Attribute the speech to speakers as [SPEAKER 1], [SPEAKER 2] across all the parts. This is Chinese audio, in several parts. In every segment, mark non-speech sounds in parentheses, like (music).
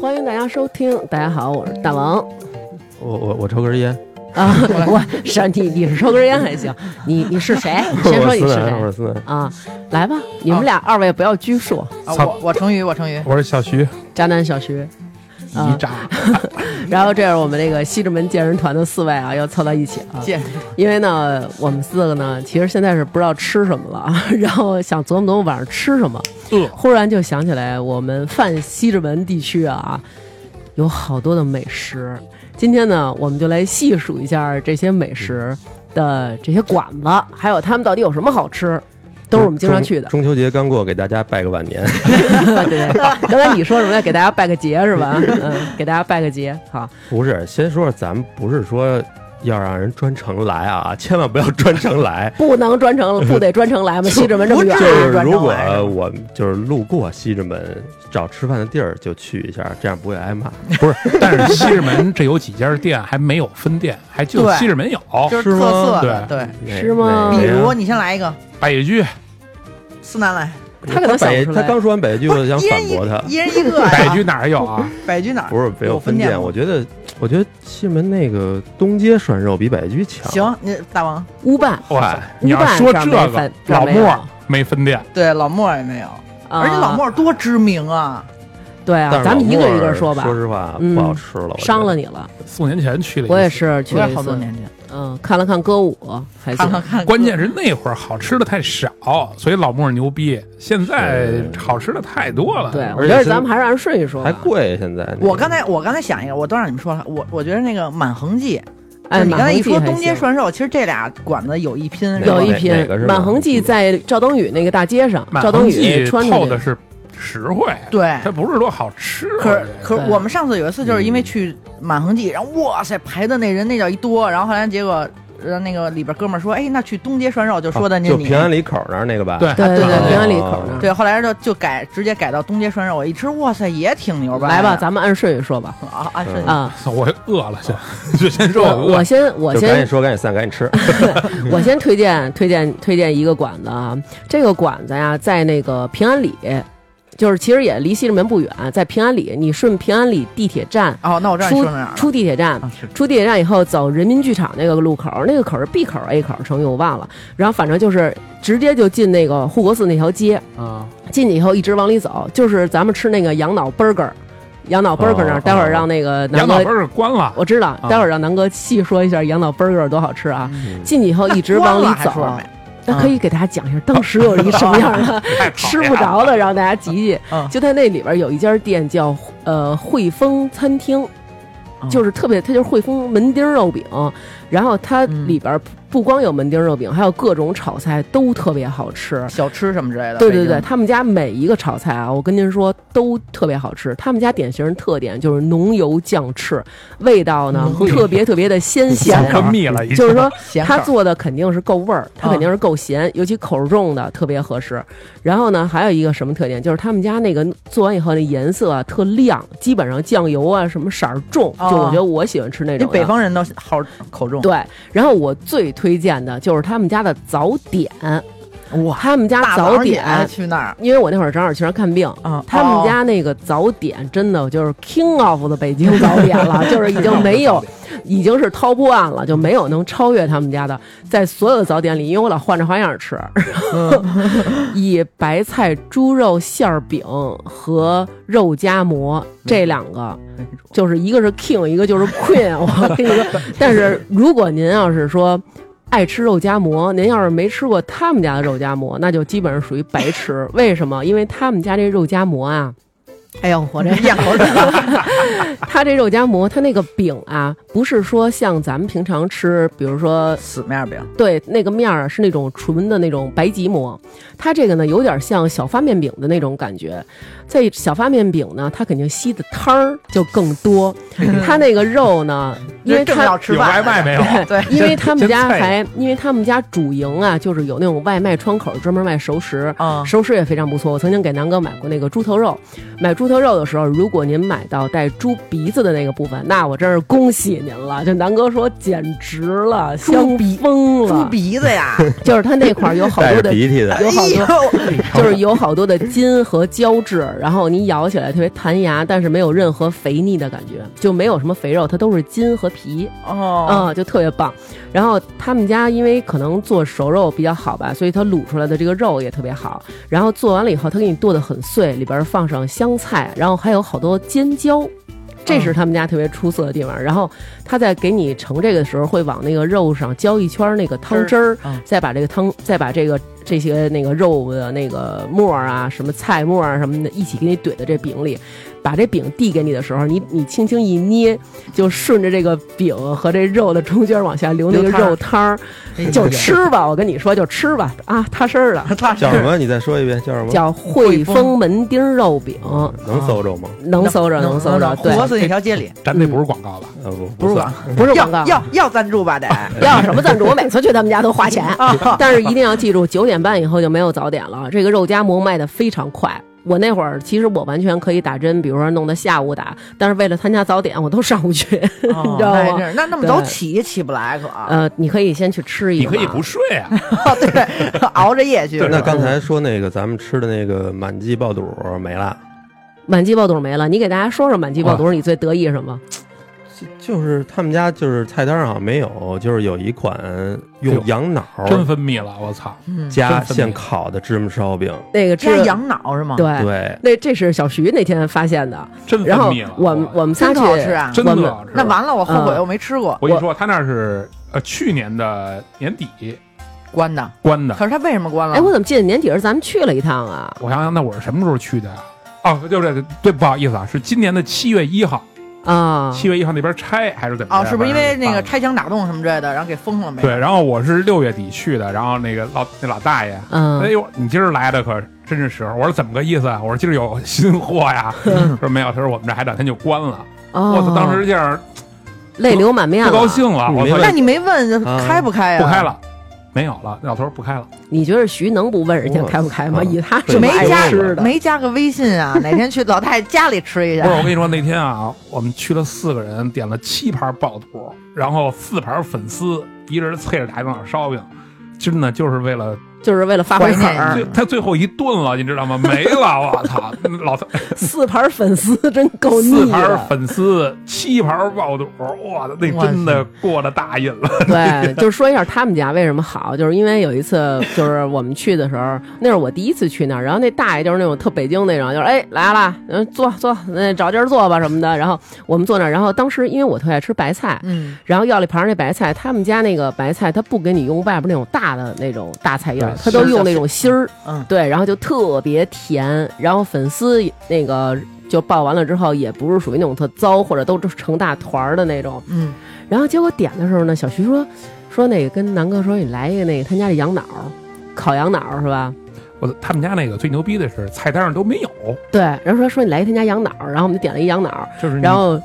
[SPEAKER 1] 欢迎大家收听。大家好，我是大
[SPEAKER 2] (laughs)
[SPEAKER 1] 王
[SPEAKER 2] 我我我抽根烟，
[SPEAKER 1] 啊，我是你，你是抽根烟还行，你你是
[SPEAKER 2] (laughs)
[SPEAKER 1] 谁？你先说你
[SPEAKER 2] 我
[SPEAKER 1] 是
[SPEAKER 2] 思南，我
[SPEAKER 1] 谁
[SPEAKER 2] 是思南，
[SPEAKER 1] 啊？来吧，你们俩二位不要拘束，
[SPEAKER 3] 啊
[SPEAKER 2] 操
[SPEAKER 3] 我我成语，我成语，
[SPEAKER 2] 我是小徐，
[SPEAKER 1] 渣男小徐。啊
[SPEAKER 2] 一扎，嗯
[SPEAKER 1] 然后这是我们这个西直门健身团的四位啊，又凑到一起了、
[SPEAKER 3] 见
[SPEAKER 1] 因为呢，我们四个呢，其实现在是不知道吃什么了， (laughs) 然后想琢磨琢磨晚上吃什么，
[SPEAKER 2] 饿
[SPEAKER 1] 忽然就想起来我们泛西直门地区啊，有好多的美食。今天呢，我们就来细数一下这些美食的这些馆子，还有他们到底有什么好吃， (laughs) 都是我们经常去的。
[SPEAKER 2] 中中秋节刚过，给大家拜个
[SPEAKER 1] (laughs)
[SPEAKER 2] 晚年。
[SPEAKER 1] 对对，对 (laughs) 刚才你说什么要给大家拜个节是
[SPEAKER 2] (laughs)
[SPEAKER 1] 吧？嗯，给大家拜个节，好。。
[SPEAKER 2] 不是，先说咱不是说要让人专程来啊，千万不要专程来
[SPEAKER 1] 不能专程，不得专程来吗？ (laughs) 西直门这么远，
[SPEAKER 2] 就是
[SPEAKER 1] 专
[SPEAKER 2] 如
[SPEAKER 1] 程
[SPEAKER 2] 果
[SPEAKER 1] 来是吧
[SPEAKER 2] 我就是路过西直门找吃饭的地儿，就去一下，这样不会挨
[SPEAKER 1] (laughs)
[SPEAKER 2] 骂。不是，
[SPEAKER 4] (laughs) 但是西直门这有几家店还没有分店，还就
[SPEAKER 3] 对
[SPEAKER 4] 西直门有。
[SPEAKER 3] (laughs) 就是
[SPEAKER 2] 是
[SPEAKER 3] 特
[SPEAKER 2] 吗嗯
[SPEAKER 3] 色的，对。
[SPEAKER 1] 是吗
[SPEAKER 3] 比如
[SPEAKER 2] 我
[SPEAKER 3] 你先来一个，
[SPEAKER 4] 百野居，
[SPEAKER 3] 思南来，
[SPEAKER 1] 他可能想
[SPEAKER 2] 北
[SPEAKER 1] 不出
[SPEAKER 2] 他
[SPEAKER 1] 来。
[SPEAKER 2] 刚说完北句，我就想
[SPEAKER 3] 一
[SPEAKER 2] 反
[SPEAKER 3] 人一
[SPEAKER 2] 驳他。
[SPEAKER 3] (laughs) 一人一个呀。
[SPEAKER 4] 百野居哪儿
[SPEAKER 1] (laughs)
[SPEAKER 4] 有啊？
[SPEAKER 3] 百居哪儿？
[SPEAKER 2] 不是没
[SPEAKER 3] 有
[SPEAKER 2] 分
[SPEAKER 3] 店
[SPEAKER 2] 店，
[SPEAKER 3] 吗
[SPEAKER 2] 我觉得，我觉得西直门那个东街涮肉比北居强。，
[SPEAKER 3] 行，你大王
[SPEAKER 1] 乌办，
[SPEAKER 4] 哇，
[SPEAKER 1] 乌
[SPEAKER 4] 你要
[SPEAKER 1] 办
[SPEAKER 4] 说
[SPEAKER 1] 这儿
[SPEAKER 4] 这
[SPEAKER 1] 没分
[SPEAKER 4] 个，
[SPEAKER 1] 这儿
[SPEAKER 4] 老
[SPEAKER 1] 没有
[SPEAKER 4] 莫没分店，
[SPEAKER 3] 对老莫也没有，而且老
[SPEAKER 1] 啊
[SPEAKER 3] 莫多知名啊，
[SPEAKER 1] 对啊，
[SPEAKER 2] 但是
[SPEAKER 1] 咱们
[SPEAKER 2] 老
[SPEAKER 1] 一个
[SPEAKER 2] 莫
[SPEAKER 1] 一个说吧
[SPEAKER 2] 说，实话，
[SPEAKER 1] 嗯
[SPEAKER 2] 不好吃了，我觉得
[SPEAKER 1] 伤了。你了。
[SPEAKER 4] 四五年前去了一次。
[SPEAKER 1] 我也是去
[SPEAKER 3] 我
[SPEAKER 1] 了
[SPEAKER 3] 也
[SPEAKER 1] 一
[SPEAKER 3] 好多
[SPEAKER 1] 次，
[SPEAKER 3] 年前，
[SPEAKER 1] 嗯，看了看歌舞，还
[SPEAKER 3] 看
[SPEAKER 1] 行
[SPEAKER 3] 看。看，
[SPEAKER 4] 关键是那会儿好吃的太少，所以老莫牛逼。现在
[SPEAKER 2] 是
[SPEAKER 4] 好吃的太多了。
[SPEAKER 1] 对，我觉
[SPEAKER 2] 而且
[SPEAKER 1] 得
[SPEAKER 2] 是
[SPEAKER 1] 咱们还是按顺序说吧。
[SPEAKER 2] 还贵，现在
[SPEAKER 3] 我刚才我刚才想一个，我都让你们说了，我我觉得那个满恒记，就
[SPEAKER 1] 哎，
[SPEAKER 3] 是你刚才一说
[SPEAKER 1] 满恒记还
[SPEAKER 3] 东街
[SPEAKER 1] 行
[SPEAKER 3] 涮肉，其实这俩馆子有一拼，是吧
[SPEAKER 1] 有一
[SPEAKER 2] 哪哪个
[SPEAKER 1] 拼，
[SPEAKER 2] 是
[SPEAKER 1] 满恒
[SPEAKER 2] 满
[SPEAKER 1] 记
[SPEAKER 2] 记
[SPEAKER 1] 在赵登禹那个大街上，
[SPEAKER 4] 满
[SPEAKER 1] 赵登
[SPEAKER 4] 恒记
[SPEAKER 1] 禹穿
[SPEAKER 4] 透的
[SPEAKER 1] 着
[SPEAKER 4] 是实惠，
[SPEAKER 3] 对。
[SPEAKER 4] 它不是多好吃。
[SPEAKER 3] 可
[SPEAKER 4] 我觉得
[SPEAKER 3] 可
[SPEAKER 1] 对
[SPEAKER 3] 我们上次有一次就是因为去满恒记，然后哇塞排的那人那叫一多，然后后来结果呃那个里边哥们儿说，哎，那去东街涮肉就说的那
[SPEAKER 2] 啊就
[SPEAKER 3] 你
[SPEAKER 2] 平安里口那儿那个吧，
[SPEAKER 4] 对
[SPEAKER 1] 啊
[SPEAKER 4] (laughs) 啊
[SPEAKER 1] 对对
[SPEAKER 3] 对
[SPEAKER 1] 对，
[SPEAKER 3] 对
[SPEAKER 1] 平安里口那儿。
[SPEAKER 3] 对，后来就就改直接改到东街涮肉，我一吃，哇塞，也挺牛掰的。
[SPEAKER 1] 来吧，咱们按顺序说吧。
[SPEAKER 3] 啊啊是
[SPEAKER 2] 嗯
[SPEAKER 1] 啊，
[SPEAKER 4] 我饿了，先就先说
[SPEAKER 1] 我
[SPEAKER 4] 我饿
[SPEAKER 1] 我。先我
[SPEAKER 2] 就赶紧
[SPEAKER 1] 先
[SPEAKER 2] 说，赶紧散，赶紧吃。
[SPEAKER 1] 我先推荐推荐推荐一个馆子啊，这个馆子呀，在那个平安里，就是其实也离西直门不远，在平安里，你顺平安里地铁站
[SPEAKER 3] 哦，那我知道你
[SPEAKER 1] 出
[SPEAKER 3] 说哪儿了。
[SPEAKER 1] 出地铁站，
[SPEAKER 3] 啊是
[SPEAKER 1] 出地铁站以后走人民剧场那个路口，那个口是 B 口 A 口，成语我忘了。然后反正就是直接就进那个护国寺那条街，
[SPEAKER 4] 啊，
[SPEAKER 1] 进去以后一直往里走，就是咱们吃那个羊脑 burger，羊脑 burger 那儿，
[SPEAKER 2] 哦
[SPEAKER 1] 待会儿让那个南
[SPEAKER 4] 羊脑
[SPEAKER 1] 哥
[SPEAKER 4] 不，是关了，
[SPEAKER 1] 我知道，
[SPEAKER 4] 啊
[SPEAKER 1] 待会儿让南哥细说一下羊脑 burger 多好吃啊。
[SPEAKER 2] 嗯
[SPEAKER 1] 进去以后一直往里走，
[SPEAKER 3] 啊
[SPEAKER 1] 那可以给大家讲一下当时有一什么样的
[SPEAKER 4] 太讨
[SPEAKER 1] 吃
[SPEAKER 4] 厌
[SPEAKER 1] 不
[SPEAKER 4] 了
[SPEAKER 1] 着的，让大家急急
[SPEAKER 3] 嗯。
[SPEAKER 1] 就在那里边有一家店叫呃汇丰餐厅，
[SPEAKER 3] 嗯
[SPEAKER 1] 就是特别，它就是汇丰门钉肉饼，然后它
[SPEAKER 3] 嗯
[SPEAKER 1] 里边不光有门钉肉饼，还有各种炒菜都特别好吃。
[SPEAKER 3] 小吃什么之类的。
[SPEAKER 1] 对对
[SPEAKER 3] 北
[SPEAKER 1] 对，
[SPEAKER 3] 京，
[SPEAKER 1] 他们家每一个炒菜啊，我跟您说都特别好吃。他们家典型特点就是浓油酱翅，味道呢
[SPEAKER 4] 浓油
[SPEAKER 1] 特别特别的鲜
[SPEAKER 3] (laughs)
[SPEAKER 4] 咸
[SPEAKER 1] 咸，
[SPEAKER 4] 和蜜了，已经
[SPEAKER 1] 就是说
[SPEAKER 3] 咸
[SPEAKER 1] 他
[SPEAKER 3] 口
[SPEAKER 1] 做的肯定是够味儿，他
[SPEAKER 3] 啊
[SPEAKER 1] 肯定是够咸，尤其口儿重的特别合适。然后呢，还有一个什么特点，就是他们家那个做完以后那颜色啊特亮，基本上酱油啊什么色儿重，就
[SPEAKER 3] 哦
[SPEAKER 1] 我觉得我喜欢吃那
[SPEAKER 3] 这
[SPEAKER 1] 种的。
[SPEAKER 3] 北方人都好口重。
[SPEAKER 1] 对，然后我最推荐的就是他们家的早点，
[SPEAKER 3] 哇，
[SPEAKER 1] 他们家
[SPEAKER 3] 大早上起
[SPEAKER 1] 点，
[SPEAKER 3] 来去那儿
[SPEAKER 1] 因为我那会儿正好去那儿看病。
[SPEAKER 3] 啊，
[SPEAKER 1] 他们家那个早点真的就是 king of 的北京早点了，就是已经没有，已经是 top one 了，就没有能超越他们家的。在所有的早点里，因为我老换着花样吃， (laughs) 以白菜猪肉馅儿饼和肉夹馍这两个，就是一个是 king，一个就是 queen。我跟你
[SPEAKER 3] (laughs)
[SPEAKER 1] 说，但是如果您要是说。爱吃肉夹馍，您要是没吃过他们家的肉夹馍，那就基本上属于白
[SPEAKER 3] (laughs)
[SPEAKER 1] 吃。为什么？因为他们家这肉夹馍啊，哎呦，我
[SPEAKER 3] 我这咽口水了。
[SPEAKER 1] 它这肉夹馍，它那个饼啊，不是说像咱们平常吃，比如说
[SPEAKER 3] 死面饼，
[SPEAKER 1] 对那个面儿是那种纯的那种白吉馍，它这个呢有点像小发面饼的那种感觉。在小发面饼呢，它肯定吸的汤儿就更
[SPEAKER 3] (laughs)
[SPEAKER 1] 多，它那个肉呢，因为
[SPEAKER 3] 这正
[SPEAKER 1] 它
[SPEAKER 3] 要吃
[SPEAKER 4] 有
[SPEAKER 3] 饭
[SPEAKER 4] 外
[SPEAKER 3] 呢，
[SPEAKER 4] 卖没有？
[SPEAKER 3] 对，
[SPEAKER 1] 因为他们家
[SPEAKER 4] 先菜
[SPEAKER 1] 还因为他们家主营啊，就是有那种外卖窗口专门卖熟食。
[SPEAKER 3] 啊，
[SPEAKER 1] 嗯熟食也非常不错，我曾经给南哥买过那个猪头肉，买猪猪头肉的时候，如果您买到带猪鼻子的那个部分，那我真是恭喜您了。就南哥说，简直了，香疯
[SPEAKER 3] 猪
[SPEAKER 1] 了，
[SPEAKER 3] 鼻子 (laughs) 呀，
[SPEAKER 1] 就是他那块儿有好
[SPEAKER 2] (laughs) 带
[SPEAKER 1] 多
[SPEAKER 2] 着
[SPEAKER 1] 的
[SPEAKER 2] 鼻
[SPEAKER 1] (laughs)
[SPEAKER 2] 涕的，
[SPEAKER 1] 有好多
[SPEAKER 3] 哎呦
[SPEAKER 1] 就是有好多的筋和胶质，然后你咬起来特别弹牙，但是没有任何肥腻的感觉，就没有什么肥肉，它都是筋和皮，
[SPEAKER 3] (laughs) 哦，
[SPEAKER 1] 啊、就特别棒。然后他们家因为可能做熟肉比较好吧，所以它卤出来的这个肉也特别好。然后做完了以后，他给你剁得很碎，里边放上香菜，然后还有好多尖椒。这是他们家特别出色的地方。然后他在给你盛这个的时候，会往那个肉上浇一圈那个汤汁儿，
[SPEAKER 3] 嗯
[SPEAKER 1] 再把这个汤，再把这个这些那个肉的那个沫儿啊、什么菜沫儿啊什么的，一起给你怼到这饼里。把这饼递给你的时候，你你轻轻一捏，就顺着这个饼和这肉的中间往下流那个
[SPEAKER 3] 流汤儿
[SPEAKER 1] 肉汤儿，
[SPEAKER 3] 哎
[SPEAKER 1] 就
[SPEAKER 3] (laughs)
[SPEAKER 1] 吃吧。我跟你说，就吃吧啊，踏实儿的，
[SPEAKER 3] 他
[SPEAKER 2] 叫什么？你再说一遍，叫什么？嗯
[SPEAKER 1] 叫汇丰门钉儿肉饼，
[SPEAKER 2] 能搜着吗？
[SPEAKER 1] 能搜着
[SPEAKER 3] 能
[SPEAKER 1] 搜着，对，
[SPEAKER 3] 活死那条街里，
[SPEAKER 4] 咱这不是广告吧？
[SPEAKER 2] 呃，不，
[SPEAKER 3] 不是
[SPEAKER 2] 吧？
[SPEAKER 3] 吧？
[SPEAKER 1] 不是广告
[SPEAKER 3] 要。 (laughs) 要要赞助吧得，
[SPEAKER 1] 要什么赞助？我每次去他们家都花
[SPEAKER 3] (laughs)
[SPEAKER 1] 钱，
[SPEAKER 3] 哦
[SPEAKER 1] 但是一定要记住，九点半以后就没有早点了。这个肉夹馍卖的非常快。我那会儿其实我完全可以打针，比如说弄到下午打，但是为了参加早点，我都上不去。(laughs)
[SPEAKER 3] 你
[SPEAKER 1] 知道吗
[SPEAKER 3] 那那么
[SPEAKER 1] 对
[SPEAKER 3] 早起也起不来
[SPEAKER 1] (laughs)
[SPEAKER 3] 可，啊
[SPEAKER 1] 呃，你可以先去吃一
[SPEAKER 4] 你
[SPEAKER 1] 个
[SPEAKER 4] 可
[SPEAKER 1] 嘛，
[SPEAKER 4] 以不睡啊，
[SPEAKER 1] (laughs)
[SPEAKER 3] 对，熬着夜去。
[SPEAKER 2] 那刚才说那个咱们吃的那个满记爆肚没了，
[SPEAKER 1] 满记爆肚没了，你给大家说说满记
[SPEAKER 4] 啊
[SPEAKER 1] 爆肚你最得意什么？
[SPEAKER 2] 就就是他们家就是菜单上没有，就是有一款
[SPEAKER 4] 哎
[SPEAKER 2] 用
[SPEAKER 4] 呦
[SPEAKER 2] 羊脑
[SPEAKER 4] 真分泌了，我操！
[SPEAKER 3] 嗯
[SPEAKER 2] 加
[SPEAKER 4] 真分
[SPEAKER 2] 现
[SPEAKER 4] 别
[SPEAKER 2] 烤的芝麻烧饼，
[SPEAKER 1] 那个
[SPEAKER 3] 加
[SPEAKER 1] 吃
[SPEAKER 3] 羊脑是吗？，
[SPEAKER 1] 对，
[SPEAKER 2] 对，
[SPEAKER 1] 那这是小徐那天发
[SPEAKER 4] (laughs)
[SPEAKER 1] 现的。
[SPEAKER 4] 真分
[SPEAKER 1] 然后
[SPEAKER 4] 泌了。
[SPEAKER 1] 我们我们仨
[SPEAKER 3] 真
[SPEAKER 1] 去
[SPEAKER 3] 特好吃啊！
[SPEAKER 4] 真
[SPEAKER 1] 我们
[SPEAKER 4] 的好吃。
[SPEAKER 3] 那完了，我后悔
[SPEAKER 1] 嗯
[SPEAKER 3] 我没吃过
[SPEAKER 4] 我跟你说，他那是呃去年的年底
[SPEAKER 3] 关的，
[SPEAKER 4] 关的。
[SPEAKER 3] 可是他为什么关了？
[SPEAKER 1] 哎，我怎么记得年底时咱们去了一趟啊？
[SPEAKER 4] 我想想，那我是什么时候去的呀？哦，就是对，不好意思啊，是今年的七月一号，
[SPEAKER 1] 啊，
[SPEAKER 4] 七月一号那边拆还是怎么着？
[SPEAKER 3] 哦，是不是因
[SPEAKER 4] 反
[SPEAKER 3] 为
[SPEAKER 4] 正
[SPEAKER 3] 那个
[SPEAKER 4] 办了
[SPEAKER 3] 拆墙打洞什么之类的，然后给封了没？
[SPEAKER 4] 对，然后我是六月底去的，然后那个老那老大爷，哎
[SPEAKER 1] 嗯，
[SPEAKER 4] 呦，你今儿来的可真是时候。我说怎么个意思啊？我说今儿有新货呀。他说没有，他说我们这还两天就关了。我
[SPEAKER 1] 我
[SPEAKER 4] 操，当时这样
[SPEAKER 1] 哦泪流满面
[SPEAKER 4] 不
[SPEAKER 1] 了。
[SPEAKER 4] 高兴了，
[SPEAKER 2] 你
[SPEAKER 4] 我
[SPEAKER 2] 没
[SPEAKER 4] 操，
[SPEAKER 3] 那你没问
[SPEAKER 2] 啊
[SPEAKER 3] 开不开呀？
[SPEAKER 4] 不开，了，没有了。那老头儿不开了，
[SPEAKER 1] 你觉得徐能不问人家开不开
[SPEAKER 4] 啊
[SPEAKER 1] 吗？
[SPEAKER 2] 我
[SPEAKER 1] 以他这
[SPEAKER 2] 对
[SPEAKER 1] 么
[SPEAKER 3] 没
[SPEAKER 1] 爱
[SPEAKER 3] 加
[SPEAKER 1] 吃的，
[SPEAKER 3] 没加个微信
[SPEAKER 1] (laughs)
[SPEAKER 3] 啊？哪天去老太太家里吃一
[SPEAKER 4] 不是，我
[SPEAKER 3] 下？
[SPEAKER 4] 跟你说，那天啊，我们去了四个人，点了七盘爆肚，然后四盘粉丝，一人啐着大羊脑烧饼，真的就是为了
[SPEAKER 1] 就是为了发挥
[SPEAKER 3] 怀念
[SPEAKER 1] 狠。
[SPEAKER 4] 最他最后一顿了，你知道吗？没了，我操！老头
[SPEAKER 1] 四盘粉丝真 (laughs) 够
[SPEAKER 4] 四
[SPEAKER 1] 腻
[SPEAKER 4] 盘
[SPEAKER 1] 的。
[SPEAKER 4] 粉丝，七盘爆肚，哇，那真的过了大瘾了。 (laughs)
[SPEAKER 1] 对，就是说一下他们家为什么好，就是因为有一次，就是我们去的时候，那是我第一次去那儿，然后那大爷就是那种特北京那种，就是哎来了，嗯，坐坐，嗯，找地儿坐吧什么的。然后我们坐那儿，然后当时因为我特爱吃白菜，
[SPEAKER 3] 嗯，
[SPEAKER 1] 然后要了一盘那白菜，他们家那个白菜，他不给你用外边那种大的那种大菜叶儿，
[SPEAKER 4] 对
[SPEAKER 1] 他都用那种芯儿，
[SPEAKER 3] 嗯，
[SPEAKER 1] 对，然后就特别甜。然后粉丝那个就爆完了之后，也不是属于那种特糟或者都成大团儿的那种。
[SPEAKER 3] 嗯，
[SPEAKER 1] 然后结果点的时候呢，小徐说说那个跟南哥说你来一个那个他家的羊脑儿，烤羊脑儿是吧？
[SPEAKER 4] 我他们家那个最牛逼的是菜单上都没有，
[SPEAKER 1] 对，然后说说你来一个他家羊脑儿，然后我们就点了一羊脑儿，
[SPEAKER 4] 就是你
[SPEAKER 1] 然后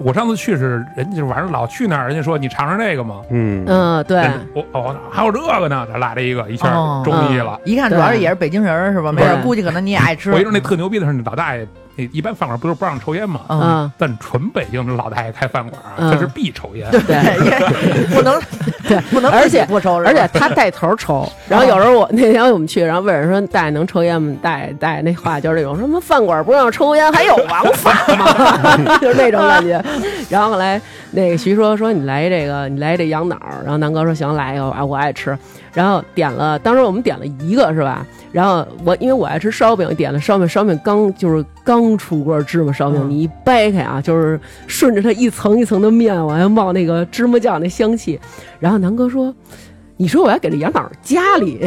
[SPEAKER 4] 我上次去是人家就晚上老去那儿，人家说你尝尝这个嘛。
[SPEAKER 2] 嗯，
[SPEAKER 1] 嗯、对。
[SPEAKER 4] 人我哦还有这个呢，这来了一个，一下
[SPEAKER 3] 哦
[SPEAKER 4] 中意了。
[SPEAKER 3] 一看主要是也是北京人儿是吧？没事，
[SPEAKER 1] 对
[SPEAKER 3] 估计可能你也爱吃
[SPEAKER 4] 我。一说那特牛逼的是，那老大爷那一般饭馆不是不让抽烟嘛？
[SPEAKER 3] 嗯，
[SPEAKER 1] 啊、
[SPEAKER 4] 但纯北京的老大爷开饭馆啊，
[SPEAKER 1] 嗯
[SPEAKER 4] 他是必抽烟。
[SPEAKER 1] 对，
[SPEAKER 3] 也
[SPEAKER 1] (laughs)
[SPEAKER 3] 不能
[SPEAKER 1] 对
[SPEAKER 3] 不能
[SPEAKER 1] 而
[SPEAKER 3] 自己
[SPEAKER 1] 且
[SPEAKER 3] 不抽，是吧
[SPEAKER 1] 而且他带头抽，然后有时候我那天我们去，然后问人说大爷能抽烟吗？大爷大爷那话就是那种什么饭馆不让抽烟，还有王法吗？就是那种感觉。然后后来那个徐说说你来这个你来这羊脑儿，然后南哥说行来一个啊我爱吃，然后点了当时我们点了一个是吧？然后我因为我爱吃烧饼，点了烧饼，烧饼刚就是刚出锅芝麻烧饼，
[SPEAKER 3] 嗯
[SPEAKER 1] 你一掰开啊，就是顺着它一层一层的面往下冒那个芝麻酱那香气。然后南哥说：“你说我要给这羊脑家里，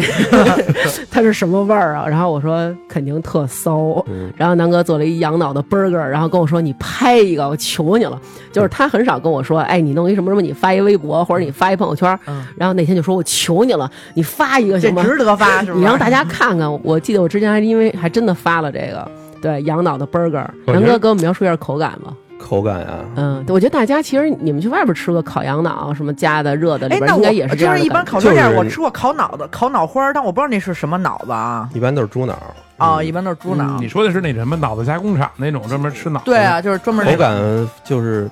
[SPEAKER 1] 它是什么味儿啊？”然后我说：“肯定特骚。”
[SPEAKER 2] 嗯
[SPEAKER 1] 然后南哥做了一羊脑的 burger，然后跟我说：“你拍一个，我求你了。”就是他很少跟我说：“哎，你弄一什么什么，你发一微博或者你发一朋友圈。
[SPEAKER 3] 嗯
[SPEAKER 1] 然后那天就说：“我求你了，你发一个
[SPEAKER 3] 这
[SPEAKER 1] 行吗？”
[SPEAKER 3] 值得发是吧？
[SPEAKER 1] 你让大家看看，我记得我之前还因为还真的发了这个，对羊脑的 burger，
[SPEAKER 4] 我觉得
[SPEAKER 1] 南哥给我们描述一下口感吧。
[SPEAKER 2] 口感啊，
[SPEAKER 1] 嗯，我觉得大家其实你们去外边吃个烤羊脑，什么加的热的里
[SPEAKER 3] 哎，
[SPEAKER 1] 边
[SPEAKER 3] 那
[SPEAKER 1] 应
[SPEAKER 3] 我
[SPEAKER 1] 该也是这
[SPEAKER 3] 就
[SPEAKER 1] 样
[SPEAKER 3] 是
[SPEAKER 1] 的
[SPEAKER 3] 一般
[SPEAKER 1] 感觉。
[SPEAKER 3] 烤串
[SPEAKER 2] 就
[SPEAKER 3] 店，
[SPEAKER 2] 是
[SPEAKER 3] 我吃过烤脑的、烤脑花儿，但我不知道那是什么脑子啊。
[SPEAKER 2] 一般都是猪脑，
[SPEAKER 3] 啊，
[SPEAKER 2] 嗯
[SPEAKER 3] 一般都是猪脑。
[SPEAKER 4] 你说的是那什么脑子加工厂那种专门吃脑子？
[SPEAKER 3] 对啊，就是专门
[SPEAKER 2] 口感就是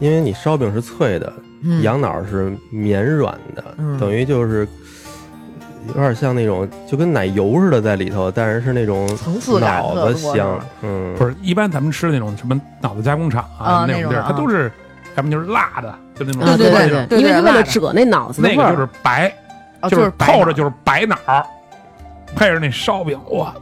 [SPEAKER 2] 因为你烧饼是脆的，
[SPEAKER 3] 嗯
[SPEAKER 2] 羊脑是绵软的，
[SPEAKER 3] 嗯
[SPEAKER 2] 等于就是有点像那种就跟奶油似的在里头，但是是那种
[SPEAKER 3] 层次感
[SPEAKER 2] 脑
[SPEAKER 3] 特
[SPEAKER 2] 子香
[SPEAKER 3] 多是吧，
[SPEAKER 2] 嗯，
[SPEAKER 4] 不是一般咱们吃的那种什么脑子加工厂
[SPEAKER 3] 啊
[SPEAKER 4] 啊那
[SPEAKER 3] 那种
[SPEAKER 4] 种地儿，
[SPEAKER 3] 的
[SPEAKER 4] 它
[SPEAKER 3] 啊
[SPEAKER 4] 都是要么就是辣的，就那种
[SPEAKER 1] 啊，
[SPEAKER 3] 对
[SPEAKER 4] 那
[SPEAKER 1] 对
[SPEAKER 3] 对
[SPEAKER 4] 种
[SPEAKER 1] 对，因为
[SPEAKER 3] 对
[SPEAKER 1] 他为
[SPEAKER 3] 辣
[SPEAKER 1] 了
[SPEAKER 3] 的
[SPEAKER 1] 遮那脑子的
[SPEAKER 4] 那
[SPEAKER 1] 味
[SPEAKER 4] 个
[SPEAKER 1] 儿
[SPEAKER 4] 就，是白，
[SPEAKER 3] 啊
[SPEAKER 4] 就是是
[SPEAKER 3] 白
[SPEAKER 4] 泡着
[SPEAKER 3] 脑
[SPEAKER 4] 就是白脑儿，配着那烧饼，哇，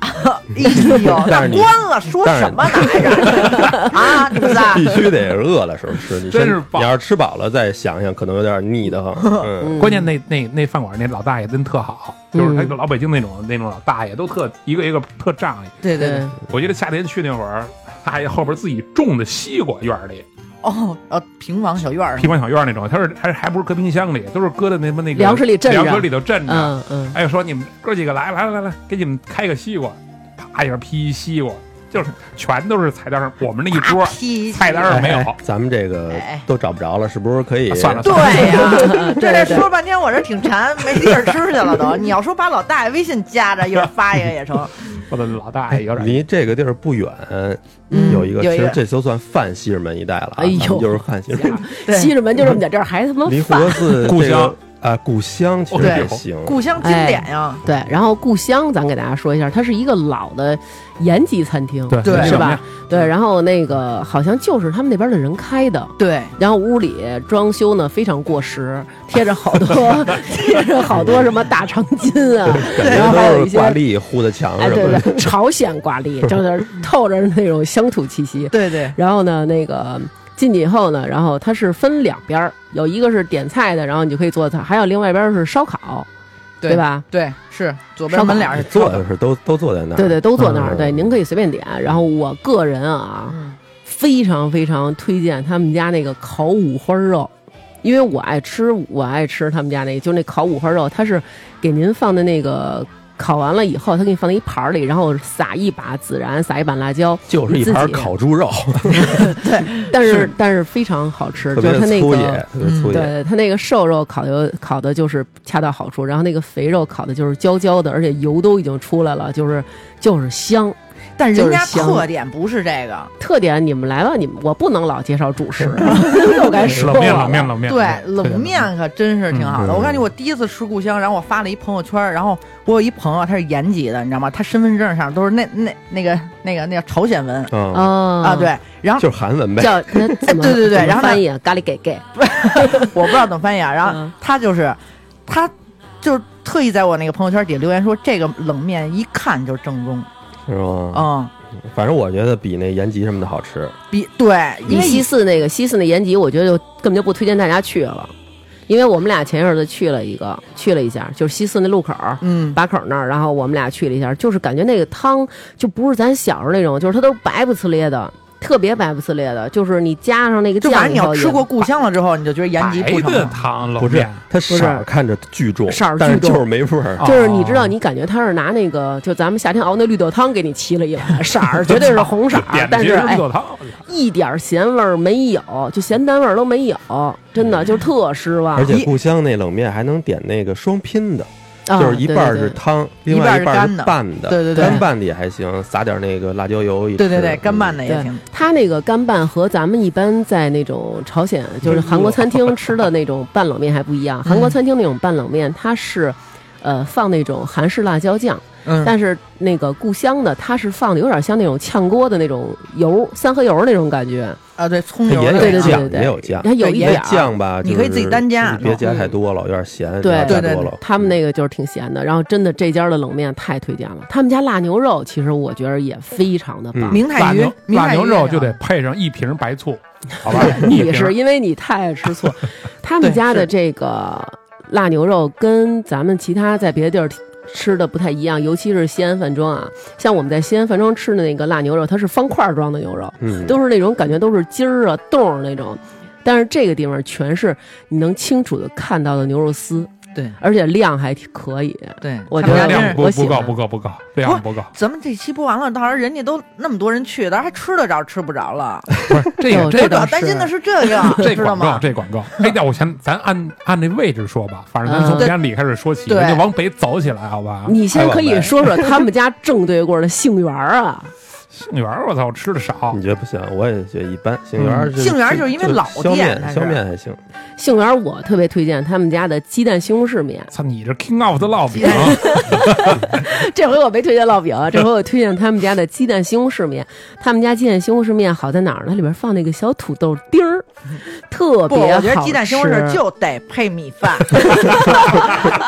[SPEAKER 2] 但
[SPEAKER 3] 哎呦，那
[SPEAKER 2] 是你
[SPEAKER 3] 关了说
[SPEAKER 2] 但是
[SPEAKER 3] 什么呢？ (laughs) 还是啊，你
[SPEAKER 2] (laughs)
[SPEAKER 3] 们
[SPEAKER 2] (laughs)
[SPEAKER 3] 仨
[SPEAKER 2] 必须得是饿了时候吃，你
[SPEAKER 4] 真
[SPEAKER 2] 先
[SPEAKER 4] 是饱
[SPEAKER 2] 你要是吃饱了再想想，可能有点腻
[SPEAKER 3] (laughs)
[SPEAKER 2] 得慌。嗯，
[SPEAKER 1] 嗯
[SPEAKER 4] 关键那那那饭馆那老大爷真特好，就是他老北京那种那种老大爷都特一个一个特仗义。
[SPEAKER 3] 对对对
[SPEAKER 1] 对，
[SPEAKER 4] 我记得夏天去那会儿，大爷后边自己种的西瓜院儿里，
[SPEAKER 3] 哦，呃，平房小院儿
[SPEAKER 4] 平房小院儿那种，他是还还不是搁冰箱里，都是搁在那么那个
[SPEAKER 1] 粮食里镇着
[SPEAKER 4] 粮食里头镇着。
[SPEAKER 1] 嗯嗯，
[SPEAKER 4] 哎，说你们哥几个来来来来，给你们开个西瓜，啪一下劈一西瓜，就是全都是菜单上，我们那一桌
[SPEAKER 3] 踢 (laughs)
[SPEAKER 4] 菜单上没有，
[SPEAKER 2] 咱们这个
[SPEAKER 3] 哎
[SPEAKER 2] 都找不着了，是不是可以
[SPEAKER 4] 啊算了
[SPEAKER 3] 对 (laughs) 呀，这
[SPEAKER 1] 对
[SPEAKER 3] 这
[SPEAKER 1] 对
[SPEAKER 3] 说半天我这挺馋，没地儿吃去了都。你要说把老大爷微信加着，一会儿发一个也成。
[SPEAKER 4] 我的老大爷有点。
[SPEAKER 2] 离这个地儿不远，
[SPEAKER 3] 嗯
[SPEAKER 2] 有一个，
[SPEAKER 3] 有一
[SPEAKER 2] 其
[SPEAKER 3] 个
[SPEAKER 2] 实这就算泛西直门一带了啊，
[SPEAKER 1] 哎呦
[SPEAKER 2] 咱们就是泛西直
[SPEAKER 3] (laughs)
[SPEAKER 2] 门，
[SPEAKER 3] (laughs) 对
[SPEAKER 1] 西直门就这么点地儿，还他妈
[SPEAKER 2] 离护
[SPEAKER 1] 饭。
[SPEAKER 2] 国 (laughs) 寺
[SPEAKER 4] 故
[SPEAKER 2] 这个
[SPEAKER 4] 乡
[SPEAKER 2] 啊，故乡其实
[SPEAKER 3] 对
[SPEAKER 2] 也行，
[SPEAKER 3] 故乡经典呀，
[SPEAKER 1] 对，然后故乡，咱给大家说一下，它是一个老的延吉餐厅，
[SPEAKER 4] 对
[SPEAKER 3] 对
[SPEAKER 1] 是吧？？
[SPEAKER 4] 那
[SPEAKER 1] 对，然后那个好像就是他们那边的人开的，
[SPEAKER 3] 对，
[SPEAKER 1] 然后屋里装修呢非常过时，贴着好 (laughs) 多贴着好多什么大长今啊， (laughs)
[SPEAKER 2] 感
[SPEAKER 1] 然后还
[SPEAKER 2] 觉
[SPEAKER 1] 有
[SPEAKER 2] 都
[SPEAKER 1] 一
[SPEAKER 2] 是
[SPEAKER 1] 些
[SPEAKER 2] 挂历糊的墙
[SPEAKER 1] 哎
[SPEAKER 2] 什
[SPEAKER 1] 对
[SPEAKER 2] 么的。
[SPEAKER 1] 对，朝鲜挂历，就是透着那种乡土气息。
[SPEAKER 3] 对对，
[SPEAKER 1] 然后呢，那个进去以后呢，然后它是分两边儿，有一个是点菜的，然后你就可以做菜，还有另外一边儿是烧烤，
[SPEAKER 3] 对
[SPEAKER 1] 对吧？
[SPEAKER 3] 对，是左
[SPEAKER 1] 烧
[SPEAKER 3] 边
[SPEAKER 1] 烤
[SPEAKER 3] 门脸是
[SPEAKER 2] 坐的是都都坐在那儿，
[SPEAKER 1] 对对，都坐那儿，
[SPEAKER 2] 嗯
[SPEAKER 1] 对，您可以随便点。然后我个人啊，
[SPEAKER 3] 嗯
[SPEAKER 1] 非常非常推荐他们家那个烤五花肉，因为我爱吃，我爱吃他们家那个，就那烤五花肉，它是给您放的那个。烤完了以后，他给你放在一盘儿里，然后撒一把孜然，撒一把辣椒，
[SPEAKER 2] (laughs) 就是一
[SPEAKER 1] 你
[SPEAKER 2] 盘
[SPEAKER 1] 自己
[SPEAKER 2] 烤猪肉，
[SPEAKER 1] 但是但是非常好吃，
[SPEAKER 2] 特
[SPEAKER 1] 就
[SPEAKER 2] 别
[SPEAKER 1] 是它那
[SPEAKER 2] 粗
[SPEAKER 1] 个嗯
[SPEAKER 2] 野，特别粗野。
[SPEAKER 1] 对它那个瘦肉烤的烤的就是恰到好处，然后那个肥肉烤的就是焦焦的，而且油都已经出来了，就是就是香。
[SPEAKER 3] 但人家
[SPEAKER 1] 就是香
[SPEAKER 3] 特点不是这个，
[SPEAKER 1] 特点你们来了，你们我不能老介绍主食，
[SPEAKER 3] (laughs)
[SPEAKER 1] 又该说
[SPEAKER 4] 冷面冷面
[SPEAKER 1] 了。
[SPEAKER 4] 冷面，
[SPEAKER 3] 对，冷面可真是挺好的。
[SPEAKER 2] 嗯
[SPEAKER 3] 我感觉我第一次吃故乡，然后我发了一朋友圈，然后我有一朋友他是延吉的，你知道吗？他身份证上都是那那那个那个那个朝鲜文
[SPEAKER 2] 嗯，
[SPEAKER 1] 啊
[SPEAKER 3] 啊，，对。然后
[SPEAKER 2] 就是韩文呗，
[SPEAKER 1] 叫那怎么
[SPEAKER 3] (laughs) 哎对对对
[SPEAKER 1] 怎么
[SPEAKER 3] 然后呢
[SPEAKER 1] 翻译啊咖喱给给，
[SPEAKER 3] 我不知道怎么翻译啊，然后
[SPEAKER 1] 嗯
[SPEAKER 3] 他就是他就是特意在我那个朋友圈底下留言说，这个冷面一看就是正宗，
[SPEAKER 2] 是
[SPEAKER 1] 哦
[SPEAKER 2] 吗？
[SPEAKER 3] 嗯，
[SPEAKER 2] 反正我觉得比那延吉什么的好吃。
[SPEAKER 3] 比对，
[SPEAKER 1] 你
[SPEAKER 3] 因为
[SPEAKER 1] 西四那个西四那延吉，我觉得就根本就不推荐大家去了，因为我们俩前一阵子去了一个去了一下，就是西四那路口，
[SPEAKER 3] 嗯，
[SPEAKER 1] 把口那儿，然后我们俩去了一下，就是感觉那个汤就不是咱小时候那种，就是它都是白不呲咧的，特别白不呲咧的，就是你加上那个
[SPEAKER 3] 就反
[SPEAKER 1] 酱以
[SPEAKER 3] 正你
[SPEAKER 1] 后
[SPEAKER 3] 要
[SPEAKER 1] 也，
[SPEAKER 3] 吃过故乡了之后，你就觉得延吉
[SPEAKER 4] 白
[SPEAKER 3] 不成
[SPEAKER 4] 的
[SPEAKER 3] 了。
[SPEAKER 4] 汤冷
[SPEAKER 2] 不是
[SPEAKER 4] 面，
[SPEAKER 2] 它色儿看着巨重，
[SPEAKER 1] 色儿巨重哦
[SPEAKER 2] 但是就是没味儿。
[SPEAKER 1] 就是你知道，你感觉他是拿那个，就咱们夏天熬那绿豆汤给你沏了一碗，色儿绝对是红
[SPEAKER 3] (laughs)
[SPEAKER 1] 色儿
[SPEAKER 4] (laughs) 点，的
[SPEAKER 1] 但
[SPEAKER 4] 其
[SPEAKER 1] 是
[SPEAKER 4] 实绿
[SPEAKER 1] 哎，
[SPEAKER 4] 豆汤，
[SPEAKER 1] 一点咸味儿没有，就咸淡味儿都没有，真
[SPEAKER 3] 嗯
[SPEAKER 1] 的就是特失望。
[SPEAKER 2] 而且
[SPEAKER 3] 一
[SPEAKER 2] 故乡那冷面还能点那个双拼的，
[SPEAKER 1] 啊
[SPEAKER 2] 就是一半儿是
[SPEAKER 1] 对对对
[SPEAKER 2] 汤，
[SPEAKER 3] 对
[SPEAKER 2] 另外
[SPEAKER 3] 一
[SPEAKER 2] 一
[SPEAKER 3] 半
[SPEAKER 2] 半
[SPEAKER 3] 儿
[SPEAKER 2] 儿
[SPEAKER 3] 是干的
[SPEAKER 2] 是拌的。
[SPEAKER 3] 对对对
[SPEAKER 2] 干拌的也还行，撒点那个辣椒油一吃。
[SPEAKER 3] 对对对，干拌
[SPEAKER 2] 嗯
[SPEAKER 3] 的也
[SPEAKER 1] 对
[SPEAKER 3] 挺，
[SPEAKER 1] 它那个干拌和咱们一般在那种朝鲜，就是韩国餐厅吃的那种拌冷面还不一样。韩国餐厅那种拌冷面，它是，呃，放那种韩式辣椒酱，
[SPEAKER 3] 嗯，
[SPEAKER 1] 但是那个故乡的它是放的有点像那种炝锅的那种油，三合油那种感觉，
[SPEAKER 3] 啊对，葱
[SPEAKER 2] 它
[SPEAKER 3] 油
[SPEAKER 2] 也
[SPEAKER 3] 的
[SPEAKER 1] 对
[SPEAKER 2] 有
[SPEAKER 1] 对对
[SPEAKER 2] 酱，
[SPEAKER 1] 对对
[SPEAKER 2] 也有酱。
[SPEAKER 1] 它有一
[SPEAKER 3] 对
[SPEAKER 1] 点
[SPEAKER 2] 那
[SPEAKER 1] 儿。
[SPEAKER 2] 酱吧，
[SPEAKER 3] 你可以
[SPEAKER 2] 就是
[SPEAKER 3] 自己单加
[SPEAKER 2] 你别加太多了，有点咸。
[SPEAKER 1] 对
[SPEAKER 2] 不要
[SPEAKER 3] 对
[SPEAKER 2] 加
[SPEAKER 3] 对
[SPEAKER 2] 多
[SPEAKER 3] 对
[SPEAKER 2] 了。
[SPEAKER 1] 他们那个就是挺咸的，然后真的这家的冷面太推荐了。他们家辣牛肉其实我觉得也非常的棒。？
[SPEAKER 2] 嗯
[SPEAKER 3] 明
[SPEAKER 4] 辣
[SPEAKER 3] 太鱼
[SPEAKER 4] 牛，辣牛肉就
[SPEAKER 3] 得。
[SPEAKER 4] 得配上一瓶白醋，
[SPEAKER 2] 嗯
[SPEAKER 4] 好吧一
[SPEAKER 1] 你是
[SPEAKER 4] 瓶
[SPEAKER 1] 因为你太爱吃醋，他们
[SPEAKER 3] 对
[SPEAKER 1] 家的
[SPEAKER 3] 是
[SPEAKER 1] 这个辣牛肉跟咱们其他在别的地儿吃的不太一样，尤其是西安饭庄啊，像我们在西安饭庄吃的那个辣牛肉，它是方块装的牛肉，
[SPEAKER 2] 嗯，
[SPEAKER 1] 都是那种感觉都是筋儿啊、冻儿那种。但是这个地方全是你能清楚的看到的牛肉丝，
[SPEAKER 3] 对啊
[SPEAKER 1] 而且量还挺可以。
[SPEAKER 3] 对，
[SPEAKER 1] 我
[SPEAKER 3] 他
[SPEAKER 1] 觉得
[SPEAKER 3] 们家真
[SPEAKER 4] 量
[SPEAKER 3] 是。
[SPEAKER 4] 不
[SPEAKER 1] 我喜
[SPEAKER 4] 不够
[SPEAKER 1] 欢
[SPEAKER 4] 不够不够，量不够。
[SPEAKER 3] 咱们这期播完了，到时候人家都那么多人去，到时候还吃得着吃不着了。
[SPEAKER 4] 不是这
[SPEAKER 1] 有
[SPEAKER 4] 也
[SPEAKER 1] 这
[SPEAKER 3] 我
[SPEAKER 4] 这
[SPEAKER 3] 主要
[SPEAKER 1] 倒
[SPEAKER 3] 担心的
[SPEAKER 1] 是
[SPEAKER 3] 是这个，
[SPEAKER 4] (laughs) 这
[SPEAKER 3] 知道
[SPEAKER 4] 广告
[SPEAKER 3] 吗？
[SPEAKER 4] 这广告，哎，那我先咱按按那位置说吧，反正咱
[SPEAKER 1] 嗯
[SPEAKER 4] 从我们家里开始说起，
[SPEAKER 3] 对
[SPEAKER 4] 人家往北走起来，好吧？
[SPEAKER 1] 你先可以说说他们家正对过的杏园儿啊，
[SPEAKER 4] 杏园儿，我操，我吃的少
[SPEAKER 2] 你，觉得不行？我也觉得一般。杏园儿就，
[SPEAKER 3] 杏园儿就是因为老
[SPEAKER 2] 削
[SPEAKER 3] 店
[SPEAKER 2] 面
[SPEAKER 3] 它是
[SPEAKER 2] 削面还行，
[SPEAKER 1] 杏园儿我特别推荐他们家的鸡蛋西红柿面。
[SPEAKER 4] 操，你这 King of 啊的烙
[SPEAKER 1] 嗯
[SPEAKER 4] 饼，
[SPEAKER 1] (laughs) 这回我没推荐烙饼，啊，这回我推荐他们家的鸡蛋西红柿面。他们家鸡蛋西红柿面好在哪儿呢？它里边放那个小土豆丁儿，特
[SPEAKER 3] 不，
[SPEAKER 1] 别好
[SPEAKER 3] 我觉得鸡蛋西红柿
[SPEAKER 1] 吃
[SPEAKER 3] 就得配米
[SPEAKER 1] (laughs)
[SPEAKER 3] 饭，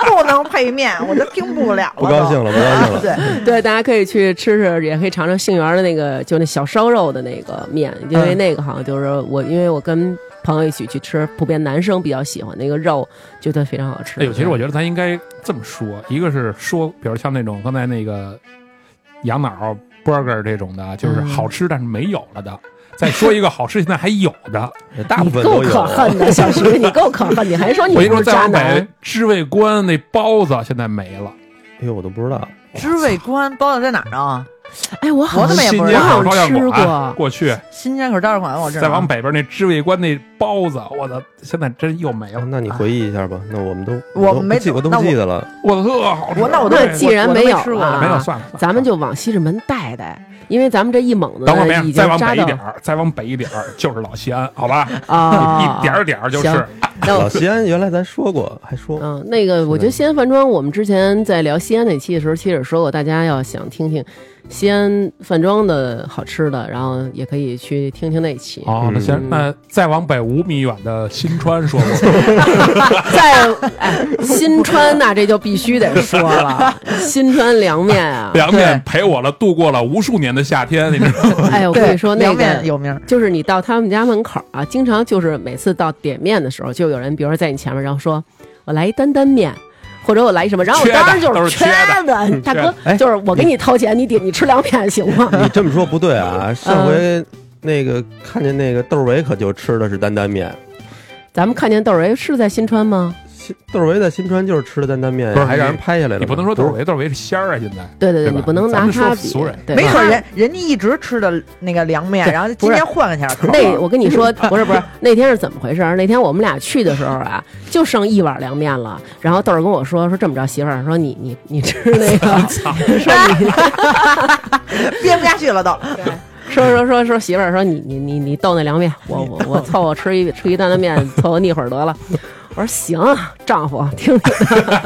[SPEAKER 3] 不能配面，我都听不了了
[SPEAKER 2] 不
[SPEAKER 3] 都。啊
[SPEAKER 2] 高兴了，不高兴了。
[SPEAKER 3] 对，
[SPEAKER 1] 对，大家可以去吃吃，也可以尝尝杏园儿的那个，就那小烧肉的那个面，因
[SPEAKER 3] 嗯
[SPEAKER 1] 为那个好像就是我，因为我跟朋友一起去吃，普遍男生比较喜欢那个肉，觉得非常好吃。
[SPEAKER 4] 哎呦，其实我觉得咱应该这么说，一个是说，比如像那种刚才那个羊脑 burger 这种的，就是
[SPEAKER 1] 嗯
[SPEAKER 4] 好吃但是没有了的。再说一个好吃，现在还有的。
[SPEAKER 2] 大部
[SPEAKER 1] 你
[SPEAKER 2] 分
[SPEAKER 1] 够
[SPEAKER 2] 都
[SPEAKER 1] 可
[SPEAKER 2] 有。
[SPEAKER 1] 恨的，小徐，你够可恨，你还说你
[SPEAKER 4] 我跟你
[SPEAKER 1] 不
[SPEAKER 4] 说，
[SPEAKER 1] 是
[SPEAKER 4] 再
[SPEAKER 1] 渣
[SPEAKER 4] 往
[SPEAKER 1] 男
[SPEAKER 4] 北，，知味观那包子现在没了。
[SPEAKER 2] 哎呦，我都不知道。
[SPEAKER 3] 知味观包子在哪儿啊？
[SPEAKER 1] 哎，我好
[SPEAKER 3] 我怎
[SPEAKER 1] 像
[SPEAKER 3] 么也不
[SPEAKER 4] 新
[SPEAKER 3] 知
[SPEAKER 4] 街
[SPEAKER 3] 道
[SPEAKER 4] 口烧
[SPEAKER 1] 吃
[SPEAKER 4] 烤
[SPEAKER 1] 过
[SPEAKER 4] 馆，过啊去
[SPEAKER 3] 新街口招待馆，我知
[SPEAKER 1] 啊
[SPEAKER 3] 道。
[SPEAKER 4] 再往北边那知味观那包子，我操，现在真又没了。
[SPEAKER 2] 那你回忆一下吧。那我们都
[SPEAKER 3] 我
[SPEAKER 2] 都
[SPEAKER 3] 没
[SPEAKER 2] 记，我都
[SPEAKER 3] 那
[SPEAKER 2] 不
[SPEAKER 3] 我
[SPEAKER 2] 记得了。
[SPEAKER 4] 我操特好吃。
[SPEAKER 3] 我那我都
[SPEAKER 1] 那既然
[SPEAKER 3] 我都
[SPEAKER 1] 没
[SPEAKER 3] 没
[SPEAKER 1] 有
[SPEAKER 3] 吃过
[SPEAKER 1] 了，
[SPEAKER 4] 没有算了，算了
[SPEAKER 1] (laughs) 咱们就往西直门带带，因为咱们这一猛子
[SPEAKER 4] 等会儿没
[SPEAKER 1] 呢已经
[SPEAKER 4] 事，再往
[SPEAKER 1] 扎
[SPEAKER 4] 北
[SPEAKER 1] 到
[SPEAKER 4] 一点儿，再往北一点儿就是老西安，好吧？
[SPEAKER 1] 啊，
[SPEAKER 4] (laughs) 一点儿点儿就是
[SPEAKER 1] 行。 (laughs) 那
[SPEAKER 2] 老
[SPEAKER 1] 我
[SPEAKER 2] 西安原来咱说过，还说
[SPEAKER 1] 嗯，那个，我觉得西安饭庄，我们之前在聊西安那期的时候，其实也说过，大家要想听听西安饭庄的好吃的，然后也可以去听听那期。
[SPEAKER 4] 哦， (laughs) 那行
[SPEAKER 1] 嗯，
[SPEAKER 4] 那再往北五米远的新川
[SPEAKER 1] (laughs)
[SPEAKER 4] 说过，
[SPEAKER 1] (laughs) 在哎，新川那这就必须得说了，新川凉面啊，
[SPEAKER 4] 凉面陪我了度过了无数年的夏天，你知
[SPEAKER 2] (laughs)
[SPEAKER 4] 道吗？
[SPEAKER 1] 哎， (laughs) 我
[SPEAKER 3] 我
[SPEAKER 1] 跟你说，那
[SPEAKER 3] 凉面
[SPEAKER 1] 个
[SPEAKER 3] 有名儿，
[SPEAKER 1] 就是你到他们家门口啊，经常就是每次到点面的时候，就有人，比如说在你前面，然后说我来一担担面。或者我来一什么，然后我
[SPEAKER 4] 缺的
[SPEAKER 1] 当时就
[SPEAKER 4] 都是缺的
[SPEAKER 1] 的，大哥
[SPEAKER 2] 缺的，哎
[SPEAKER 1] 就是我给你掏钱，你点你吃凉面行
[SPEAKER 4] (laughs)
[SPEAKER 1] 吗？
[SPEAKER 2] 你这么说不对啊！上回那个看见那个窦唯可就吃的是担担面，
[SPEAKER 1] 咱们看见窦唯是在新川吗？
[SPEAKER 2] 新窦唯在新川就是吃的担担面
[SPEAKER 4] 不，是
[SPEAKER 2] 还让人拍下来了。
[SPEAKER 4] 你不能说
[SPEAKER 2] 不是
[SPEAKER 4] 窦唯，窦唯是仙儿啊，现在
[SPEAKER 1] 对对
[SPEAKER 4] 对
[SPEAKER 1] 你
[SPEAKER 4] 吧
[SPEAKER 1] 不能
[SPEAKER 4] 咱
[SPEAKER 1] 拿
[SPEAKER 4] 们
[SPEAKER 1] 他
[SPEAKER 4] 说
[SPEAKER 1] 比
[SPEAKER 4] 俗人，
[SPEAKER 1] 对
[SPEAKER 3] 没
[SPEAKER 1] 吧
[SPEAKER 3] 准人人家一直吃的那个凉面，
[SPEAKER 1] 对
[SPEAKER 3] 然后
[SPEAKER 1] 不
[SPEAKER 3] 今
[SPEAKER 1] 是
[SPEAKER 3] 天换个下口。 (laughs)
[SPEAKER 1] 那我跟你说，不是不是，那天是怎么回事儿？那天我们俩去的时候啊，就剩一碗凉面了。然后豆儿跟我说说这么着，媳妇儿说你你你吃那
[SPEAKER 4] (laughs)
[SPEAKER 1] 个， (laughs) 说你
[SPEAKER 3] 憋不下去了都。
[SPEAKER 1] 说说说说媳妇儿说你你你你逗那凉面，我我我凑合吃一吃一担担面，凑合腻会儿得了。我说行啊，丈夫听你的。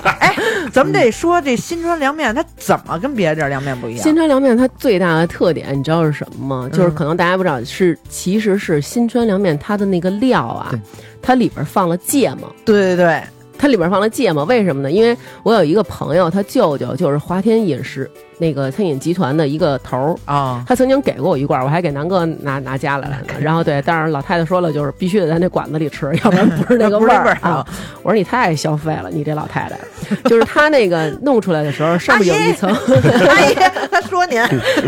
[SPEAKER 3] 咱们得说这新川凉面，它怎么跟别的地儿凉面不一样？
[SPEAKER 1] 新川凉面它最大的特点，你知道是什么吗？就是可能大家不知道，是其实是新川凉面它的那个料啊
[SPEAKER 3] 对，
[SPEAKER 1] 它里边放了芥末。
[SPEAKER 3] 对对对，
[SPEAKER 1] 它里边放了芥末，为什么呢？因为我有一个朋友，他舅舅就是华天饮食那个餐饮集团的一个头儿，
[SPEAKER 3] 啊，
[SPEAKER 1] 他曾经给过我一罐儿，我还给南哥拿拿家来了呢。然后对，但是老太太说了，就是必须得在那馆子里吃，要不然 (laughs) 不是那个
[SPEAKER 3] 不
[SPEAKER 1] 味
[SPEAKER 3] 是那味
[SPEAKER 1] 儿
[SPEAKER 3] 儿
[SPEAKER 1] 啊。我说你太消费了，你这老太太，就是他那个弄出来的时候，上面有一层，
[SPEAKER 3] (laughs) 阿姨，哎他说您，
[SPEAKER 1] (laughs)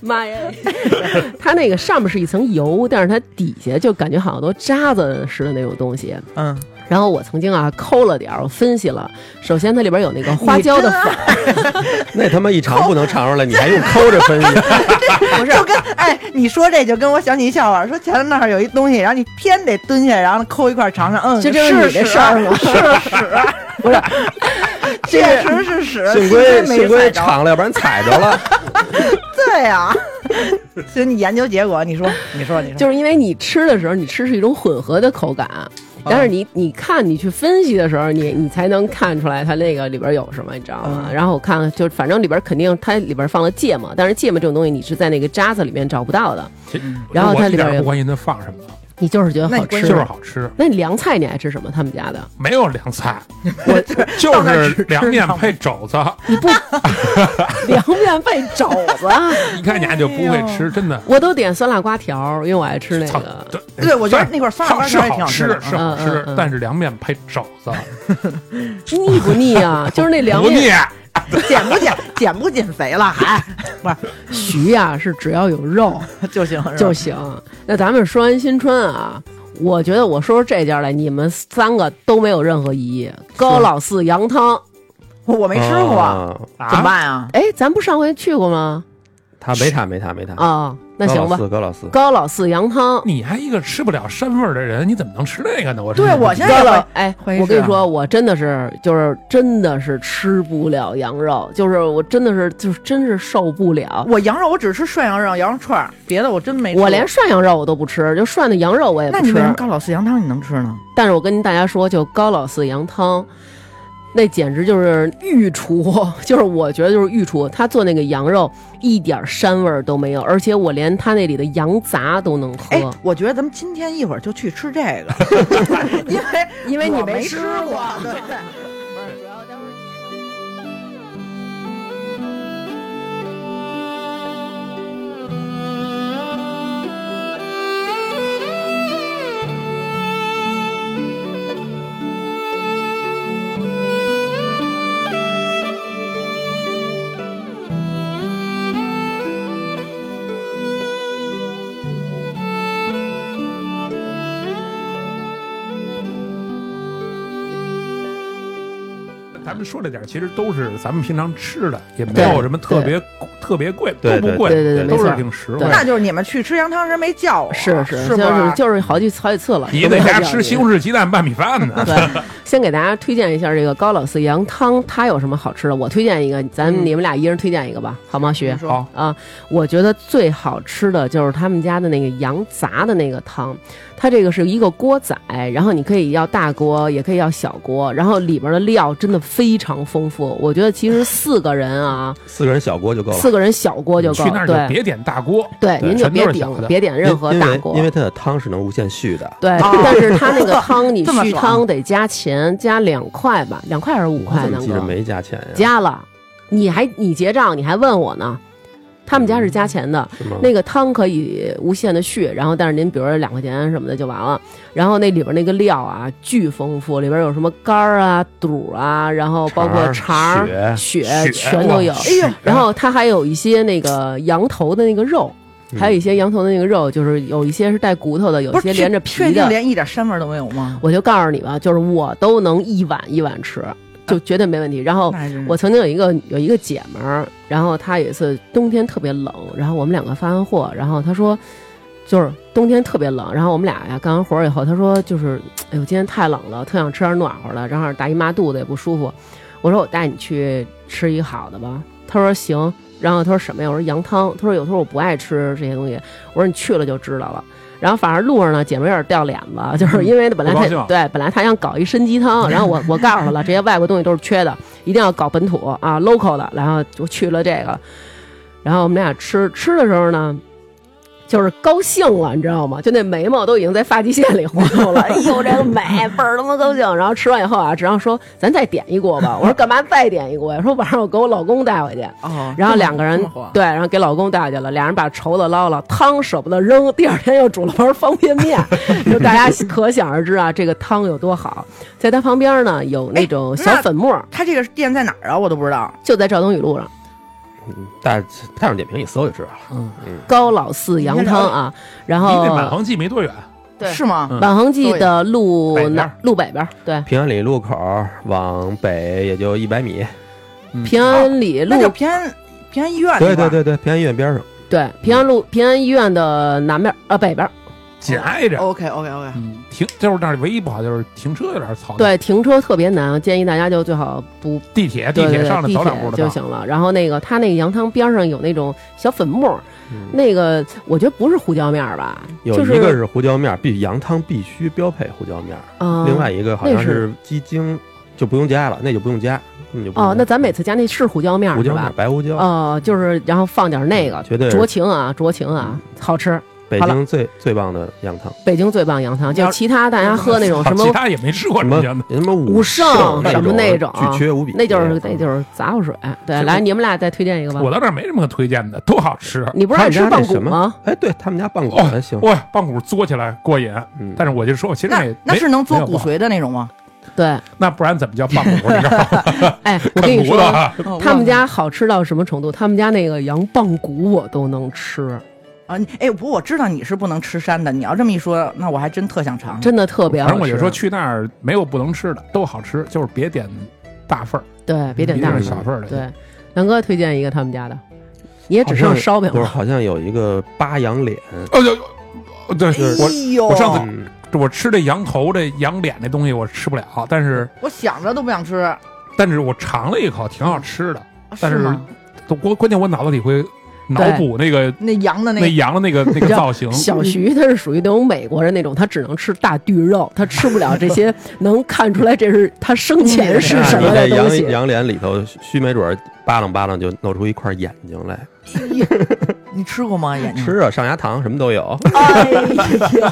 [SPEAKER 1] 妈呀， (laughs) 他那个上面是一层油，但是它底下就感觉好像都渣子似的那种东西。
[SPEAKER 3] 嗯，
[SPEAKER 1] 然后我曾经啊抠了点儿，我分析了，首先它里边有那个花椒的粉儿。
[SPEAKER 2] 那他妈一尝不能尝出来，你还用抠着
[SPEAKER 1] (laughs)
[SPEAKER 2] 分析？
[SPEAKER 3] 就跟哎，你说这就跟我想起一笑话，说前头那儿有一东西，然后你偏得蹲下，然后抠一块儿尝尝，嗯，
[SPEAKER 1] 就这是你这事儿吗？
[SPEAKER 3] 啊
[SPEAKER 1] 是屎，不是，
[SPEAKER 3] 确实是屎，
[SPEAKER 2] 幸
[SPEAKER 3] 亏
[SPEAKER 2] 亏
[SPEAKER 3] 没
[SPEAKER 2] 幸亏
[SPEAKER 3] 踩着，
[SPEAKER 2] 尝了，要不然踩
[SPEAKER 1] (laughs)
[SPEAKER 2] 着了。
[SPEAKER 3] 对呀。 (laughs) 所以你研究结果，你说，你说，你说，
[SPEAKER 1] 就是因为你吃的时候，你吃是一种混合的口感，但是你你看你去分析的时候，你你才能看出来它那个里边有什么，你知道吗？
[SPEAKER 3] 嗯
[SPEAKER 1] 然后我看就反正里边肯定它里边放了芥末，但是芥末这种东西你是在那个渣子里面找不到的，嗯然后
[SPEAKER 4] 我
[SPEAKER 1] 它
[SPEAKER 4] 一
[SPEAKER 1] 里边
[SPEAKER 4] 点
[SPEAKER 1] 有
[SPEAKER 4] 不关心它放什么，
[SPEAKER 1] 你就是觉得
[SPEAKER 3] 那
[SPEAKER 1] 好
[SPEAKER 3] 你关
[SPEAKER 1] 吃。
[SPEAKER 4] 就是好吃，
[SPEAKER 1] 那你凉菜你爱吃什么？他们家的
[SPEAKER 4] 没有凉菜， (laughs)
[SPEAKER 3] 我
[SPEAKER 4] 就
[SPEAKER 3] 到那儿
[SPEAKER 4] 是
[SPEAKER 3] 吃
[SPEAKER 4] 凉面配肘子。
[SPEAKER 1] 凉面配肘子，
[SPEAKER 4] 一 (laughs) 看你还就不会吃，真的。
[SPEAKER 1] (laughs) 我都点酸辣瓜条，因为我爱吃那
[SPEAKER 4] 操
[SPEAKER 1] 个。，
[SPEAKER 4] 对
[SPEAKER 3] 对我觉得那块儿酸辣瓜
[SPEAKER 4] 是
[SPEAKER 3] 条也挺
[SPEAKER 4] 好
[SPEAKER 3] 好吃的
[SPEAKER 4] 吃，是好
[SPEAKER 1] 嗯嗯
[SPEAKER 4] 吃
[SPEAKER 1] 嗯，
[SPEAKER 4] 但是凉面配肘
[SPEAKER 3] (laughs)
[SPEAKER 4] 子
[SPEAKER 1] 腻不腻啊？就是那凉
[SPEAKER 4] 不
[SPEAKER 1] 面
[SPEAKER 4] 腻。
[SPEAKER 3] 减不减减不减肥了，还不是
[SPEAKER 1] 啊徐呀、是只要有肉
[SPEAKER 3] 就行，是吧
[SPEAKER 1] 就行。那咱们说完新川啊，我觉得我说出这家来，你们三个都没有任何异议。高老四羊汤，
[SPEAKER 3] 我没吃过，
[SPEAKER 2] 啊
[SPEAKER 3] 怎么
[SPEAKER 4] 啊，
[SPEAKER 3] 办呀？
[SPEAKER 1] 哎，咱不上回去过吗？
[SPEAKER 2] 他没他没他没他。
[SPEAKER 1] 啊，那
[SPEAKER 2] 高
[SPEAKER 1] 行
[SPEAKER 2] 老
[SPEAKER 1] 吧。
[SPEAKER 2] 四高老四，
[SPEAKER 1] 高老四羊汤，
[SPEAKER 4] 你还一个吃不了膻味儿的人，你怎么能吃那个呢？我真
[SPEAKER 3] 对
[SPEAKER 4] 是
[SPEAKER 3] 我现在
[SPEAKER 1] 高
[SPEAKER 3] 也
[SPEAKER 1] 老
[SPEAKER 3] 会，
[SPEAKER 1] 哎，
[SPEAKER 3] 回
[SPEAKER 1] 我跟
[SPEAKER 3] 是
[SPEAKER 1] 你
[SPEAKER 3] 啊
[SPEAKER 1] 说，我真的是就是真的是吃不了羊肉，就是我真的是就是真是受不了。
[SPEAKER 3] 我羊肉我只吃涮羊肉、羊肉串儿，别的我真没吃过。
[SPEAKER 1] 我连涮羊肉我都不吃，就涮的羊肉我也不
[SPEAKER 3] 那
[SPEAKER 1] 吃。
[SPEAKER 3] 你为什么高老四羊汤你能吃呢？
[SPEAKER 1] 但是我跟大家说，就高老四羊汤，那简直就是御厨，就是我觉得就是御厨，他做那个羊肉一点膻味儿都没有，而且我连他那里的羊杂都能
[SPEAKER 3] 哎
[SPEAKER 1] 喝，，
[SPEAKER 3] 我觉得咱们今天一会儿就去吃这 (laughs) 个，因为
[SPEAKER 1] 因为
[SPEAKER 3] 我
[SPEAKER 1] 你
[SPEAKER 3] 没
[SPEAKER 1] 吃
[SPEAKER 3] 过。对。
[SPEAKER 4] 咱们说这点儿其实都是咱们平常吃的，也没
[SPEAKER 1] 对
[SPEAKER 4] 有什么特别特别贵，
[SPEAKER 2] 对
[SPEAKER 4] 都不
[SPEAKER 2] 对
[SPEAKER 4] 贵，
[SPEAKER 1] 对对对没
[SPEAKER 4] 都是
[SPEAKER 1] 错
[SPEAKER 4] 挺实惠
[SPEAKER 1] 对
[SPEAKER 4] 的。
[SPEAKER 3] 那就是你们去吃羊汤时没叫我，
[SPEAKER 1] 是
[SPEAKER 3] 是
[SPEAKER 1] 是，就
[SPEAKER 3] 吧
[SPEAKER 1] 是就是好几好几次了。
[SPEAKER 4] 你
[SPEAKER 1] 都
[SPEAKER 4] 在
[SPEAKER 1] 没有
[SPEAKER 4] 家
[SPEAKER 1] 料
[SPEAKER 4] 吃
[SPEAKER 1] 理
[SPEAKER 4] 西红柿鸡蛋拌
[SPEAKER 1] (laughs)
[SPEAKER 4] 米饭呢？
[SPEAKER 1] 对，先给大家推荐一下这个高老四羊汤，它有什么好吃的？我推荐一个，咱们
[SPEAKER 3] 嗯
[SPEAKER 1] 你们俩一人推荐一个吧，好吗？徐
[SPEAKER 3] 你，说
[SPEAKER 4] 好，
[SPEAKER 1] 啊，我觉得最好吃的就是他们家的那个羊杂的那个汤，它这个是一个锅仔，然后你可以要大锅，也可以要小锅，然后里边的料真的非常丰富。我觉得其实四个人啊，
[SPEAKER 2] 四个人小锅就够了。
[SPEAKER 1] 四个人小锅就
[SPEAKER 4] 你
[SPEAKER 1] 够
[SPEAKER 4] 去那
[SPEAKER 1] 了，
[SPEAKER 4] 儿就
[SPEAKER 1] 对
[SPEAKER 4] 别点大锅，
[SPEAKER 1] 对，您就
[SPEAKER 4] 全都
[SPEAKER 1] 别
[SPEAKER 4] 是小
[SPEAKER 1] 顶
[SPEAKER 4] 的
[SPEAKER 1] 别点任何
[SPEAKER 2] 因
[SPEAKER 1] 大
[SPEAKER 2] 因
[SPEAKER 1] 锅
[SPEAKER 2] 为因，为它的汤是能无限续的。 (laughs)
[SPEAKER 1] 对，
[SPEAKER 3] 哦
[SPEAKER 1] 但是它那个汤你
[SPEAKER 3] 这么
[SPEAKER 1] 续
[SPEAKER 3] 爽
[SPEAKER 1] 汤得加钱，加两块吧，两块还是五
[SPEAKER 2] 我
[SPEAKER 1] 块？
[SPEAKER 2] 怎么
[SPEAKER 1] 南
[SPEAKER 2] 记着
[SPEAKER 1] 哥
[SPEAKER 2] 没加钱呀？
[SPEAKER 1] 加了，你还你结账你还问我呢？他们家是加钱的，
[SPEAKER 2] 是吗？
[SPEAKER 1] 那个汤可以无限的续，然后但是您比如说两块钱什么的就完了，然后那里边那个料啊巨丰富，里边有什么肝儿啊、肚儿啊，然后包括肠
[SPEAKER 2] 肠
[SPEAKER 1] 儿、
[SPEAKER 2] 儿
[SPEAKER 1] 血
[SPEAKER 4] 血
[SPEAKER 1] 全都有。哎
[SPEAKER 4] 哇血
[SPEAKER 1] 然后它还有一些那个羊头的那个肉，
[SPEAKER 2] 嗯
[SPEAKER 1] 还有一些羊头的那个肉，就是有一嗯些是带骨头的，有
[SPEAKER 3] 不
[SPEAKER 1] 一
[SPEAKER 3] 是
[SPEAKER 1] 些
[SPEAKER 3] 确
[SPEAKER 1] 连着
[SPEAKER 3] 确
[SPEAKER 1] 皮
[SPEAKER 3] 定
[SPEAKER 1] 的。
[SPEAKER 3] 连一点膻味儿都没有吗？
[SPEAKER 1] 我就告诉你吧，就是我都能一碗一碗吃，就绝对没问题。然后
[SPEAKER 3] 那还真是
[SPEAKER 1] 我曾经有一个有一个姐们儿，然后她有一次冬天特别冷，然后我们两个发完货，然后她说就是冬天特别冷，然后我们俩呀干完活儿以后，她说就是哎呦今天太冷了，特想吃点暖和的，然后大姨妈肚子也不舒服，我说我带你去吃一好的吧，她说行，然后她说什么呀？我说羊汤，她说有时候我不爱吃这些东西，我说你去了就知道了。然后反正路上呢，姐妹有点掉脸子，就是因为本来
[SPEAKER 4] 嗯不
[SPEAKER 1] 她
[SPEAKER 4] 高兴
[SPEAKER 1] 对本来她想搞一参鸡汤，然后
[SPEAKER 4] (laughs)
[SPEAKER 1] 我我告诉她了，这些外国东西都是缺的，一定要搞本土啊，local 的。然后就去了这个，然后我们俩吃吃的时候呢，就是高兴了，你知道吗？就那眉毛都已经在发际线里晃悠了，哎 (laughs) 呦，这个美，倍儿他妈高兴。然后吃完以后啊，志阳说咱再点一锅吧，我说干嘛再点一锅呀？说晚上我给我老公带回去。
[SPEAKER 3] 哦，
[SPEAKER 1] 然后
[SPEAKER 3] 这么
[SPEAKER 1] 两个人
[SPEAKER 3] 这么火
[SPEAKER 1] 对，然后给老公带回去了，俩人把稠的捞了，汤舍不得扔，第二天又煮了盘方便
[SPEAKER 3] (laughs)
[SPEAKER 1] 面，就大家可想而知啊，这个汤有多好。在它旁边呢有那种小
[SPEAKER 3] 哎那
[SPEAKER 1] 粉末儿，
[SPEAKER 3] 他这个店在哪儿啊？我都不知道。
[SPEAKER 1] 就在肇东雨路上。
[SPEAKER 2] 嗯大大众点评一搜就知道了。
[SPEAKER 3] 嗯
[SPEAKER 1] 高老四羊汤啊，然
[SPEAKER 4] 离那满
[SPEAKER 1] 后
[SPEAKER 4] 行记没多远，
[SPEAKER 1] 对
[SPEAKER 3] 是吗？
[SPEAKER 4] 嗯
[SPEAKER 1] 满恒记的路
[SPEAKER 4] 北边
[SPEAKER 1] 南路北边儿，对，
[SPEAKER 3] 嗯
[SPEAKER 2] 平安里路口往北也就一百米。
[SPEAKER 1] 平安里路
[SPEAKER 3] 哦那就平安平安医院
[SPEAKER 2] 对
[SPEAKER 3] 那块
[SPEAKER 2] 对对
[SPEAKER 3] 儿
[SPEAKER 2] 对，平安医院边上。
[SPEAKER 1] 对平安路平安医院的南边儿啊北边儿，
[SPEAKER 4] 紧挨
[SPEAKER 1] 哦
[SPEAKER 4] 着。
[SPEAKER 3] OK OK OK，
[SPEAKER 4] 嗯，停，就是那儿唯一不好就是停车有点
[SPEAKER 3] 哦
[SPEAKER 4] 嘈。，
[SPEAKER 1] 对，停车特别难，建议大家就最好不
[SPEAKER 4] 地铁
[SPEAKER 1] 对
[SPEAKER 4] 啊地铁
[SPEAKER 1] 对
[SPEAKER 4] 上来
[SPEAKER 1] 地
[SPEAKER 4] 走
[SPEAKER 1] 铁
[SPEAKER 4] 两步
[SPEAKER 1] 就
[SPEAKER 4] 的道。
[SPEAKER 1] 行了。然后那个他那个羊汤边上有那种小粉末儿，那个我觉得不是胡椒面儿吧，
[SPEAKER 2] 嗯有
[SPEAKER 1] 就
[SPEAKER 2] 一个是胡椒面儿，必羊汤必须标配胡椒面儿。
[SPEAKER 1] 嗯
[SPEAKER 2] 另外一个好像
[SPEAKER 1] 那是
[SPEAKER 2] 是鸡精，就不用加了，那就不用加，根本就不用
[SPEAKER 1] 哦，那咱每
[SPEAKER 2] 每
[SPEAKER 1] 次加那是胡椒面儿
[SPEAKER 2] 胡
[SPEAKER 1] 是
[SPEAKER 2] 椒面儿
[SPEAKER 1] 吧？
[SPEAKER 2] 白胡椒，
[SPEAKER 1] 哦，就是然后放点儿那个，
[SPEAKER 2] 绝对嗯是
[SPEAKER 1] 酌情啊，酌情啊，好吃。
[SPEAKER 2] 北
[SPEAKER 1] 好了
[SPEAKER 2] 京最最棒的羊汤。
[SPEAKER 1] 北京最棒羊汤，就
[SPEAKER 3] 要
[SPEAKER 1] 是其他大家喝那种什
[SPEAKER 4] 其
[SPEAKER 1] 么
[SPEAKER 4] 他也没吃过
[SPEAKER 2] 什
[SPEAKER 4] 人
[SPEAKER 2] 么
[SPEAKER 4] 家
[SPEAKER 2] 什
[SPEAKER 4] 的。
[SPEAKER 2] 么
[SPEAKER 1] 武圣
[SPEAKER 2] 那
[SPEAKER 1] 什么那种啊
[SPEAKER 2] 巨缺无比，
[SPEAKER 1] 那就是那就是杂货水。对，
[SPEAKER 4] 是
[SPEAKER 1] 来，
[SPEAKER 4] 我
[SPEAKER 1] 你们俩再推荐一个吧
[SPEAKER 4] 我。到这儿没什么可推荐的，都好吃。啊
[SPEAKER 1] 你不是爱吃棒骨吗？
[SPEAKER 2] 哎，对他们家棒骨
[SPEAKER 4] 哦
[SPEAKER 2] 还行，
[SPEAKER 4] 哇，棒骨嘬起来过瘾。
[SPEAKER 2] 嗯
[SPEAKER 4] 但是我就说，我其实
[SPEAKER 3] 那
[SPEAKER 4] 也
[SPEAKER 3] 那
[SPEAKER 4] 没
[SPEAKER 3] 是能
[SPEAKER 4] 没
[SPEAKER 3] 做
[SPEAKER 4] 有
[SPEAKER 3] 骨
[SPEAKER 4] 不好
[SPEAKER 3] 髓的那种吗？
[SPEAKER 1] 对，
[SPEAKER 4] 那不然怎么叫棒骨？你知道
[SPEAKER 1] (laughs)
[SPEAKER 4] 吗？ (laughs)
[SPEAKER 1] 哎，我跟
[SPEAKER 4] 啃
[SPEAKER 1] 你
[SPEAKER 4] 骨头
[SPEAKER 1] 说，
[SPEAKER 3] 哦
[SPEAKER 4] 啊，
[SPEAKER 1] 他们家好吃到什么程度？他们家那个羊棒骨我都能吃，
[SPEAKER 3] 啊，你哎，不过我知道你是不能吃膻的，你要这么一说，那我还真特想尝。
[SPEAKER 1] 真的特别
[SPEAKER 4] 反
[SPEAKER 1] 好
[SPEAKER 4] 正
[SPEAKER 1] 吃。
[SPEAKER 4] 我就说去那儿没有不能吃的，都好吃，就是别点大份儿，
[SPEAKER 1] 对，别点
[SPEAKER 4] 别
[SPEAKER 1] 大
[SPEAKER 4] 点
[SPEAKER 1] 份
[SPEAKER 4] 小份儿的。
[SPEAKER 1] 对，南哥推荐一个他们家的，也只剩烧饼
[SPEAKER 2] 不是，
[SPEAKER 1] 了。
[SPEAKER 2] 好像有一个八羊脸，
[SPEAKER 4] 哦，就哦对，我
[SPEAKER 3] 哎呦，
[SPEAKER 4] 我上次
[SPEAKER 2] 嗯
[SPEAKER 4] 我吃这羊头这羊脸这东西我吃不了，但是
[SPEAKER 3] 我想着都不想吃，啊
[SPEAKER 4] 但是我尝了一口，挺好吃的。但是
[SPEAKER 3] 吗？
[SPEAKER 4] 都关关键我脑子里会脑补那个
[SPEAKER 3] 那羊的那
[SPEAKER 4] 那
[SPEAKER 3] 个
[SPEAKER 4] 羊的那个那个造型，
[SPEAKER 1] 小徐他是属于那种美国人那种，他只能吃大剁肉，他吃不了这些能看出来这是他生前是什
[SPEAKER 2] 你
[SPEAKER 1] 么
[SPEAKER 2] 在
[SPEAKER 1] 的东
[SPEAKER 2] 羊
[SPEAKER 1] 西。
[SPEAKER 2] 羊脸里头，须没准儿扒楞扒楞就露出一块眼睛来。
[SPEAKER 3] 你吃过吗？
[SPEAKER 1] 嗯
[SPEAKER 3] 眼睛？
[SPEAKER 2] 吃啊，上牙糖什么都有。
[SPEAKER 1] 哎呦，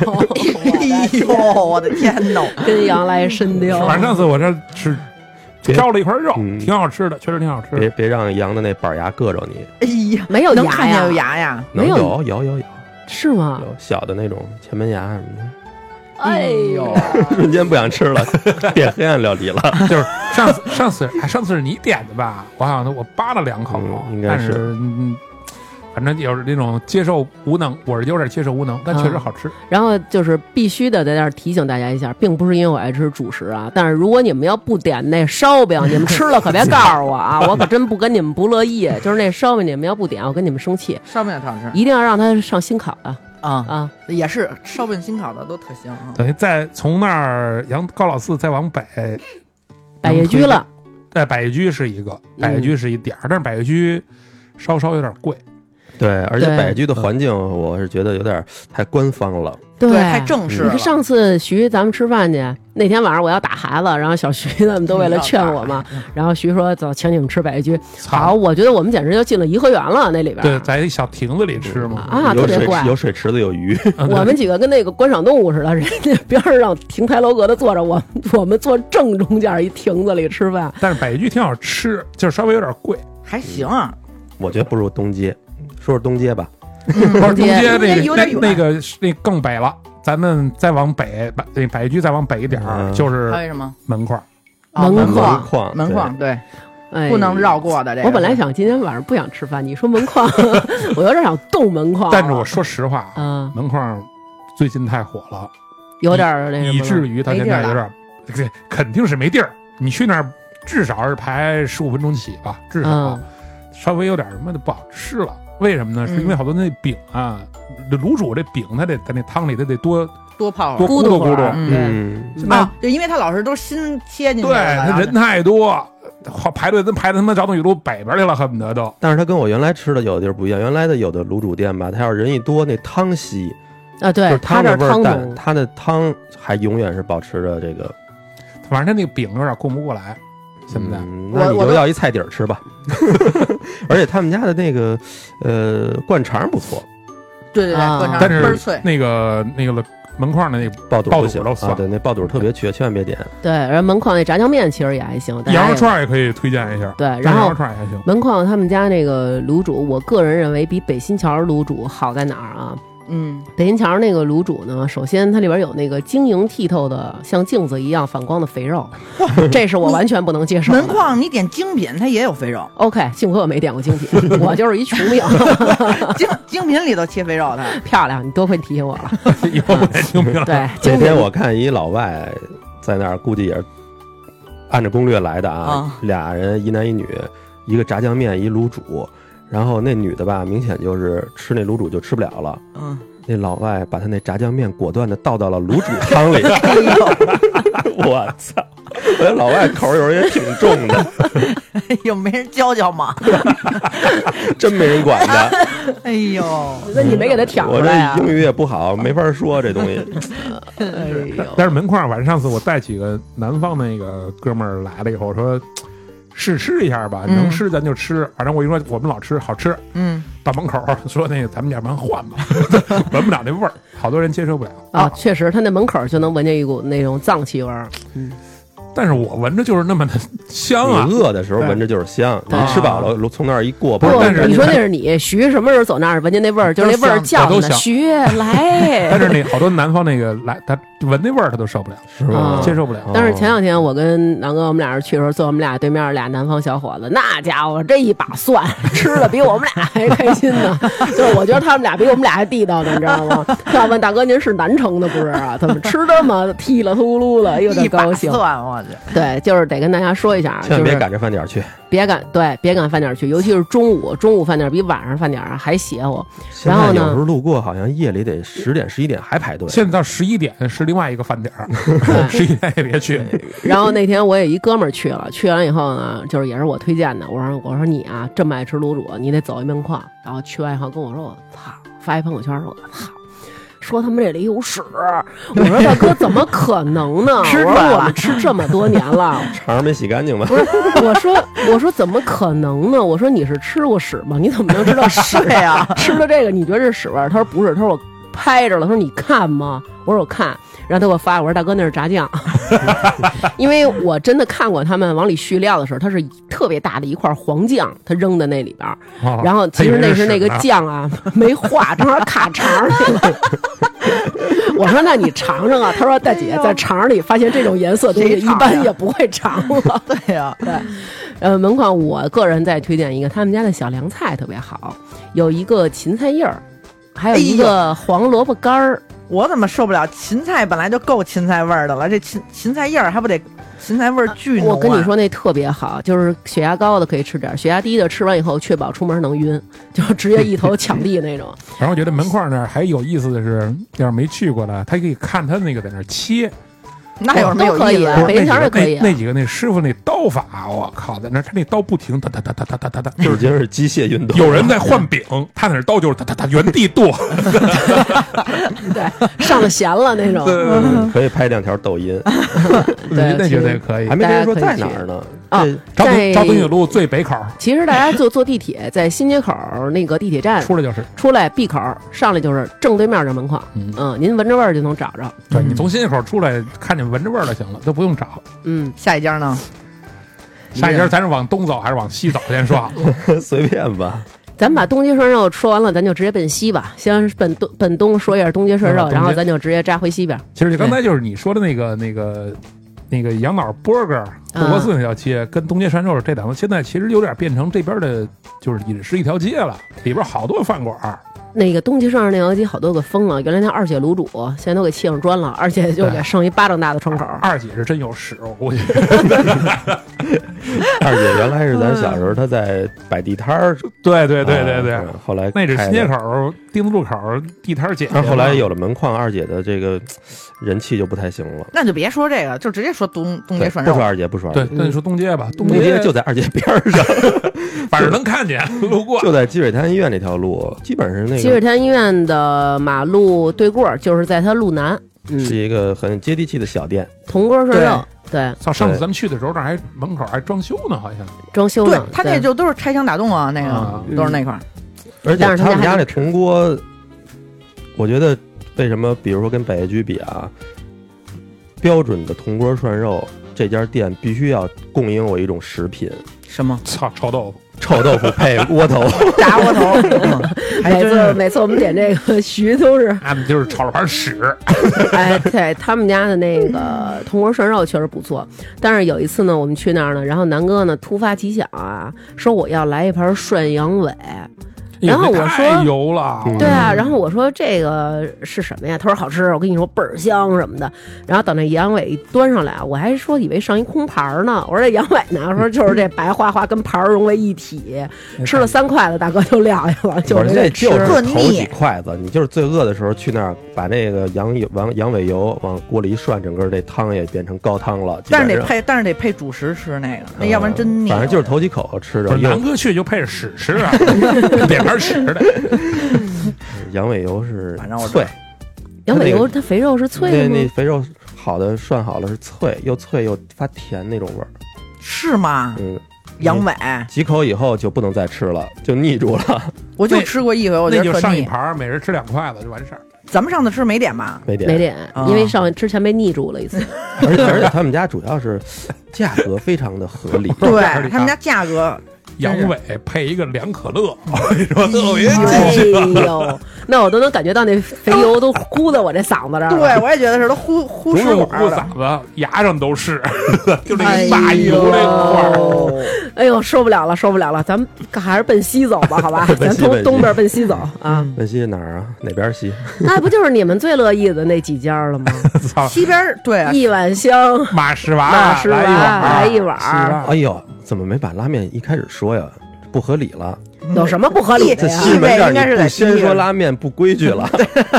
[SPEAKER 3] 哎 (laughs) 呦，我的天呐！
[SPEAKER 1] 跟羊来深交。
[SPEAKER 4] 反正上次我这吃
[SPEAKER 2] 别
[SPEAKER 4] 挑了一块肉，
[SPEAKER 2] 嗯
[SPEAKER 4] 挺好吃的，确实挺好吃
[SPEAKER 2] 别
[SPEAKER 4] 的。
[SPEAKER 2] 别让羊的那板牙硌着你，
[SPEAKER 3] 哎呀，
[SPEAKER 1] 没有
[SPEAKER 3] 能
[SPEAKER 1] 牙
[SPEAKER 3] 看见
[SPEAKER 1] 呀？
[SPEAKER 3] 有牙呀？
[SPEAKER 1] 没
[SPEAKER 2] 能
[SPEAKER 1] 有啊
[SPEAKER 2] 有有有有
[SPEAKER 1] 是吗？
[SPEAKER 2] 有小的那种前门牙什么的，
[SPEAKER 1] 哎呦，
[SPEAKER 2] (laughs) 瞬间不想吃了，变黑暗料理了。
[SPEAKER 4] 就是上次 (laughs) 上次哎上次是你点的吧？我好像我扒了两口
[SPEAKER 2] 嗯，应该
[SPEAKER 4] 但
[SPEAKER 2] 是
[SPEAKER 4] 嗯反正有那种接受无能，我是有点接受无能，但
[SPEAKER 3] 嗯
[SPEAKER 4] 确实好吃。
[SPEAKER 1] 然后就是必须得在这儿提醒大家一下，并不是因为我爱吃主食啊，但是如果你们要不点那烧饼，你们吃了可别告诉我啊， (laughs) 我可真不跟你们不乐意。就是那烧饼你们要不点，我跟你们生气，
[SPEAKER 3] 烧饼也特好吃
[SPEAKER 1] 一定要让它上新烤的
[SPEAKER 3] 啊，
[SPEAKER 1] 啊。
[SPEAKER 3] 也是烧饼新烤的都特香啊。
[SPEAKER 4] 等于再从那儿杨高老四再往北，
[SPEAKER 1] 百叶居了，
[SPEAKER 4] 在百叶居是一个，百叶
[SPEAKER 3] 嗯
[SPEAKER 4] 居是一点儿，但是百叶居稍稍有点贵。
[SPEAKER 2] 对，而且
[SPEAKER 1] 对
[SPEAKER 2] 百居的环境，我是觉得有点儿太官方了。
[SPEAKER 1] 对
[SPEAKER 3] 太正式
[SPEAKER 1] 你
[SPEAKER 3] 了。
[SPEAKER 1] 看上次徐咱们吃饭去，那天晚上我要打孩子，然后小徐他们都为了劝我嘛，然后徐说走，请你们吃百叶居。好，
[SPEAKER 4] 操，
[SPEAKER 1] 我觉得我们简直就进了颐和园了，那里边。
[SPEAKER 4] 对，在一小亭子里吃嘛。嗯
[SPEAKER 1] 啊
[SPEAKER 2] 有
[SPEAKER 1] 特别
[SPEAKER 2] 水
[SPEAKER 1] 怪
[SPEAKER 2] 有水池子，有鱼， (laughs)
[SPEAKER 4] 啊
[SPEAKER 1] 我们几个跟那个观赏动物似的，人家边儿上亭台楼阁的坐着，我们 (laughs) 我们坐正中间一亭子里吃饭。
[SPEAKER 4] 但是百叶居挺好吃，就是稍微有点贵。
[SPEAKER 3] 还行啊，
[SPEAKER 2] 我觉得不如东街。
[SPEAKER 1] 嗯
[SPEAKER 2] 说说东街吧，
[SPEAKER 4] 不是中间
[SPEAKER 3] 中
[SPEAKER 4] 那
[SPEAKER 3] 间有
[SPEAKER 4] 个
[SPEAKER 3] 点远
[SPEAKER 4] 那那个是那更北了，咱们再往北，百那百叶居再往北一点儿
[SPEAKER 2] 嗯
[SPEAKER 4] 就是
[SPEAKER 1] 哎
[SPEAKER 3] 还有什么？
[SPEAKER 4] 门框。
[SPEAKER 3] 啊
[SPEAKER 1] 门
[SPEAKER 3] 门
[SPEAKER 1] 框
[SPEAKER 3] 框，
[SPEAKER 2] 框，
[SPEAKER 3] 门框，对，
[SPEAKER 1] 哎，
[SPEAKER 3] 不能绕。过的。这个
[SPEAKER 1] 我本来想今天晚上不想吃饭，你说门框， (laughs) 我有点想动门框了。
[SPEAKER 4] 但是我说实话啊，
[SPEAKER 1] 嗯，
[SPEAKER 4] 门框最近太火了，
[SPEAKER 1] 有点儿那什么了，
[SPEAKER 4] 以至于他现在有点对，肯定是没地儿。你去那儿至少是排十五分钟起吧，至少
[SPEAKER 1] 嗯
[SPEAKER 4] 稍微有点什么的不好吃了。为什么呢？
[SPEAKER 3] 嗯
[SPEAKER 4] 是因为好多那饼啊，这卤煮这饼，它得在那汤里，它得多
[SPEAKER 3] 多泡啊
[SPEAKER 4] 多
[SPEAKER 3] 会儿
[SPEAKER 1] 咕
[SPEAKER 4] 咕
[SPEAKER 1] 嘟
[SPEAKER 4] 嘟
[SPEAKER 1] 会儿
[SPEAKER 4] 咕嘟。
[SPEAKER 3] 嗯
[SPEAKER 2] 嗯，
[SPEAKER 4] 那
[SPEAKER 3] 啊，就因为他老是都是新切进去
[SPEAKER 4] 对，
[SPEAKER 3] 的，然
[SPEAKER 4] 他
[SPEAKER 3] 后
[SPEAKER 4] 人太多，好排队都排的他妈找等雨路北边去了，恨不得都。
[SPEAKER 2] 但是它跟我原来吃的有的地儿不一样。原来的有的卤煮店吧，它要是人一多，那汤稀，
[SPEAKER 1] 啊，
[SPEAKER 2] 就
[SPEAKER 1] 对
[SPEAKER 2] 是
[SPEAKER 1] 他
[SPEAKER 2] 汤
[SPEAKER 1] 这
[SPEAKER 2] 的
[SPEAKER 1] 儿
[SPEAKER 2] 味
[SPEAKER 1] 汤
[SPEAKER 2] 儿
[SPEAKER 1] 浓
[SPEAKER 2] 淡，，它的汤还永远是保持着这个。
[SPEAKER 4] 反正他那个饼有点供不过来，现在。
[SPEAKER 2] 嗯
[SPEAKER 3] 我
[SPEAKER 2] 那你
[SPEAKER 3] 我
[SPEAKER 2] 就
[SPEAKER 3] 都
[SPEAKER 2] 要一菜底儿
[SPEAKER 1] (laughs)
[SPEAKER 2] 吃吧。 (laughs) 而且他们家的那个呃灌肠不错，
[SPEAKER 3] 对对对，
[SPEAKER 1] 啊
[SPEAKER 3] 灌肠
[SPEAKER 4] 但
[SPEAKER 3] 倍儿
[SPEAKER 4] 是
[SPEAKER 3] 脆，
[SPEAKER 4] 那个那个门框的那个
[SPEAKER 2] 爆肚
[SPEAKER 4] 爆
[SPEAKER 2] 不
[SPEAKER 4] 肚
[SPEAKER 2] 行
[SPEAKER 4] 都
[SPEAKER 2] 啊，
[SPEAKER 4] 算
[SPEAKER 2] 对，那爆肚特别缺，千万别点。
[SPEAKER 1] 对，然后门框那炸酱面其实也还行，大家
[SPEAKER 4] 羊肉
[SPEAKER 1] 也
[SPEAKER 4] 串也可以推荐一下，
[SPEAKER 1] 对，
[SPEAKER 4] 但
[SPEAKER 1] 然
[SPEAKER 4] 羊肉
[SPEAKER 1] 后
[SPEAKER 4] 串也还行。
[SPEAKER 1] 门框他们家那个卤煮，我个人认为比北新桥卤煮好在哪儿啊？
[SPEAKER 3] 嗯，
[SPEAKER 1] 北新桥那个卤煮呢，首先它里边有那个晶莹剔透的像镜子一样反光的肥肉，这是我完全不能接受的。
[SPEAKER 3] 门框你点精品，它也有肥肉，
[SPEAKER 1] OK，幸亏我没点过
[SPEAKER 4] (laughs)
[SPEAKER 1] 精品，我就是一穷命。
[SPEAKER 3] 精 (laughs) 精品里头切肥肉的，
[SPEAKER 1] 漂亮，你多亏你提醒
[SPEAKER 4] (laughs)
[SPEAKER 1] 我了。嗯
[SPEAKER 4] 以后不太清明了。
[SPEAKER 1] 对，精
[SPEAKER 2] 那
[SPEAKER 1] 品
[SPEAKER 2] 天我看一老外在那儿，估计也是按着攻略来的啊
[SPEAKER 3] 啊，
[SPEAKER 2] 俩人一男一女，一个炸酱面，一卤煮。然后那女的吧，明显就是吃那卤煮就吃不了了。
[SPEAKER 3] 嗯， (laughs)
[SPEAKER 2] 那老外把他那炸酱面果断的倒到了卤煮
[SPEAKER 1] (laughs)
[SPEAKER 2] 汤里，
[SPEAKER 3] 哎呦， (laughs)
[SPEAKER 2] 我操！我觉得老外口儿有时候也挺重的，
[SPEAKER 3] 哎呦，没人教教吗？
[SPEAKER 2] 真没人管
[SPEAKER 1] (laughs)
[SPEAKER 2] 的。
[SPEAKER 3] 哎呦，
[SPEAKER 1] 那你没给他挑出
[SPEAKER 2] 我
[SPEAKER 1] 来啊
[SPEAKER 2] 这？英语也不好，没法说这东西。
[SPEAKER 3] 哎
[SPEAKER 4] 但
[SPEAKER 3] 呦，
[SPEAKER 4] 但是门框，晚上上次我带几个南方那个哥们儿来了以后，我说试吃一下吧，
[SPEAKER 3] 嗯
[SPEAKER 4] 能吃咱就吃。反正我一说我们老吃，好吃。
[SPEAKER 3] 嗯，
[SPEAKER 4] 到门口 (laughs) 说那个咱们要不然换吧， (laughs) 闻不了那味儿，好多人接受不了。
[SPEAKER 1] 啊，确实，他那门口就能闻见一股那种脏气味儿。
[SPEAKER 4] 但是我闻着就是那么的香啊
[SPEAKER 2] 你，饿的时候闻着就是香，你
[SPEAKER 1] 对啊
[SPEAKER 2] 吃饱了从那儿一过，
[SPEAKER 1] 不
[SPEAKER 4] 是但
[SPEAKER 1] 哦你说那是你徐什么时候走那儿闻见那味儿，就是那味儿叫
[SPEAKER 4] 我都
[SPEAKER 1] 你呢
[SPEAKER 4] 想 (laughs)
[SPEAKER 1] 徐来。
[SPEAKER 4] 但是那好多南方那个来，他闻那味儿他都受不了，
[SPEAKER 2] 是吧？
[SPEAKER 4] 接受不了。
[SPEAKER 1] 但是前两天我跟南哥我们俩人去的时候，坐我们俩对面俩南方小伙子，那家伙这一把蒜吃的比我们俩还开心呢。 (laughs) 就是我觉得他们俩比我们俩还地道呢，你知道吗？要问大哥您是南城的不是啊？怎么吃这么踢了秃噜了，又得
[SPEAKER 3] 一把
[SPEAKER 1] 高兴？
[SPEAKER 3] 蒜，我去，
[SPEAKER 1] 对，就是得跟大家说一下啊，
[SPEAKER 2] 千
[SPEAKER 1] 就
[SPEAKER 2] 万
[SPEAKER 1] 是
[SPEAKER 2] 别赶着饭点儿去，
[SPEAKER 1] 别赶对，别赶饭点儿去，尤其是中午，中午饭点儿比晚上饭点儿还邪乎。
[SPEAKER 2] 现
[SPEAKER 1] 然后
[SPEAKER 2] 在
[SPEAKER 1] 呢
[SPEAKER 2] 有时候路过，好像夜里得十点十一点还排队。
[SPEAKER 4] 现在到十一点是另外一个饭点儿，
[SPEAKER 1] (laughs) 对
[SPEAKER 4] 十一点也别去。
[SPEAKER 1] 然后那天我也一哥们儿去了，去完以后呢，就是也是我推荐的。我说我说你啊，这么爱吃卤煮，你得走一面矿。然后去完以后跟我说，我操，发一朋友圈说，我操。说他们这里有屎，我说大哥怎么可能呢？
[SPEAKER 3] 吃
[SPEAKER 1] 我
[SPEAKER 3] 出来
[SPEAKER 1] 说我
[SPEAKER 3] 了
[SPEAKER 1] 们吃这么多年了，
[SPEAKER 2] 肠儿没洗干净吧？ (laughs)
[SPEAKER 1] 不是我说 (laughs) 我说怎么可能呢？我说你是吃过屎吗？你怎么能知道屎
[SPEAKER 3] 对 (laughs) 呀，
[SPEAKER 1] (laughs) 吃的这个你觉得是屎味儿？他说不是，他说我拍着了，他说你看吗？我说我看，然后他给我发，我说大哥那是炸酱， (laughs) 因为我真的看过他们往里续料的时候，它是特别大的一块黄酱，他扔在那里边儿，
[SPEAKER 4] 哦
[SPEAKER 1] 然后其
[SPEAKER 4] 他以
[SPEAKER 1] 实
[SPEAKER 4] 为
[SPEAKER 1] 那
[SPEAKER 4] 是
[SPEAKER 1] 是那个
[SPEAKER 4] 屎呢
[SPEAKER 1] 酱啊没化，正好卡肠儿 (laughs) 里了。我说那你尝尝啊，他说大姐在肠儿里发现这种颜色的东西
[SPEAKER 3] 谁
[SPEAKER 1] 一
[SPEAKER 3] 尝呀
[SPEAKER 1] 般也不会尝了。
[SPEAKER 3] 对啊呀，
[SPEAKER 1] 呃，门框我个人再推荐一个，他们家的小凉菜特别好，有一个芹菜叶儿，还有一个黄萝卜干儿。
[SPEAKER 3] 我怎么受不了？芹菜本来就够芹菜味儿的了，这芹芹菜叶儿还不得芹菜味儿巨浓、啊
[SPEAKER 1] 我跟你，说那特别好，就是血压高的可以吃点儿，血压低的吃完以后确保出门能晕，就直接一头抢地
[SPEAKER 4] (laughs)
[SPEAKER 1] 那种。
[SPEAKER 4] 然后我觉得门框那儿还有意思的是，要是没去过的，他可以看他那个在那儿切，
[SPEAKER 3] 那有什么有
[SPEAKER 1] 都可
[SPEAKER 3] 意
[SPEAKER 1] 以
[SPEAKER 3] 思
[SPEAKER 1] 啊
[SPEAKER 3] 啊？
[SPEAKER 1] 北京
[SPEAKER 4] 那
[SPEAKER 1] 肠
[SPEAKER 4] 几
[SPEAKER 1] 也
[SPEAKER 4] 个
[SPEAKER 1] 可以啊
[SPEAKER 4] 那那几个那师傅那刀法，我靠，在那儿他那刀不停哒哒哒哒哒哒哒哒，就
[SPEAKER 2] 已
[SPEAKER 4] 是
[SPEAKER 2] 经是机械运动，
[SPEAKER 4] 有人在换饼，他在那儿刀就是哒哒哒原地剁，
[SPEAKER 1] 对，上了弦了那种。
[SPEAKER 4] 对
[SPEAKER 2] 嗯可以拍两条抖音，
[SPEAKER 1] 对，
[SPEAKER 4] 那
[SPEAKER 1] 其
[SPEAKER 4] 绝对
[SPEAKER 1] 实
[SPEAKER 4] 可以
[SPEAKER 2] 还。没跟人说
[SPEAKER 1] 大家可
[SPEAKER 2] 在
[SPEAKER 1] 以
[SPEAKER 2] 哪儿呢。
[SPEAKER 1] 啊
[SPEAKER 2] 这，
[SPEAKER 4] 昭
[SPEAKER 1] 在
[SPEAKER 4] 敦昭敦铁路最北口
[SPEAKER 1] 其实大家坐坐地铁，在新街口儿那个地铁站
[SPEAKER 4] 出来就是，
[SPEAKER 1] 出来 B 口儿上来就是正对面儿这门框，
[SPEAKER 4] 嗯
[SPEAKER 1] 嗯，您闻着味儿就能找着。
[SPEAKER 4] 对
[SPEAKER 2] 嗯
[SPEAKER 4] 你从新街口出来，看见闻着味儿就行了，都不用找。
[SPEAKER 1] 嗯，
[SPEAKER 3] 下一家呢？
[SPEAKER 4] 下一家咱是往东走还是往西走？
[SPEAKER 2] (laughs)
[SPEAKER 4] 先说好，啊
[SPEAKER 2] 随便吧，
[SPEAKER 1] 咱把东街涮肉说完了，咱就直接奔西吧。先奔东奔东说一下东街涮
[SPEAKER 4] 嗯
[SPEAKER 1] 肉，
[SPEAKER 4] 东街
[SPEAKER 1] 然后咱就直接扎回西边。
[SPEAKER 4] 其实刚才就是你说的那个那个那个羊脑 burger 布罗斯那条街，跟东街涮肉这两个，现在其实有点变成这边的，就是饮食一条街了，里边好多饭馆儿。
[SPEAKER 1] 那个东街涮肉那条街好多给封啊了，原来那二姐卤煮现在都给砌上砖了，二姐就给剩一巴掌大的窗口。
[SPEAKER 4] 二姐是真有屎，我估计。 (laughs)
[SPEAKER 2] 二姐原来是咱小时候她在摆地摊儿，
[SPEAKER 4] 对对对对
[SPEAKER 2] 啊
[SPEAKER 4] 对，
[SPEAKER 2] 嗯后来
[SPEAKER 4] 那是
[SPEAKER 2] 开
[SPEAKER 4] 新
[SPEAKER 2] 的
[SPEAKER 4] 街口丁字路口地摊儿姐姐嘛。
[SPEAKER 2] 但是后来有了门框，二姐的这个呃人气就不太行了。
[SPEAKER 3] 那就别说这个，就直接说东东
[SPEAKER 2] 对
[SPEAKER 3] 街
[SPEAKER 2] 不
[SPEAKER 3] 涮
[SPEAKER 2] 说
[SPEAKER 3] 肉。
[SPEAKER 2] 二姐，不说二
[SPEAKER 4] 对
[SPEAKER 2] 姐，，
[SPEAKER 4] 那你说东街吧，东
[SPEAKER 2] 东街嗯就在二姐边儿上，
[SPEAKER 4] 反正能看见，路过。
[SPEAKER 2] 就在积水潭医院那条路，基本上是那
[SPEAKER 1] 积水
[SPEAKER 2] 个
[SPEAKER 1] 潭医院的马路对过儿就是在它路南，
[SPEAKER 2] 是
[SPEAKER 1] 嗯，
[SPEAKER 2] 一个很接地气的小店。
[SPEAKER 1] 铜锅涮肉对
[SPEAKER 4] 上上次咱们去的时候，那儿还门口还装修呢，好像。
[SPEAKER 1] 装修
[SPEAKER 3] 对
[SPEAKER 1] 呢，
[SPEAKER 3] 他那就都是拆墙打洞啊，那
[SPEAKER 4] 啊
[SPEAKER 3] 个都是那块儿。
[SPEAKER 2] 而且
[SPEAKER 1] 但是他
[SPEAKER 2] 他
[SPEAKER 1] 们
[SPEAKER 2] 们
[SPEAKER 1] 家还
[SPEAKER 2] 家那铜锅，我觉得为什么，比如说跟百叶居比啊，标准的铜锅涮肉这家店必须要供应我一种食品，
[SPEAKER 3] 什 (laughs) 么
[SPEAKER 4] 操，臭豆腐！
[SPEAKER 2] 臭豆腐
[SPEAKER 1] (laughs)
[SPEAKER 2] 配窝头，
[SPEAKER 3] 炸窝
[SPEAKER 4] (laughs)
[SPEAKER 3] 头？嗯还
[SPEAKER 1] 每
[SPEAKER 3] 真
[SPEAKER 1] 次
[SPEAKER 3] 是
[SPEAKER 1] 每次我们点这个 (laughs) 徐都是
[SPEAKER 4] 俺们就是炒了盘屎，
[SPEAKER 1] (laughs) 哎，对他们家的那个铜锅涮肉确实不错，但是有一次呢，我们去那儿呢，然后南哥呢突发奇想啊，说我要来一盘涮羊尾，然后
[SPEAKER 4] 哎呦
[SPEAKER 1] 我
[SPEAKER 4] 那
[SPEAKER 1] 说
[SPEAKER 4] 太油了，
[SPEAKER 2] 嗯
[SPEAKER 1] 对啊，然后我说这个是什么呀？他说好吃，我跟你说倍儿香什么的。然后等那羊尾一端上来，我还说以为上一空盘儿呢，我说这羊尾呢，我说就是这白花花跟盘儿融为一体，吃了三筷子，大哥就撂下了，就
[SPEAKER 2] 我
[SPEAKER 1] 是
[SPEAKER 2] 说
[SPEAKER 1] 这
[SPEAKER 2] 这
[SPEAKER 1] 吃
[SPEAKER 2] 就是
[SPEAKER 3] 特
[SPEAKER 2] 头几
[SPEAKER 3] 腻
[SPEAKER 2] 筷子，你就是最饿的时候去那儿把那个羊油往羊尾油往锅里一涮，整个这汤也变成高汤了。基
[SPEAKER 3] 但
[SPEAKER 2] 本
[SPEAKER 3] 是得
[SPEAKER 2] 上
[SPEAKER 3] 配，但是得配主食吃那
[SPEAKER 4] 呃
[SPEAKER 3] 个，那
[SPEAKER 2] 嗯
[SPEAKER 3] 要不然真腻。
[SPEAKER 2] 反正就是头几口吃
[SPEAKER 4] 不
[SPEAKER 2] 着
[SPEAKER 4] 是
[SPEAKER 2] 又
[SPEAKER 4] 南哥去就配着屎吃啊， (laughs) 脸盘屎的。
[SPEAKER 2] 羊尾油是
[SPEAKER 3] 反正我知
[SPEAKER 2] 脆
[SPEAKER 3] 道，
[SPEAKER 1] 羊尾
[SPEAKER 2] 那
[SPEAKER 1] 油
[SPEAKER 2] 个
[SPEAKER 1] 它肥肉是脆
[SPEAKER 2] 那
[SPEAKER 1] 的
[SPEAKER 2] 那
[SPEAKER 1] 吗？
[SPEAKER 2] 肥肉好的涮好了是脆，又脆又发甜那种味儿。
[SPEAKER 3] 是吗？
[SPEAKER 2] 嗯，
[SPEAKER 3] 羊尾，
[SPEAKER 2] 几口以后就不能再吃了，就腻住了，
[SPEAKER 3] 我就
[SPEAKER 4] 那
[SPEAKER 3] 吃过一回，我觉得
[SPEAKER 4] 那就
[SPEAKER 3] 特
[SPEAKER 4] 上一
[SPEAKER 3] 腻。
[SPEAKER 4] 盘儿，每人吃两筷子就完事儿。。
[SPEAKER 3] 咱们上次吃没点吧？
[SPEAKER 2] 没点。
[SPEAKER 1] 没点，
[SPEAKER 3] 啊
[SPEAKER 1] 因为上之前被腻住了一次。
[SPEAKER 2] 而且而且他们家主要是价格非常的合理
[SPEAKER 4] 不是
[SPEAKER 3] 对
[SPEAKER 4] 这里啊
[SPEAKER 3] 他们家价格
[SPEAKER 4] (laughs) 哎
[SPEAKER 1] 嗯
[SPEAKER 4] 羊尾配一个凉可乐，我跟你说特别
[SPEAKER 1] 哎呦，那我都能感觉到那肥油都呼到我这嗓子这儿了。
[SPEAKER 3] 对，我也觉得是，都呼呼
[SPEAKER 4] 不
[SPEAKER 3] 湿
[SPEAKER 4] 是
[SPEAKER 3] 我
[SPEAKER 4] 我
[SPEAKER 3] 了。
[SPEAKER 4] 嗓子，牙上都是， (laughs) 就那
[SPEAKER 3] 哎
[SPEAKER 4] 个
[SPEAKER 3] 呦
[SPEAKER 4] 大油那块儿。
[SPEAKER 1] 哎呦，受不了了，受不了了，咱们还是奔西走吧，好吧？
[SPEAKER 2] 奔
[SPEAKER 1] 咱
[SPEAKER 2] 西
[SPEAKER 1] 从
[SPEAKER 2] 奔西
[SPEAKER 1] 东边奔西走啊，
[SPEAKER 2] 问西哪儿啊？哪边西？
[SPEAKER 1] 那不就是你们最乐意的那几家了吗？
[SPEAKER 4] 操，
[SPEAKER 3] 西边儿对啊，
[SPEAKER 1] 一碗香，
[SPEAKER 4] 马什娃，
[SPEAKER 1] 马什娃
[SPEAKER 4] 来一碗
[SPEAKER 1] 来一碗
[SPEAKER 4] 儿，啊是吧
[SPEAKER 2] 哎呦，怎么没把拉面一开始说呀？不合理了，
[SPEAKER 1] 有什么不合理的
[SPEAKER 2] 在
[SPEAKER 1] 呀？
[SPEAKER 2] 西门这
[SPEAKER 3] 地位啊应该
[SPEAKER 2] 儿
[SPEAKER 3] 是
[SPEAKER 2] 你
[SPEAKER 3] 在
[SPEAKER 2] 不
[SPEAKER 3] 西边
[SPEAKER 2] 先说拉面不规矩
[SPEAKER 3] (laughs)
[SPEAKER 2] 了，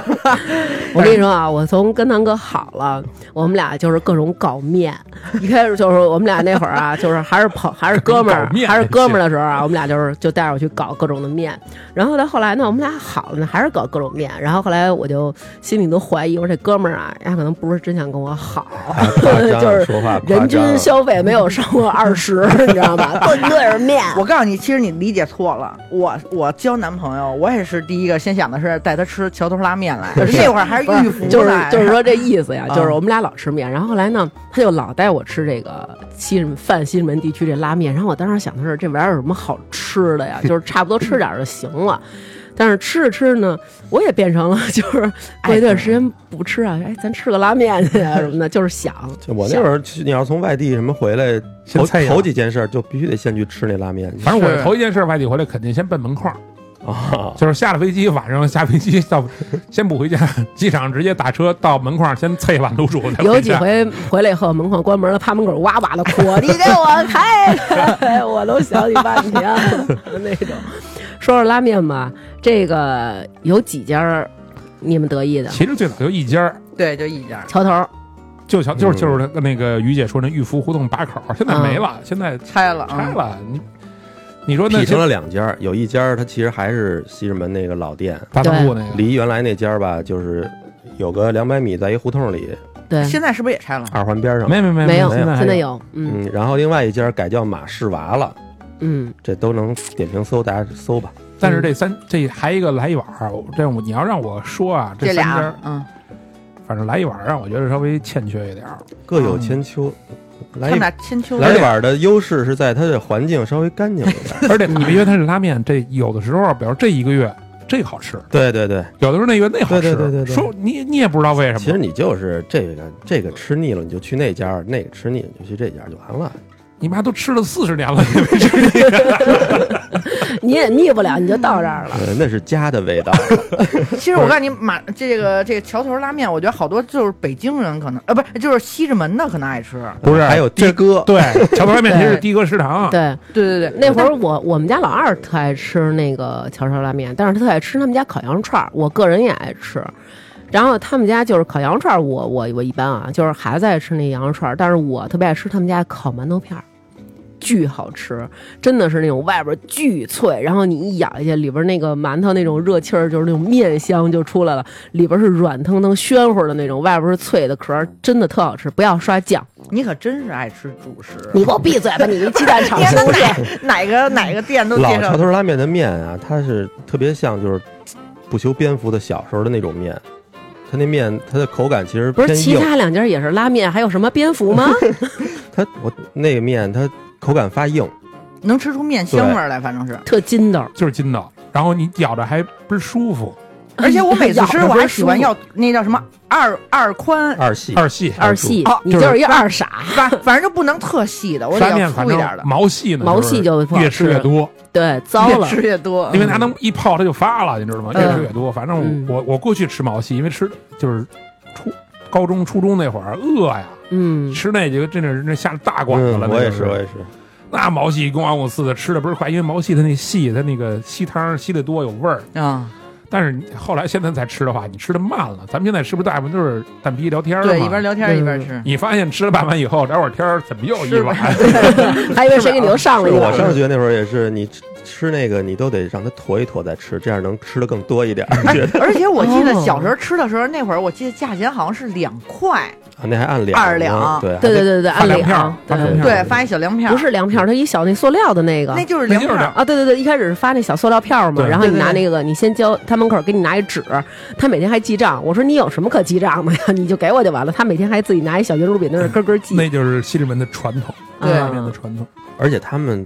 [SPEAKER 1] (laughs) 我跟你说啊，我从跟堂哥好了，我们俩就是各种搞面。一开始就是我们俩那会儿啊，就是还是朋还是哥们儿
[SPEAKER 4] 搞面
[SPEAKER 1] 还是哥们儿的时候啊，我们俩就是就带着我去搞各种的面。然后到后来呢，我们俩好了呢，还是搞各种面。然后后来我就心里都怀疑，我说这哥们儿啊，人家可能不是真想跟我好，
[SPEAKER 2] 哎
[SPEAKER 1] (laughs)
[SPEAKER 2] 夸张啊
[SPEAKER 1] 就是
[SPEAKER 2] 说话夸张啊
[SPEAKER 1] 人均消费没有超过二十，你知道吧？顿顿是面。
[SPEAKER 3] 我告诉你，其实你理解错了。我我交男朋友，我也是第一个先想的是带他吃桥头拉面来，而且那会儿还是
[SPEAKER 1] 不是
[SPEAKER 3] 玉福
[SPEAKER 1] 就是
[SPEAKER 3] 来
[SPEAKER 1] 就是说这意思呀，
[SPEAKER 3] 啊
[SPEAKER 1] 就是我们俩老吃面，然后后来呢，他就老带我吃这个西直门泛西直门地区这拉面，然后我当时想的是这玩意儿有什么好吃的呀？就是差不多吃点儿就行了。但是吃着吃着呢，我也变成了就是过一段时间不吃啊，哎，咱吃个拉面去啊什么的，就是想。
[SPEAKER 2] 就我那会儿去，你要是从外地什么回来，
[SPEAKER 4] 先
[SPEAKER 2] 头
[SPEAKER 4] 菜肴
[SPEAKER 2] 头几件事儿就必须得先去吃那拉面去
[SPEAKER 4] 反正我
[SPEAKER 3] 是
[SPEAKER 4] 是头一件事儿外地回来，肯定先奔门框儿，
[SPEAKER 2] 啊！
[SPEAKER 4] (laughs) 就是下了飞机，晚上下飞机到，先不回家，机场直接打车到门框儿，先蹭一碗卤煮再
[SPEAKER 1] 有
[SPEAKER 4] 回
[SPEAKER 1] 几
[SPEAKER 4] 家。
[SPEAKER 1] 回回来以后，门框关门了，趴门口哇哇的哭，
[SPEAKER 2] (laughs)
[SPEAKER 1] 你给我开开， (laughs) 我都想你半天了 (laughs) 那种。说说拉面吧，这个有几家儿你们得意的？
[SPEAKER 4] 其实最早就一家儿，
[SPEAKER 3] 对，就一家
[SPEAKER 1] 桥头儿
[SPEAKER 4] 就想就是
[SPEAKER 2] 嗯
[SPEAKER 4] 就是那个那个于姐说那玉福胡同把口儿，
[SPEAKER 1] 嗯
[SPEAKER 4] 现在没了，现在
[SPEAKER 3] 拆了
[SPEAKER 2] 嗯
[SPEAKER 4] 拆
[SPEAKER 3] 啊。
[SPEAKER 4] 了。你你说那
[SPEAKER 2] 劈成
[SPEAKER 4] 些
[SPEAKER 2] 了两家儿，有一家儿它其实还是西直门那个老店，
[SPEAKER 4] 大仓库那个，
[SPEAKER 2] 离原来那家儿吧，就是有个两百米，在一胡同里，
[SPEAKER 1] 对，
[SPEAKER 3] 嗯现在是不是也拆了？
[SPEAKER 2] 二环边上。
[SPEAKER 4] 没没没
[SPEAKER 1] 没有，
[SPEAKER 4] 现
[SPEAKER 1] 现
[SPEAKER 4] 在
[SPEAKER 1] 在
[SPEAKER 4] 还
[SPEAKER 1] 有，嗯
[SPEAKER 2] 嗯，然后另外一家儿改叫马氏娃了，
[SPEAKER 1] 嗯，
[SPEAKER 2] 这都能点评搜，大家搜吧。
[SPEAKER 4] 但是这三这还一个来一碗儿，我这我你要让我说啊，这
[SPEAKER 3] 这
[SPEAKER 4] 三家儿
[SPEAKER 3] 俩，嗯，
[SPEAKER 4] 反正来一碗儿让我觉得稍微欠缺一点儿。
[SPEAKER 2] 各有千秋，
[SPEAKER 3] 他
[SPEAKER 2] 来
[SPEAKER 3] 们
[SPEAKER 2] 一
[SPEAKER 3] 俩千秋
[SPEAKER 2] 来一碗的优势是在它的环境稍微干净一点。
[SPEAKER 4] 而且你别觉得它是拉面，这有的时候，比如这一个月这好吃，
[SPEAKER 2] 对对对，
[SPEAKER 4] 有的时候那个那好
[SPEAKER 2] 对
[SPEAKER 4] 吃，
[SPEAKER 2] 对对对对
[SPEAKER 4] 说你你也不知道为什么。
[SPEAKER 2] 其实你就是这个这个吃腻了，你就去那家；那个吃腻了，你就去这家就完了。
[SPEAKER 4] 你妈都吃了四十年了，也没吃
[SPEAKER 1] 你也腻不了，你就到这儿了。
[SPEAKER 2] 呃，那是家的味道。
[SPEAKER 3] 其实我告诉你，马这个这个桥头拉面，我觉得好多就是北京人可能，呃，不是，就是西直门的可能爱吃。
[SPEAKER 4] 不是
[SPEAKER 2] 还有的哥，
[SPEAKER 4] 对，桥头拉面其实是的哥食堂，
[SPEAKER 1] 对，
[SPEAKER 3] 对对对，
[SPEAKER 1] 那会儿我我们家老二特爱吃那个桥烧拉面，但是他特爱吃他们家烤羊肉串儿，我个人也爱吃。然后他们家就是烤羊肉串儿，我我我一般啊，就是孩子爱吃那羊肉串儿，但是我特别爱吃他们家烤馒头片儿，巨好吃，真的是那种外边巨脆，然后你一咬下去，里边那个馒头那种热气儿，就是那种面香就出来了，里边是软腾腾、暄乎的那种，外边是脆的壳儿，真的特好吃，不要刷酱。
[SPEAKER 3] 你可真是爱吃主食。
[SPEAKER 1] 你给我闭嘴吧，你这鸡蛋炒
[SPEAKER 3] 你看
[SPEAKER 1] 西
[SPEAKER 3] 他
[SPEAKER 1] 红柿。
[SPEAKER 3] 哪哪个哪个店都
[SPEAKER 2] 老
[SPEAKER 3] 介
[SPEAKER 2] 桥
[SPEAKER 3] 绍
[SPEAKER 2] 头拉面的面啊，它是特别像就是不修边幅的小时候的那种面。它那面，它的口感其实
[SPEAKER 1] 不
[SPEAKER 2] 偏
[SPEAKER 1] 是其
[SPEAKER 2] 硬。
[SPEAKER 1] 他两家也是拉面，还有什么蝙蝠吗？
[SPEAKER 2] 它我那个面，它口感发硬，
[SPEAKER 3] 能吃出面香味儿来，反正是。
[SPEAKER 1] 特筋道，
[SPEAKER 4] 就是筋道。然后你咬着还不是舒服，
[SPEAKER 3] 而且我每次
[SPEAKER 1] 咬
[SPEAKER 3] 吃
[SPEAKER 1] 着
[SPEAKER 3] 我
[SPEAKER 1] 不
[SPEAKER 3] 还
[SPEAKER 1] 是
[SPEAKER 3] 喜欢
[SPEAKER 1] 舒服
[SPEAKER 3] 要那叫什么二二
[SPEAKER 4] 啊
[SPEAKER 3] 宽，
[SPEAKER 2] 嗯二细。
[SPEAKER 4] 二细
[SPEAKER 1] 二细
[SPEAKER 4] 二，
[SPEAKER 1] 你
[SPEAKER 4] 就
[SPEAKER 1] 就是
[SPEAKER 4] 是
[SPEAKER 1] 一二傻，
[SPEAKER 3] 反反正就不能特细的，我得
[SPEAKER 4] 拉
[SPEAKER 3] 要
[SPEAKER 4] 面反
[SPEAKER 3] 粗一
[SPEAKER 4] 正
[SPEAKER 3] 点的，
[SPEAKER 4] 毛细呢，
[SPEAKER 1] 毛细就不好
[SPEAKER 4] 越吃越多，
[SPEAKER 1] 对，糟
[SPEAKER 3] 越
[SPEAKER 1] 了，
[SPEAKER 3] 吃越多。
[SPEAKER 4] 因为它能一泡它就发了，你知道吗？
[SPEAKER 1] 嗯
[SPEAKER 4] 越吃越多。反正
[SPEAKER 1] 嗯
[SPEAKER 4] 我我过去吃毛细，因为吃就是初高中初中那会儿饿呀，
[SPEAKER 1] 嗯，
[SPEAKER 4] 吃那几个真的是那下大馆子
[SPEAKER 2] 嗯，
[SPEAKER 4] 了。
[SPEAKER 2] 我也，
[SPEAKER 4] 那就是
[SPEAKER 2] 我也是。
[SPEAKER 4] 那毛细公碗五四的吃的不是快，因为毛细它那细，它那个细汤吸的多有味儿。
[SPEAKER 3] 啊，
[SPEAKER 4] 但是你后来现在才吃的话，你吃的慢了。咱们现在是不是大部分都是蛋逼聊天儿
[SPEAKER 3] 对，
[SPEAKER 4] 嘛
[SPEAKER 3] 一边聊天一边
[SPEAKER 1] 嗯
[SPEAKER 3] 吃。
[SPEAKER 4] 你发现吃了半碗以后聊会儿天儿，怎么又一碗？
[SPEAKER 1] 还以为谁给你又上了
[SPEAKER 2] 是
[SPEAKER 1] 一
[SPEAKER 2] 我
[SPEAKER 1] 碗。
[SPEAKER 2] 上学那会儿也是，你吃吃那个你都得让它坨一坨再吃，这样能吃的更多一点儿。觉得
[SPEAKER 3] 哎而且我记得
[SPEAKER 1] 哦
[SPEAKER 3] 小时候吃的时候，那会儿我记得价钱好像是两块，
[SPEAKER 2] (laughs) 啊那还按两
[SPEAKER 3] 二
[SPEAKER 2] 呢
[SPEAKER 3] 两
[SPEAKER 2] 对
[SPEAKER 1] 对对对对，按
[SPEAKER 4] 发
[SPEAKER 1] 理
[SPEAKER 4] 粮票
[SPEAKER 1] 啊
[SPEAKER 4] 儿，发粮
[SPEAKER 1] 对
[SPEAKER 4] 票，
[SPEAKER 3] 对，发一小粮票，
[SPEAKER 1] 不是粮票，它一小那塑料的那个
[SPEAKER 3] 那就是
[SPEAKER 4] 那
[SPEAKER 3] 粮
[SPEAKER 4] 就是
[SPEAKER 3] 票
[SPEAKER 4] 两
[SPEAKER 1] 啊，对对对，一开始是发那小塑料票嘛，
[SPEAKER 4] 对
[SPEAKER 1] 然后你
[SPEAKER 3] 对对
[SPEAKER 1] 拿那个，你先交他门口给你拿一纸，他每天还记账。我说你有什么可记账的呀？ (laughs) 你就给我就完了。他每天还自己拿一小圆珠笔在那儿咯咯记。啊
[SPEAKER 4] 那就是西直门的传统，
[SPEAKER 1] 对
[SPEAKER 4] 拉面的传统。
[SPEAKER 2] 而且他们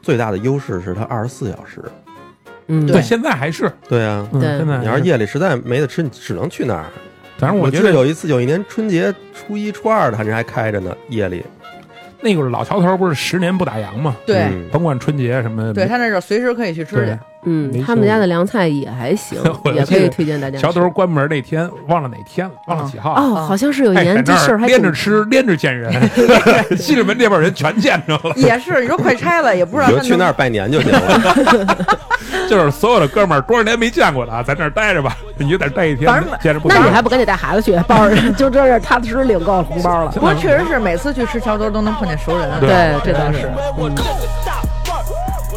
[SPEAKER 2] 最大的优势是它二十四小时，
[SPEAKER 1] 嗯，
[SPEAKER 3] 对
[SPEAKER 4] 现在还是，
[SPEAKER 2] 对啊，
[SPEAKER 4] 嗯
[SPEAKER 1] 对
[SPEAKER 4] 现在
[SPEAKER 2] 你要
[SPEAKER 4] 还
[SPEAKER 2] 是
[SPEAKER 4] 是，
[SPEAKER 2] 夜里实在没得吃，你只能去那儿。
[SPEAKER 4] 反正我觉
[SPEAKER 2] 记得
[SPEAKER 4] 得
[SPEAKER 2] 有一次，有一年春节初一、初二的，人还开着呢，夜里。
[SPEAKER 4] 那个老桥头不是十年不打烊嘛，
[SPEAKER 3] 对，
[SPEAKER 2] 嗯
[SPEAKER 4] 甭管春节什么，
[SPEAKER 3] 对他那是随时可以去吃去
[SPEAKER 4] 对。，
[SPEAKER 1] 嗯，
[SPEAKER 4] 没
[SPEAKER 1] 他们
[SPEAKER 4] 错
[SPEAKER 1] 家的凉菜也还行
[SPEAKER 4] 我，
[SPEAKER 1] 也
[SPEAKER 4] 记
[SPEAKER 1] 可以
[SPEAKER 4] 得
[SPEAKER 1] 推荐大家吃。
[SPEAKER 4] 桥头关门那天忘了哪天了，忘了几号了。
[SPEAKER 1] 哦，好像是有一
[SPEAKER 4] 哎，
[SPEAKER 1] 年
[SPEAKER 4] 在
[SPEAKER 1] 这
[SPEAKER 4] 那
[SPEAKER 1] 事儿还
[SPEAKER 4] 连
[SPEAKER 1] 挺
[SPEAKER 4] 着吃，连着见人，
[SPEAKER 1] (laughs)
[SPEAKER 4] 西直门这边人全见着了，
[SPEAKER 3] 也是，你说快拆了，也不知道
[SPEAKER 2] 你就
[SPEAKER 3] 他
[SPEAKER 2] 去那儿
[SPEAKER 3] 能
[SPEAKER 2] 拜年就行了。
[SPEAKER 1] (laughs)
[SPEAKER 4] 就是所有的哥们儿多少年没见过的啊，在那儿待着吧，你就在那儿待一天
[SPEAKER 3] 反正，
[SPEAKER 4] 见着不
[SPEAKER 1] 那
[SPEAKER 4] 干
[SPEAKER 1] 你还不赶紧带孩子去？抱着 (laughs) 就这样踏踏实实领够红包了。
[SPEAKER 3] 不过确实是每次去吃桥头都能碰见熟人，
[SPEAKER 4] 对
[SPEAKER 1] 这倒是。嗯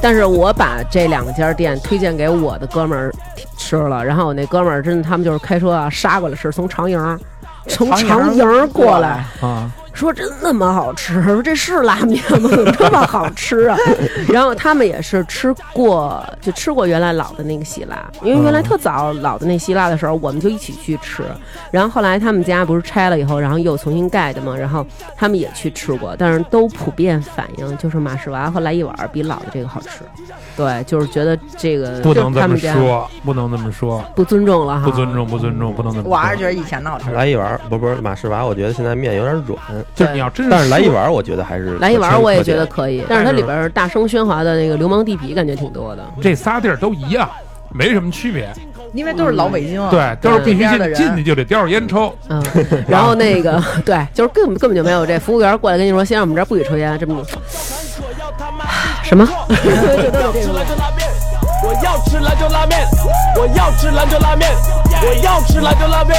[SPEAKER 1] 但是我把这两家店推荐给我的哥们儿吃了，然后我那哥们儿真的，他们就是开车啊杀过来吃，从长营儿，从长
[SPEAKER 3] 长
[SPEAKER 1] 营
[SPEAKER 3] 营
[SPEAKER 1] 儿
[SPEAKER 3] 儿
[SPEAKER 1] 过
[SPEAKER 3] 过
[SPEAKER 1] 来
[SPEAKER 3] 来，
[SPEAKER 4] 啊，
[SPEAKER 1] 说真那么好吃， (laughs) 说这是拉面吗？怎么这么好吃啊？然后他们也是吃过，就吃过原来老的那个希腊，因为原来特早老的那希腊的时候，我们就一起去吃。然后后来他们家不是拆了以后，然后又重新盖的嘛，然后他们也去吃过，但是都普遍反映就是马士娃和来一碗儿比老的这个好吃。对，就是觉得这个
[SPEAKER 4] 不
[SPEAKER 1] 就是
[SPEAKER 4] 能这
[SPEAKER 1] 他
[SPEAKER 4] 么
[SPEAKER 1] 们家
[SPEAKER 4] 说，不能这么说，
[SPEAKER 1] 不尊重了哈，
[SPEAKER 4] 不尊重，不尊重，不能这么说。
[SPEAKER 3] 我还是觉得以前的好吃。
[SPEAKER 2] 来一碗，不不是马士娃，我觉得现在面有点软，
[SPEAKER 4] 就是你要真
[SPEAKER 2] 但是来一
[SPEAKER 4] 说，
[SPEAKER 2] 碗，我觉得还是
[SPEAKER 1] 嗯来一碗儿我也觉得
[SPEAKER 2] 可
[SPEAKER 1] 可以，但是它里边儿大声喧哗的那个流氓地痞感觉挺多的。
[SPEAKER 4] 这仨地儿都一样，没什么区别。
[SPEAKER 3] 因为都是老北京啊，
[SPEAKER 4] 对，都是必须
[SPEAKER 3] 边的
[SPEAKER 4] 进
[SPEAKER 3] 人
[SPEAKER 4] 进去就得叼着烟抽，
[SPEAKER 1] 嗯，
[SPEAKER 4] (laughs)
[SPEAKER 1] 然后那个对，就是根本根本就没有这服务员过来跟你说，先生我们这儿不许抽烟，这么
[SPEAKER 5] (laughs)
[SPEAKER 1] 什么？ (laughs)
[SPEAKER 5] 我要吃兰州拉面，我要吃兰州拉面，我要吃兰州拉面，我要吃兰州拉面，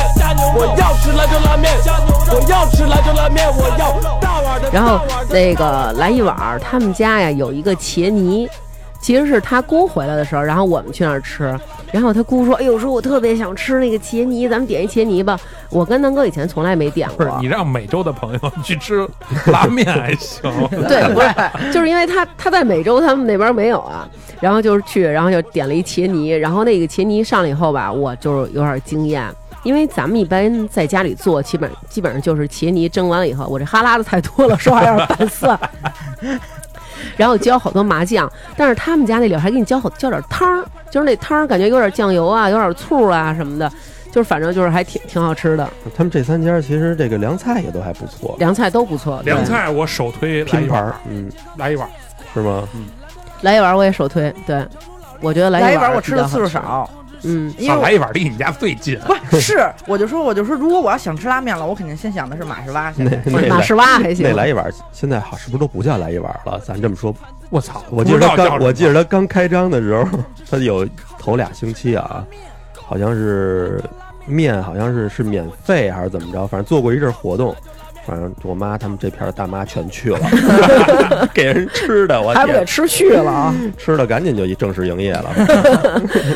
[SPEAKER 5] 我要吃兰州拉面，我要吃兰州拉面，我要大碗的。
[SPEAKER 1] 然后那个来一碗儿，他们家呀有一个茄泥，其实是他姑回来的时候，然后我们去那儿吃，然后他姑说：“哎呦，说我特别想吃那个茄泥，咱们点一茄泥吧。”我跟南哥以前从来没点
[SPEAKER 4] 不
[SPEAKER 1] 过
[SPEAKER 4] 是，你让美洲的朋友去吃拉面还行，
[SPEAKER 1] (laughs)
[SPEAKER 3] (laughs)
[SPEAKER 1] 对，不是，就是因为他他在美洲，他们那边没有啊，然后就是去，然后就点了一茄泥，然后那个茄泥上来以后吧，我就是有点惊艳。因为咱们一般在家里做，基本基本上就是茄泥蒸完了以后，我这哈喇子太多了，说话有点拌蒜， (laughs) 然后浇好多麻酱，但是他们家那里还给你浇好浇点汤儿，就是那汤儿感觉有点酱油啊，有点醋啊什么的，就是反正就是还挺挺好吃的，
[SPEAKER 2] 以。他们这三家其实这个凉菜也都还不错，
[SPEAKER 1] 凉菜都不错。对
[SPEAKER 4] 凉菜我首推来
[SPEAKER 2] 拼
[SPEAKER 4] 一
[SPEAKER 2] 盘
[SPEAKER 4] 碗
[SPEAKER 2] 儿
[SPEAKER 4] 儿，，
[SPEAKER 2] 嗯，
[SPEAKER 4] 来一碗儿。
[SPEAKER 2] 是吗？
[SPEAKER 1] 嗯来一碗我也首推，对，我觉得来
[SPEAKER 3] 来
[SPEAKER 1] 一
[SPEAKER 3] 一碗
[SPEAKER 1] 儿
[SPEAKER 3] 我
[SPEAKER 1] 比
[SPEAKER 3] 吃
[SPEAKER 1] 较
[SPEAKER 3] 的
[SPEAKER 1] 好
[SPEAKER 3] 次数
[SPEAKER 1] 吃，
[SPEAKER 3] 少，
[SPEAKER 1] (laughs) 嗯。
[SPEAKER 3] 因
[SPEAKER 4] 啊
[SPEAKER 3] 为
[SPEAKER 4] 来一碗离你们家最近，
[SPEAKER 3] 我不是，我就说我就说，如果我要想吃拉面了，我肯定先想的是马士蛙先
[SPEAKER 2] 那。那
[SPEAKER 1] 马
[SPEAKER 2] 来
[SPEAKER 1] 士蛙还行
[SPEAKER 2] 那，来一碗，现在好是不是都不叫来一碗了？咱这么说，
[SPEAKER 4] 我操！
[SPEAKER 2] 我记
[SPEAKER 4] 不
[SPEAKER 2] 得
[SPEAKER 4] 知
[SPEAKER 2] 他
[SPEAKER 4] 道叫
[SPEAKER 2] 刚
[SPEAKER 4] 什么
[SPEAKER 2] 我记得他刚开张的时候，他有头俩星期啊，好像是面好像是是免费还是怎么着，反正做过一阵儿活动。反正我妈他们这片儿大妈全去了， (laughs) 给人吃的，我
[SPEAKER 1] 还不给
[SPEAKER 2] 天，
[SPEAKER 1] 吃去了啊？
[SPEAKER 2] 吃的赶紧就一正式营
[SPEAKER 1] (laughs)
[SPEAKER 2] 业了。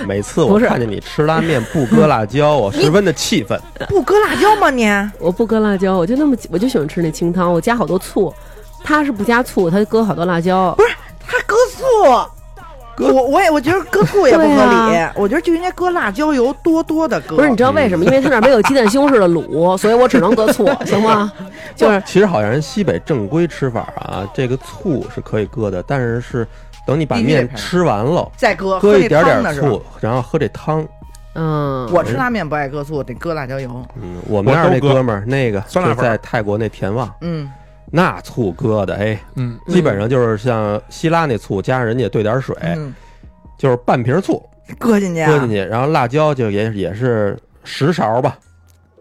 [SPEAKER 2] 每次
[SPEAKER 1] 不
[SPEAKER 2] 我
[SPEAKER 1] 是
[SPEAKER 2] 看见你吃拉面不搁辣椒，我十分的气愤。
[SPEAKER 3] 不搁辣椒吗你？
[SPEAKER 1] 我不搁辣椒，我就那么我就喜欢吃那清汤，我加好多醋。他是不加醋，他就搁好多辣椒。
[SPEAKER 3] 他搁醋，我我也我觉得搁醋也不合理，
[SPEAKER 1] 对啊
[SPEAKER 3] 我觉得就应该搁辣椒油多多的搁。
[SPEAKER 1] 不是，你知道为什么？因为他那儿没有鸡蛋西红柿的卤，所以我只能搁醋，行吗？就是
[SPEAKER 2] 其实好像人西北正规吃法啊，这个醋是可以搁的，但是是等你把
[SPEAKER 3] 必须得
[SPEAKER 2] 面
[SPEAKER 3] 配
[SPEAKER 2] 吃完了，
[SPEAKER 3] 再搁
[SPEAKER 2] 搁
[SPEAKER 3] 喝
[SPEAKER 2] 一
[SPEAKER 3] 那
[SPEAKER 2] 点
[SPEAKER 3] 汤的
[SPEAKER 2] 点
[SPEAKER 3] 时候，
[SPEAKER 2] 醋，然后喝这汤。
[SPEAKER 1] (laughs) 嗯，
[SPEAKER 3] 我吃拉面不爱搁醋，得搁辣椒油。
[SPEAKER 2] 嗯，我们
[SPEAKER 4] 我
[SPEAKER 2] 那儿
[SPEAKER 4] 都
[SPEAKER 2] 那
[SPEAKER 4] 搁
[SPEAKER 2] 哥们儿，那个
[SPEAKER 4] 酸辣
[SPEAKER 2] 就
[SPEAKER 4] 粉
[SPEAKER 2] 在泰国那田旺，
[SPEAKER 3] 嗯，
[SPEAKER 2] 那醋搁的，哎，
[SPEAKER 4] 嗯，
[SPEAKER 2] 基本上就是像希拉那醋，加上人家兑点水，
[SPEAKER 3] 嗯，
[SPEAKER 2] 就是半瓶醋
[SPEAKER 3] 搁进去啊，
[SPEAKER 2] 哎搁进去，然后辣椒就也也是十勺吧，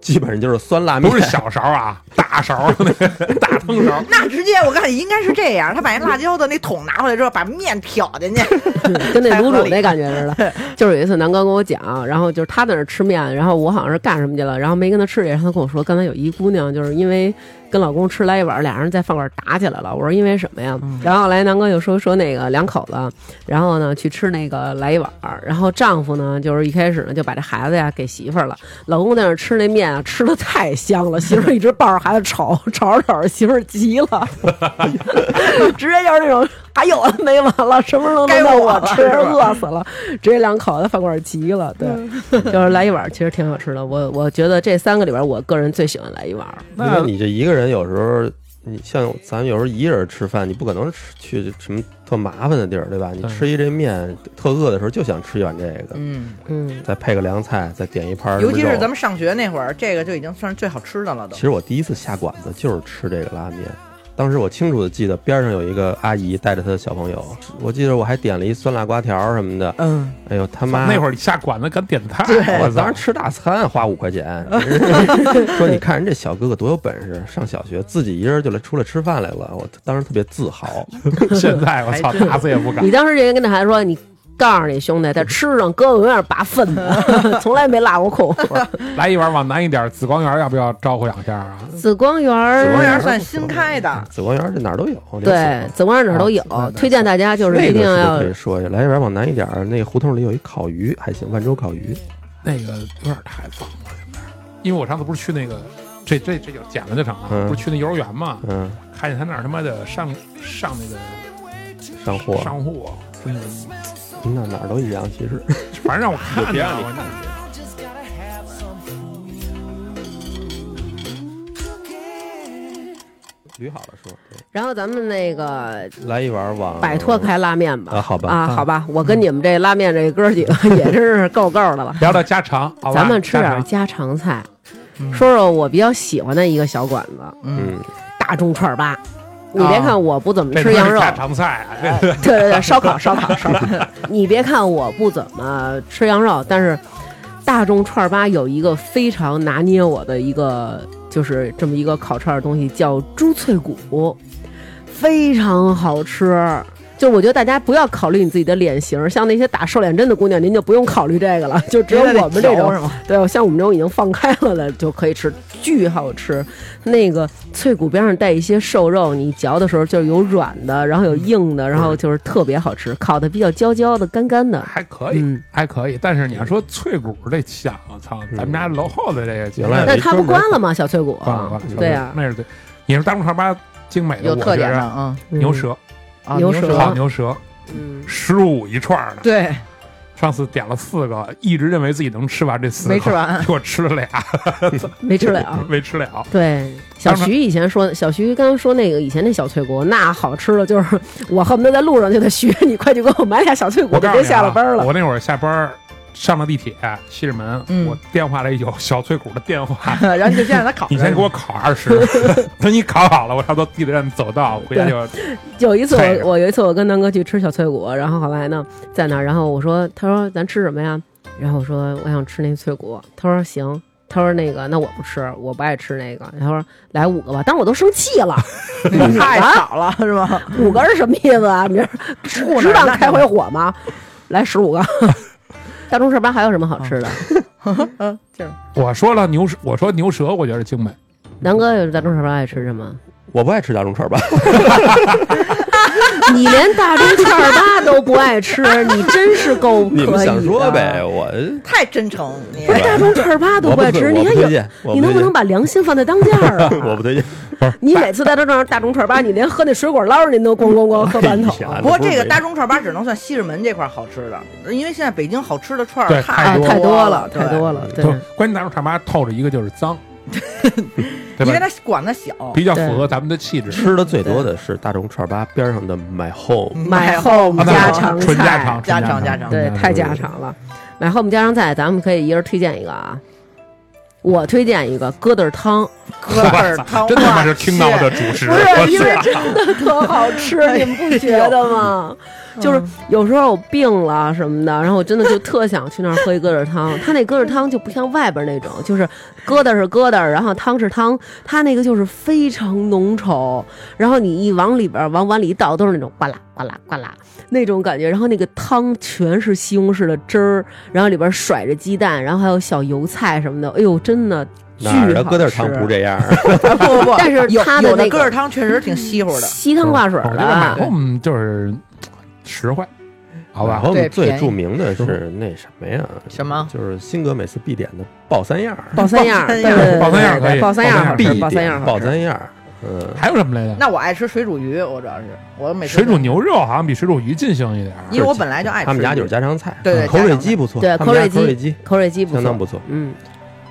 [SPEAKER 2] 基本上就是酸辣面，
[SPEAKER 4] 不是小勺啊，大勺那个大汤勺，
[SPEAKER 3] 那直接我告诉你，应该是这样，他把那辣椒的那桶拿回来之后，把面挑
[SPEAKER 2] (laughs)
[SPEAKER 3] 进去，
[SPEAKER 2] 嗯
[SPEAKER 1] 跟那卤煮那感觉似 (laughs) 的。就是有一次南哥跟我讲，然后就是他在那儿吃面，然后我好像是干什么去了，然后没跟他吃也，然后他跟我说，刚才有一姑娘就是因为跟老公吃来一碗，俩人在饭馆打起来了。我说因为什么呀？然后来南哥就说说那个两口子，然后呢去吃那个来一碗，然后丈夫呢就是一开始呢就把这孩子呀给媳妇儿了，老公在那儿吃那面啊吃的太香了， (laughs) 媳妇儿一直抱着孩子吵，吵着吵着媳妇儿急了， (laughs) 直接就是那种还有完没完了，什么时候能
[SPEAKER 3] 该
[SPEAKER 1] 到
[SPEAKER 3] 我
[SPEAKER 1] 我
[SPEAKER 3] 了
[SPEAKER 1] 吃？
[SPEAKER 3] 是吧
[SPEAKER 1] 饿死了，直接两口子饭馆急了。对， (laughs) 就是来一碗，其实挺好吃的。我我觉得这三个里边，我个人最喜欢来一碗。
[SPEAKER 2] 因为你这一个人有时候你像咱有时候一人吃饭，你不可能吃去什么特麻烦的地儿，对吧？你吃一这面，特饿的时候就想吃一碗这个，
[SPEAKER 3] 嗯，
[SPEAKER 1] 嗯，
[SPEAKER 2] 再配个凉菜，再点一盘儿什么
[SPEAKER 3] 尤
[SPEAKER 2] 肉。
[SPEAKER 3] 其是咱们上学那会儿，这个就已经算是最好吃的了都
[SPEAKER 2] 其。实我第一次下馆子就是吃这个拉面，当时我清楚的记得边上有一个阿姨带着她的小朋友，我记得我还点了一酸辣瓜条儿什么的。
[SPEAKER 3] 嗯，
[SPEAKER 2] 哎呦他妈！
[SPEAKER 4] 那会儿下馆子敢点菜，
[SPEAKER 2] 我
[SPEAKER 4] 我
[SPEAKER 2] 当时
[SPEAKER 4] 当时
[SPEAKER 2] 吃大餐花五块钱，说你看人这小哥哥多有本事，上小学自己一人就来出来吃饭来了，我当时特别自豪。
[SPEAKER 4] 现在我操，打死也不敢
[SPEAKER 1] 你。当时人家跟那孩子说你。告诉你兄弟，在吃上哥哥永远拔粪 (laughs) 的，从来没落过空。
[SPEAKER 4] 来一碗往南一点，紫光园要不要招呼两下啊？
[SPEAKER 1] 紫光园
[SPEAKER 2] 紫光
[SPEAKER 1] 儿，
[SPEAKER 2] 园儿
[SPEAKER 3] 算新开的
[SPEAKER 2] 紫光园儿这哪儿都有。这
[SPEAKER 1] 对，紫光园
[SPEAKER 2] 哦
[SPEAKER 1] 哪儿都有
[SPEAKER 4] 啊紫光园儿，
[SPEAKER 1] 推荐大家就是
[SPEAKER 2] 那
[SPEAKER 1] 一
[SPEAKER 2] 个
[SPEAKER 1] 定
[SPEAKER 2] 是不
[SPEAKER 1] 要
[SPEAKER 2] 是可以说一下，来这边往南一点儿，那个胡同里有一烤鱼，还行，万州烤鱼。
[SPEAKER 4] 那个有点太脏了，因为我上次不是去那个，这这这就剪了就成了，
[SPEAKER 2] 嗯
[SPEAKER 4] 不是去那幼儿园嘛，
[SPEAKER 2] 嗯，
[SPEAKER 4] 看见他那儿他妈的上上那个
[SPEAKER 2] 上货，嗯
[SPEAKER 4] 商户，真的，
[SPEAKER 2] 那哪儿都一样，其实。 (laughs)
[SPEAKER 4] 反正让我看
[SPEAKER 2] 别
[SPEAKER 4] 着
[SPEAKER 2] 让你
[SPEAKER 4] 我
[SPEAKER 2] 捋好了说，对
[SPEAKER 1] 然后咱们那个
[SPEAKER 2] 来一碗往
[SPEAKER 1] 摆脱开拉面吧。
[SPEAKER 2] 啊好吧
[SPEAKER 1] 啊，好吧，我跟你们这拉面这哥几个 (laughs) 也真是够够的了。
[SPEAKER 4] 聊聊家常，好吧
[SPEAKER 1] 咱们吃
[SPEAKER 4] 家
[SPEAKER 1] 点
[SPEAKER 4] 常
[SPEAKER 1] 家常菜，说说我比较喜欢的一个小馆子
[SPEAKER 2] 嗯，
[SPEAKER 1] ——
[SPEAKER 2] 哦
[SPEAKER 1] 大众串儿吧。你别看我不怎么
[SPEAKER 4] 这
[SPEAKER 1] 吃
[SPEAKER 4] 他妈
[SPEAKER 1] 羊
[SPEAKER 4] 是
[SPEAKER 1] 肉，
[SPEAKER 4] 家常菜啊，这
[SPEAKER 1] 对对对，烧烤烧烤烧 (laughs) 烤。你别看我不怎么吃羊肉，但是大众串儿吧有一个非常拿捏我的一个，就是这么一个烤串儿的东西，叫猪脆骨，非常好吃。就我觉得大家不要考虑你自己的脸型，像那些打瘦脸针的姑娘，您就不用考虑这个了，就只有我们这种
[SPEAKER 3] 是吗？
[SPEAKER 1] 对，像我们这种已经放开了的就可以吃，巨好吃。那个脆骨边上带一些瘦肉，你嚼的时候就是有软的，然后有硬的，然后就是特别好吃，烤的比较焦焦的、干干的。
[SPEAKER 4] 还可以，
[SPEAKER 1] 嗯，
[SPEAKER 4] 还可以。但是你要说脆骨这响，我操，咱们家楼后的这个
[SPEAKER 2] 原来
[SPEAKER 1] 那
[SPEAKER 2] 没
[SPEAKER 1] 它
[SPEAKER 2] 专
[SPEAKER 1] 不
[SPEAKER 2] 门
[SPEAKER 1] 关了吗？小脆骨
[SPEAKER 4] 关了关了，
[SPEAKER 1] 对啊呀、
[SPEAKER 4] 那是对。你说大众串吧精美的，
[SPEAKER 3] 有
[SPEAKER 4] 我
[SPEAKER 3] 特
[SPEAKER 4] 觉
[SPEAKER 3] 点
[SPEAKER 4] 着
[SPEAKER 3] 的，嗯，
[SPEAKER 1] 嗯
[SPEAKER 4] 牛，舌，
[SPEAKER 3] 啊
[SPEAKER 1] 牛舌
[SPEAKER 4] 烤牛舌，
[SPEAKER 1] 嗯，
[SPEAKER 4] 十五一串儿呢。
[SPEAKER 3] 对，
[SPEAKER 4] 上次点了四个，一直认为自己能吃完这四个，
[SPEAKER 3] 没吃完
[SPEAKER 1] (laughs)
[SPEAKER 4] 结果吃了俩，
[SPEAKER 1] 没吃了。啊
[SPEAKER 4] 没吃了。
[SPEAKER 1] 对，小徐以前说，小徐刚刚说那个以前那小脆骨，那好吃的就是我恨不得在路上就得学你，快去给我买俩小脆骨，
[SPEAKER 4] 我
[SPEAKER 1] 就
[SPEAKER 4] 告诉
[SPEAKER 1] 别
[SPEAKER 4] 你啊
[SPEAKER 1] 下了班了。
[SPEAKER 4] 我那会儿下班儿上了地铁，西直门，
[SPEAKER 3] 嗯，
[SPEAKER 4] 我电话里有小脆骨的电话
[SPEAKER 1] (laughs)
[SPEAKER 3] 然后你就先让他烤着。
[SPEAKER 4] 你先给我烤二十， (laughs) 等你烤好了，我差不多地铁站走道回家就
[SPEAKER 1] 有一次
[SPEAKER 4] 菜
[SPEAKER 1] 我我有一次我跟南哥去吃小脆骨，然后后来呢在那儿，然后我说他说咱吃什么呀？然后我说哎我想吃那脆骨，他说行。他说：“那个，那我不吃，我不爱吃那个。”他说：“来五个吧。”当时我都生气
[SPEAKER 2] (laughs)
[SPEAKER 1] 了， (laughs)
[SPEAKER 3] 太
[SPEAKER 1] 啊
[SPEAKER 3] 少了是吗？
[SPEAKER 1] 五个是什么意思啊？
[SPEAKER 2] (laughs)
[SPEAKER 1] 你这
[SPEAKER 3] 哪儿
[SPEAKER 1] 是当开回火吗？来十五个。大众市吧还有什么好吃
[SPEAKER 2] 哦
[SPEAKER 1] 的？
[SPEAKER 3] 嗯，就是
[SPEAKER 4] 我说了牛舌，我说牛舌，我觉得精美。
[SPEAKER 1] 南哥有大众市吧爱吃什么？
[SPEAKER 2] 我不爱吃大众串儿吧？
[SPEAKER 1] 你连大众串儿吧都不爱
[SPEAKER 2] (laughs)
[SPEAKER 1] 吃，你真是够可以啊
[SPEAKER 2] 你
[SPEAKER 1] 的。
[SPEAKER 2] 们想说呗，我
[SPEAKER 3] 太真诚，你
[SPEAKER 1] 不是大众串儿吧都
[SPEAKER 2] 我
[SPEAKER 1] 不
[SPEAKER 2] 不
[SPEAKER 1] 爱
[SPEAKER 2] 推
[SPEAKER 1] 吃，
[SPEAKER 2] 我
[SPEAKER 1] 你
[SPEAKER 2] 不
[SPEAKER 1] 还
[SPEAKER 2] 推
[SPEAKER 1] 有
[SPEAKER 2] 荐，我
[SPEAKER 1] 你能
[SPEAKER 2] 不
[SPEAKER 1] 不能
[SPEAKER 2] 推荐，
[SPEAKER 1] 把良心放在当间儿
[SPEAKER 2] 我
[SPEAKER 1] 啊 (laughs)
[SPEAKER 2] 不？推荐。
[SPEAKER 1] 你每次在这上大众串儿吧，你连喝那水果捞儿您都咣咣咣喝半桶。
[SPEAKER 2] (laughs)
[SPEAKER 1] (laughs)
[SPEAKER 2] 哎呀
[SPEAKER 3] 不过这个
[SPEAKER 2] 那不是
[SPEAKER 3] 大众串吧只能算西直门这块儿好吃的，因为现在北京好吃的串儿
[SPEAKER 4] 对
[SPEAKER 1] 哎，
[SPEAKER 4] 太
[SPEAKER 1] 太
[SPEAKER 3] 多
[SPEAKER 1] 多了，
[SPEAKER 3] 对
[SPEAKER 1] 太多了，嗯对
[SPEAKER 4] 不，是，关键咱们他妈透着一个就是脏，对
[SPEAKER 3] 因为
[SPEAKER 4] 吧？
[SPEAKER 3] 它馆子小，
[SPEAKER 4] 比较符合咱们的气质。
[SPEAKER 2] 吃的最多的是大众串儿吧边上的 My Home，
[SPEAKER 1] (laughs) 买后
[SPEAKER 4] 啊那
[SPEAKER 1] 家常
[SPEAKER 4] 纯家
[SPEAKER 1] 菜
[SPEAKER 4] 常，嗯
[SPEAKER 3] 家
[SPEAKER 4] 纯
[SPEAKER 3] 常
[SPEAKER 4] 家
[SPEAKER 3] 家常
[SPEAKER 1] 对，太家常了。买后我们家常菜，咱们可以一人推荐一个啊。我推荐一个疙瘩汤，
[SPEAKER 3] 疙瘩儿汤，
[SPEAKER 4] (laughs) 真他妈是听到的主持，
[SPEAKER 1] 不
[SPEAKER 4] 我
[SPEAKER 1] 是因为
[SPEAKER 4] 操
[SPEAKER 1] 真的特好吃，你们不觉得吗？就是有时候我病了什么的，然后我真的就特想去那儿喝一疙瘩汤。它那疙瘩汤就不像外边那种，就是疙瘩是疙瘩，然后汤是汤，它那个就是非常浓稠，然后你一往里边往碗里一倒，都是那种呱啦呱啦呱啦那种感觉。然后那个汤全是西红柿的汁儿，然后里边甩着鸡蛋，然后还有小油菜什么的。哎呦，真的巨
[SPEAKER 2] 哪
[SPEAKER 1] 好
[SPEAKER 2] 儿
[SPEAKER 1] 吃
[SPEAKER 2] 的。疙瘩汤不这样？ (laughs)
[SPEAKER 3] 不不不，
[SPEAKER 1] 但是
[SPEAKER 3] 有
[SPEAKER 1] 它的
[SPEAKER 3] 有的
[SPEAKER 1] 那个
[SPEAKER 3] 疙瘩汤确实挺稀乎
[SPEAKER 1] (sniffs)
[SPEAKER 3] 的，
[SPEAKER 1] 稀汤挂水
[SPEAKER 4] 我
[SPEAKER 1] 儿啊
[SPEAKER 4] 觉
[SPEAKER 1] 的
[SPEAKER 4] 得哦买，home 就是实惠，好
[SPEAKER 1] (laughs)
[SPEAKER 4] 吧？
[SPEAKER 2] 我
[SPEAKER 3] 对
[SPEAKER 2] 们最
[SPEAKER 3] 便宜
[SPEAKER 2] 著名的是那什么呀？
[SPEAKER 3] 什么
[SPEAKER 2] 就是新哥每次必点的爆三样儿，
[SPEAKER 1] 爆三样儿，
[SPEAKER 3] 爆三
[SPEAKER 1] 对
[SPEAKER 3] 样
[SPEAKER 1] 对对
[SPEAKER 3] 儿
[SPEAKER 4] 爆三样儿
[SPEAKER 1] 对
[SPEAKER 4] 可以
[SPEAKER 1] 爆三样儿好
[SPEAKER 2] 必
[SPEAKER 1] 吃，
[SPEAKER 2] 点
[SPEAKER 1] 爆三样儿好
[SPEAKER 2] 爆
[SPEAKER 1] 吃。
[SPEAKER 2] 三样儿。嗯，
[SPEAKER 4] 还有什么来着？
[SPEAKER 3] 那我爱吃水煮鱼，我主要是我每次
[SPEAKER 4] 水煮，牛肉好像比水煮鱼尽兴一点儿。
[SPEAKER 3] 因为我本来就爱吃。
[SPEAKER 2] 他们家就是家常菜，嗯
[SPEAKER 3] 对对
[SPEAKER 2] 口水鸡不错，
[SPEAKER 1] 对
[SPEAKER 2] 他们家
[SPEAKER 1] 口
[SPEAKER 2] 口
[SPEAKER 1] 水
[SPEAKER 2] 水鸡
[SPEAKER 1] 口水鸡不
[SPEAKER 2] 相当
[SPEAKER 1] 错，
[SPEAKER 2] 不错。
[SPEAKER 1] 嗯，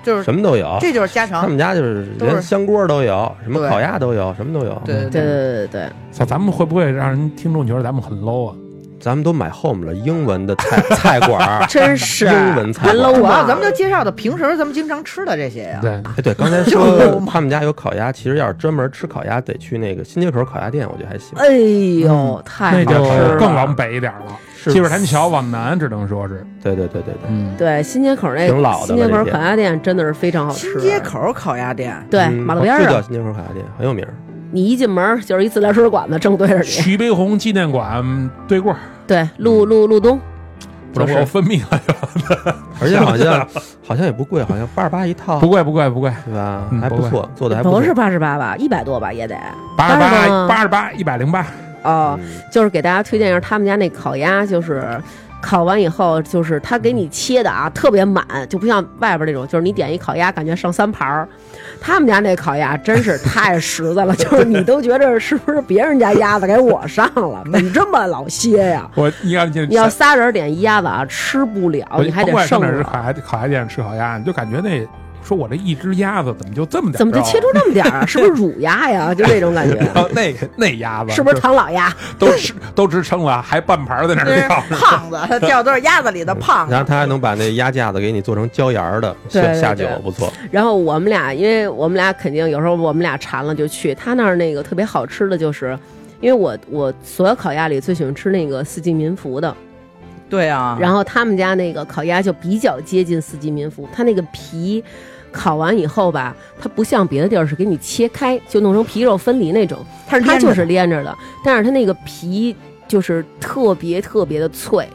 [SPEAKER 3] 就是
[SPEAKER 2] 什么都有。
[SPEAKER 3] 这就是家
[SPEAKER 2] 他
[SPEAKER 3] 常
[SPEAKER 2] 们。家就是
[SPEAKER 3] 都是
[SPEAKER 2] 连香锅都有，什么
[SPEAKER 3] 对
[SPEAKER 2] 烤鸭都有，什么都有。
[SPEAKER 3] 对对
[SPEAKER 1] 对对对对
[SPEAKER 4] 操，咱们会不会让人听众觉得咱们很 low 啊？
[SPEAKER 2] 咱们都买 home 了，英文的
[SPEAKER 1] (laughs)
[SPEAKER 2] 菜菜馆
[SPEAKER 1] 对，。
[SPEAKER 2] 儿
[SPEAKER 1] 真是
[SPEAKER 2] 英文菜
[SPEAKER 1] 还 low 啊！
[SPEAKER 3] 咱们就介绍的平时咱们经常吃的这些呀。
[SPEAKER 4] 对，
[SPEAKER 2] 哎，对，刚才
[SPEAKER 3] 就是
[SPEAKER 2] 说
[SPEAKER 3] 嘛
[SPEAKER 2] 他们家有烤鸭，其实要是专门吃烤鸭，得去那个新街口烤鸭店，我觉得还行。
[SPEAKER 1] 哎呦，太
[SPEAKER 4] 那
[SPEAKER 1] 好吃
[SPEAKER 4] 就是
[SPEAKER 1] 了，
[SPEAKER 4] 更往北一点了，
[SPEAKER 2] 是
[SPEAKER 4] 积水潭桥往南，只能说是，
[SPEAKER 2] 对对对对对，
[SPEAKER 4] 嗯，
[SPEAKER 1] 对，新街口那
[SPEAKER 2] 挺老的
[SPEAKER 1] 新
[SPEAKER 2] 了
[SPEAKER 1] 街口
[SPEAKER 2] 这
[SPEAKER 1] 烤鸭店真的是非常好吃。
[SPEAKER 3] 新街口烤鸭店，
[SPEAKER 1] 对
[SPEAKER 2] 嗯
[SPEAKER 1] 马路边
[SPEAKER 2] 就
[SPEAKER 1] 儿
[SPEAKER 2] 叫
[SPEAKER 1] 啊，
[SPEAKER 2] 新街口烤鸭店，很有名儿。
[SPEAKER 1] 你一进门就是一自来水管子正对着你。
[SPEAKER 4] 徐悲鸿纪念馆对过，
[SPEAKER 1] 对，路路路东，
[SPEAKER 4] 不是
[SPEAKER 1] 就
[SPEAKER 4] 我
[SPEAKER 1] 是
[SPEAKER 4] 要分泌了，
[SPEAKER 1] (laughs)
[SPEAKER 2] 而且好像好像也不贵，好像八十八一
[SPEAKER 1] 哦
[SPEAKER 2] 套
[SPEAKER 4] 不，贵不贵不贵，
[SPEAKER 2] 对吧
[SPEAKER 4] 嗯？
[SPEAKER 2] 还
[SPEAKER 4] 不
[SPEAKER 2] 不
[SPEAKER 4] 贵
[SPEAKER 2] 错，做的还
[SPEAKER 1] 不
[SPEAKER 2] 错。
[SPEAKER 1] 是八十八吧，一百多吧也得。
[SPEAKER 4] 八十八
[SPEAKER 1] 80
[SPEAKER 4] 八十八一百零八，
[SPEAKER 1] 哦，
[SPEAKER 2] 嗯
[SPEAKER 1] 就是给大家推荐一下他们家那烤鸭，就是烤完以后，就是他给你切的啊，特别满，就不像外边那种，就是你点一烤鸭感觉上三盘儿。他们家那烤鸭真是太实在了， (laughs) 就是你都觉着是不是别人家鸭子给我上了，怎么这么老些呀？
[SPEAKER 4] 我你看这
[SPEAKER 1] 你要仨人点一鸭子啊，吃不了，
[SPEAKER 4] 我
[SPEAKER 1] 你还
[SPEAKER 4] 甭
[SPEAKER 1] 得
[SPEAKER 4] 管上
[SPEAKER 1] 剩
[SPEAKER 4] 哪儿吃烤
[SPEAKER 1] 着。
[SPEAKER 4] 鸭烤鸭店吃烤鸭，你就感觉那说我这一只鸭子怎么就这么点儿
[SPEAKER 1] 怎么就切出这么点儿啊？是不是乳鸭呀？就这种感觉，
[SPEAKER 4] (laughs) 肉然后哦那个那鸭子
[SPEAKER 1] 是不是唐老鸭？
[SPEAKER 4] 都吃都吃撑了，还半盘儿在那
[SPEAKER 3] 这
[SPEAKER 4] 儿
[SPEAKER 3] 是
[SPEAKER 1] 啊
[SPEAKER 4] 撂着？
[SPEAKER 3] 胖子，他掉都是鸭子里的胖
[SPEAKER 2] 然
[SPEAKER 3] 子。
[SPEAKER 2] 后他还能把那鸭架子给你做成椒盐儿的
[SPEAKER 1] 对
[SPEAKER 2] 下
[SPEAKER 1] 对
[SPEAKER 2] 下酒
[SPEAKER 1] 对，
[SPEAKER 2] 不错。
[SPEAKER 1] 然后我们俩，因为我们俩肯定有时候我们俩馋了就去他那儿那个特别好吃的就是，因为我我所有烤鸭里最喜欢吃那个四季民福的，
[SPEAKER 3] 对啊，
[SPEAKER 1] 然后他们家那个烤鸭就比较接近四季民福，它那个皮烤完以后吧，它不像别的地儿是给你切开就弄成皮肉分离那种，
[SPEAKER 3] 他是
[SPEAKER 1] 它
[SPEAKER 3] 连着
[SPEAKER 1] 就
[SPEAKER 3] 的
[SPEAKER 1] 是连着的，但是它那个皮就是特别特别的脆，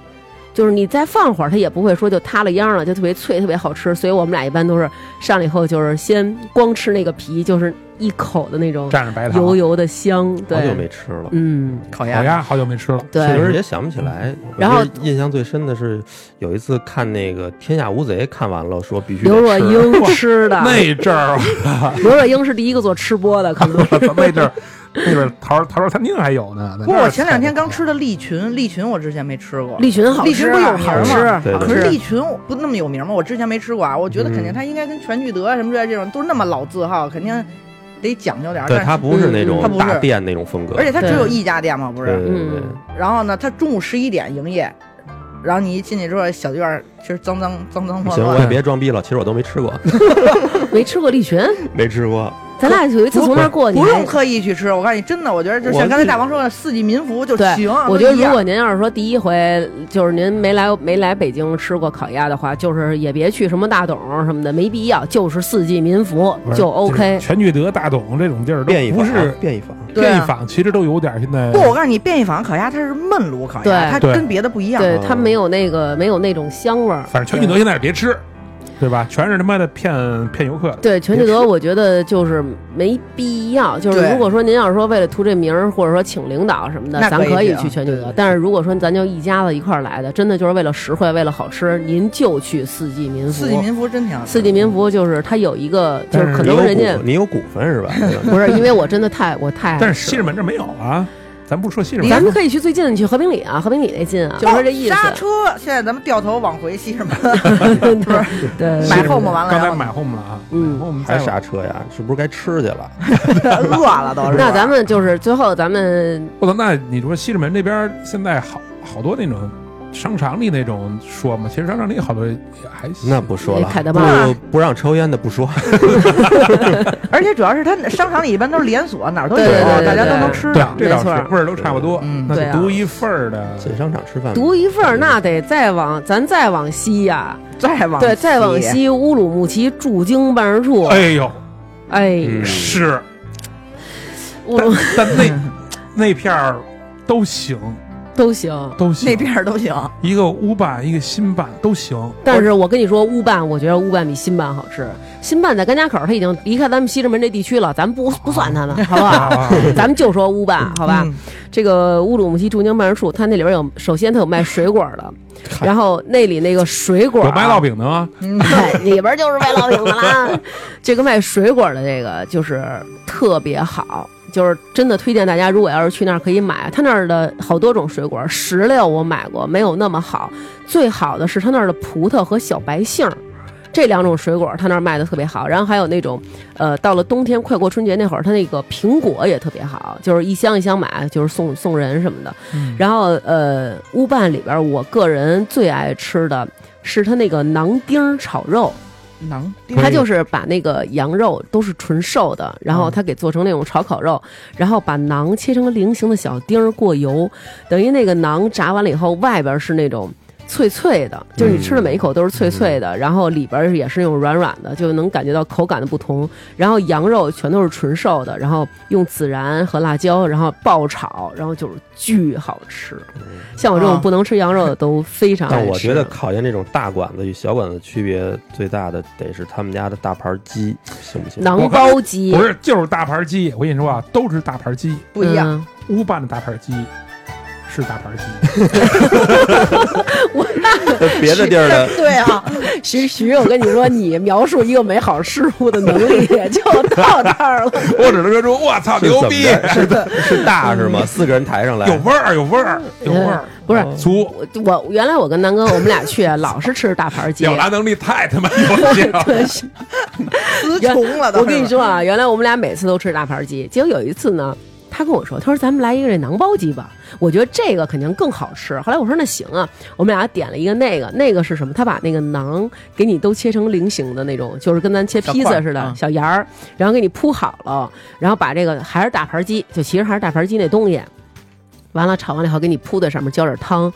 [SPEAKER 1] 就是你再放会儿，它也不会说就塌了秧了，就特别脆，特别好吃。所以我们俩一般都是上来以后就是先光吃那个皮，就是一口的那种
[SPEAKER 4] 蘸着白糖。
[SPEAKER 1] 油油的香，
[SPEAKER 2] 好久
[SPEAKER 1] 对，
[SPEAKER 2] 没吃了，
[SPEAKER 1] 嗯，
[SPEAKER 3] 烤
[SPEAKER 4] 烤鸭好久没吃了，
[SPEAKER 2] 其
[SPEAKER 1] 对嗯
[SPEAKER 2] 实也想不起来。我
[SPEAKER 1] 然后
[SPEAKER 2] 觉得印象最深的是有一次看那个《天下无贼》，看完了说必须得
[SPEAKER 1] 刘若
[SPEAKER 2] 吃
[SPEAKER 1] 英吃的，
[SPEAKER 4] 那阵儿
[SPEAKER 1] 刘若英是第一个做吃播的，可
[SPEAKER 4] (laughs)
[SPEAKER 1] 能是。(laughs)
[SPEAKER 4] 那阵儿那阵儿陶陶烧餐厅还有呢。在
[SPEAKER 3] 不过
[SPEAKER 4] 那儿
[SPEAKER 3] 我前两天刚吃的利群，利群我之前没吃过。
[SPEAKER 1] 利群好吃，啊
[SPEAKER 3] 利群不有名
[SPEAKER 1] 好
[SPEAKER 3] 吗
[SPEAKER 1] 吃，
[SPEAKER 2] 对
[SPEAKER 1] 好
[SPEAKER 2] 对
[SPEAKER 3] 可是
[SPEAKER 1] 吃
[SPEAKER 3] 利群不那么有名吗？我之前没吃过啊，我觉得肯定
[SPEAKER 2] 嗯
[SPEAKER 3] 他应该跟全聚德啊什么之类这种都是那么老字号，肯定得讲究点儿。
[SPEAKER 2] 对，
[SPEAKER 3] 但
[SPEAKER 2] 它不是那
[SPEAKER 1] 嗯
[SPEAKER 2] 种
[SPEAKER 3] 它不是
[SPEAKER 2] 大店那种风格，
[SPEAKER 3] 而且它只
[SPEAKER 1] 对
[SPEAKER 3] 有一家店嘛，不
[SPEAKER 2] 对
[SPEAKER 3] 是？
[SPEAKER 2] 对对对
[SPEAKER 1] 嗯
[SPEAKER 3] 然后呢，它中午十一点营业，然后你一进去之后，小院儿其实脏脏脏脏乱
[SPEAKER 2] 行，我也
[SPEAKER 3] 乱。
[SPEAKER 2] 别装逼了，其实我都没吃过， (laughs)
[SPEAKER 1] 没吃过利群，
[SPEAKER 2] 没吃过。
[SPEAKER 1] 咱俩有一次从那儿过，哦你
[SPEAKER 3] 不
[SPEAKER 1] 还
[SPEAKER 3] 用刻意去吃，我告诉你，真的，我觉得就
[SPEAKER 2] 我
[SPEAKER 3] 像刚才大王说的，四季民福就
[SPEAKER 1] 对
[SPEAKER 3] 行。，啊
[SPEAKER 1] 我觉得
[SPEAKER 3] 都一
[SPEAKER 1] 如
[SPEAKER 3] 样
[SPEAKER 1] 果您要是说第一回就是您没来没来北京吃过烤鸭的话，就是也别去什么大董什么的，没必要，就是四季民福
[SPEAKER 4] 不是
[SPEAKER 1] 就 OK。
[SPEAKER 4] 全聚德、大董这种地儿都
[SPEAKER 2] 变一
[SPEAKER 4] 不
[SPEAKER 2] 坊啊
[SPEAKER 4] 是
[SPEAKER 2] 变一坊，
[SPEAKER 3] 对啊
[SPEAKER 4] 便宜坊，其实都有点儿现在
[SPEAKER 3] 不，我告诉你，便宜坊烤鸭它是焖炉烤鸭，
[SPEAKER 1] 对
[SPEAKER 3] 它
[SPEAKER 4] 对
[SPEAKER 3] 跟别的不一样。
[SPEAKER 1] 对，它没有那个没有那种香味儿。
[SPEAKER 4] 哦反正全聚德现在也别吃，对吧？全是他妈的骗骗游客的。
[SPEAKER 1] 对全聚德，我觉得就是没必要。就是
[SPEAKER 3] 对
[SPEAKER 1] 如果说您要是说为了图这名儿，或者说请领导什么的，
[SPEAKER 3] 那
[SPEAKER 1] 咱
[SPEAKER 3] 可以
[SPEAKER 1] 可以
[SPEAKER 3] 去啊
[SPEAKER 1] 去全聚
[SPEAKER 3] 对
[SPEAKER 1] 德
[SPEAKER 3] 对。
[SPEAKER 1] 但是如果说咱就一家子一块儿来的，真的就是为了实惠，为了好吃，您就去四季民福。
[SPEAKER 3] 四季民福真挺好吃。
[SPEAKER 1] 四季民福就是它有一个，就
[SPEAKER 4] 但
[SPEAKER 1] 是
[SPEAKER 4] 是
[SPEAKER 1] 可
[SPEAKER 2] 你
[SPEAKER 1] 能
[SPEAKER 2] 有
[SPEAKER 1] 人家
[SPEAKER 2] 股你有股份是吧？对吧
[SPEAKER 1] 不是，因为我真的太我太爱吃了。
[SPEAKER 4] 但是西直门这没有啊，咱不说西直门，
[SPEAKER 1] 咱们可以去最近的，去和平里啊，和平里那近啊，就是这意思。
[SPEAKER 3] 哦
[SPEAKER 1] (laughs)
[SPEAKER 3] 刹车！现在咱们掉头往回西直门，
[SPEAKER 1] 对
[SPEAKER 4] 西
[SPEAKER 3] 买
[SPEAKER 4] 直门
[SPEAKER 3] home 完了
[SPEAKER 4] 刚才
[SPEAKER 3] 然后
[SPEAKER 4] 买 home 了啊，
[SPEAKER 1] 嗯
[SPEAKER 4] 我们
[SPEAKER 2] 还
[SPEAKER 4] 再
[SPEAKER 2] 刹车呀？是不是该吃去了？
[SPEAKER 3] 饿了都是。
[SPEAKER 1] 那咱们就是最后咱们
[SPEAKER 4] 我操，那你说西直门这边现在好好多那种商场里那种说嘛，其实商场里好多也还行。
[SPEAKER 2] 那不说了，
[SPEAKER 1] 凯德曼
[SPEAKER 2] 不不让抽烟的不说， (laughs)
[SPEAKER 3] 而且主要是它商场里一般都是连锁，哪儿都有
[SPEAKER 1] 对
[SPEAKER 2] 对对，对
[SPEAKER 3] 大家都能
[SPEAKER 1] 对
[SPEAKER 3] 吃
[SPEAKER 4] 对啊
[SPEAKER 3] 的，。
[SPEAKER 4] 这倒
[SPEAKER 1] 没错
[SPEAKER 4] 是味儿都差不多，
[SPEAKER 3] 嗯
[SPEAKER 4] 那
[SPEAKER 1] 对
[SPEAKER 4] 就
[SPEAKER 1] 啊
[SPEAKER 4] 独一份儿的。
[SPEAKER 2] 进商场吃饭。
[SPEAKER 1] 独一份儿，那得再往咱再往西呀，
[SPEAKER 3] 再往
[SPEAKER 1] 对，再往，西乌鲁木齐驻京办事处，
[SPEAKER 4] 哎呦，
[SPEAKER 1] 哎，
[SPEAKER 2] 嗯
[SPEAKER 4] 是，
[SPEAKER 1] 乌
[SPEAKER 4] 但
[SPEAKER 1] 鲁
[SPEAKER 4] 但那那片儿都行，
[SPEAKER 1] 都行。
[SPEAKER 4] 都行，
[SPEAKER 3] 那边儿都行。
[SPEAKER 4] 一个乌办，一个新办都行。
[SPEAKER 1] 但是我跟你说，乌办我觉得乌办比新办好吃。新办在甘家口，它已经离开咱们西直门这地区了，咱不 (laughs) 不算他们，好不 (laughs) 好？
[SPEAKER 4] 啊，
[SPEAKER 1] 咱们就说乌办，好吧？
[SPEAKER 3] 嗯
[SPEAKER 1] 这个乌鲁木齐驻京办事处，它那里边有，首先它有卖水果的，然后那里那个水果
[SPEAKER 4] 有
[SPEAKER 1] 啊
[SPEAKER 4] 卖烙饼的吗？
[SPEAKER 1] (laughs) 哎，里边就是卖烙饼的啦。 (laughs) 这个卖水果的这个就是特别好，就是真的推荐大家，如果要是去那儿可以买，他那儿的好多种水果，石榴我买过，没有那么好，最好的是他那儿的葡萄和小白杏儿。这两种水果他那儿卖的特别好。然后还有那种，呃，到了冬天快过春节那会儿，他那个苹果也特别好，就是一箱一箱买，就是送送人什么的。然后呃，乌办里边儿我个人最爱吃的是他那个囊丁儿炒肉。
[SPEAKER 3] 囊丁
[SPEAKER 4] 可以
[SPEAKER 1] 他就是把那个羊肉都是纯瘦的，然
[SPEAKER 3] 嗯
[SPEAKER 1] 后他给做成那种炒烤肉，然后把馕切成菱形的小丁儿过油，等于那个馕炸完了以后，外边是那种脆脆的，就是你吃
[SPEAKER 3] 嗯
[SPEAKER 1] 的每一口都是脆脆的，然后里边也是那种软软的，就能感觉到口感的不同。然后羊肉全都是纯瘦的，然后用孜然和辣椒，然后爆炒，然后就是巨好吃。像我这种
[SPEAKER 3] 啊
[SPEAKER 1] 不能吃羊肉的都非常爱
[SPEAKER 2] 但
[SPEAKER 1] 吃。
[SPEAKER 2] 我觉得考验这种大馆子与小馆子区别最大的，得是他们家的大盘鸡，行不行？
[SPEAKER 1] 馕包鸡
[SPEAKER 4] 不是，就是大盘鸡。我跟你说啊，都是大盘鸡，
[SPEAKER 3] 不一样。
[SPEAKER 1] 嗯
[SPEAKER 4] 乌办的大盘鸡是大盘鸡，
[SPEAKER 2] 别的地儿的
[SPEAKER 3] (laughs) 对啊，
[SPEAKER 1] 徐徐，我跟你说，你描述一个美好事物的能
[SPEAKER 4] (laughs)
[SPEAKER 1] 力也就到这儿了。
[SPEAKER 4] (laughs) 我只能说出我操
[SPEAKER 2] 是怎
[SPEAKER 4] (laughs) 牛
[SPEAKER 2] 么
[SPEAKER 4] 逼，啊
[SPEAKER 2] 着？是大是大是吗？四个人抬上来
[SPEAKER 4] 有，味儿，有味儿，有味儿，
[SPEAKER 1] 嗯
[SPEAKER 4] 哦
[SPEAKER 1] 不是
[SPEAKER 4] 足。
[SPEAKER 1] 我我原来我跟南哥我们俩去，
[SPEAKER 4] (laughs)
[SPEAKER 1] 老是吃大盘鸡。
[SPEAKER 4] 表达能力太他妈 (laughs) 有限了，
[SPEAKER 3] 词穷了。
[SPEAKER 1] 我跟你，说啊，原来我们俩每次都吃大盘鸡，结果有一次呢，他跟我说，他说咱们来一个这馕包鸡吧，我觉得这个肯定更好吃。后来我说那行啊，我们俩点了一个那个，那个是什么？他把那个馕给你都切成菱形的那种，就是跟咱切披
[SPEAKER 3] 小块
[SPEAKER 1] 萨
[SPEAKER 3] 儿
[SPEAKER 1] 似
[SPEAKER 4] 啊
[SPEAKER 1] 的
[SPEAKER 3] 嗯
[SPEAKER 1] 小沿儿，然后给你铺好了，然后把这个还是大盘鸡，就其实还是大盘鸡那东西，完了炒完了以后给你铺在上面，浇点汤。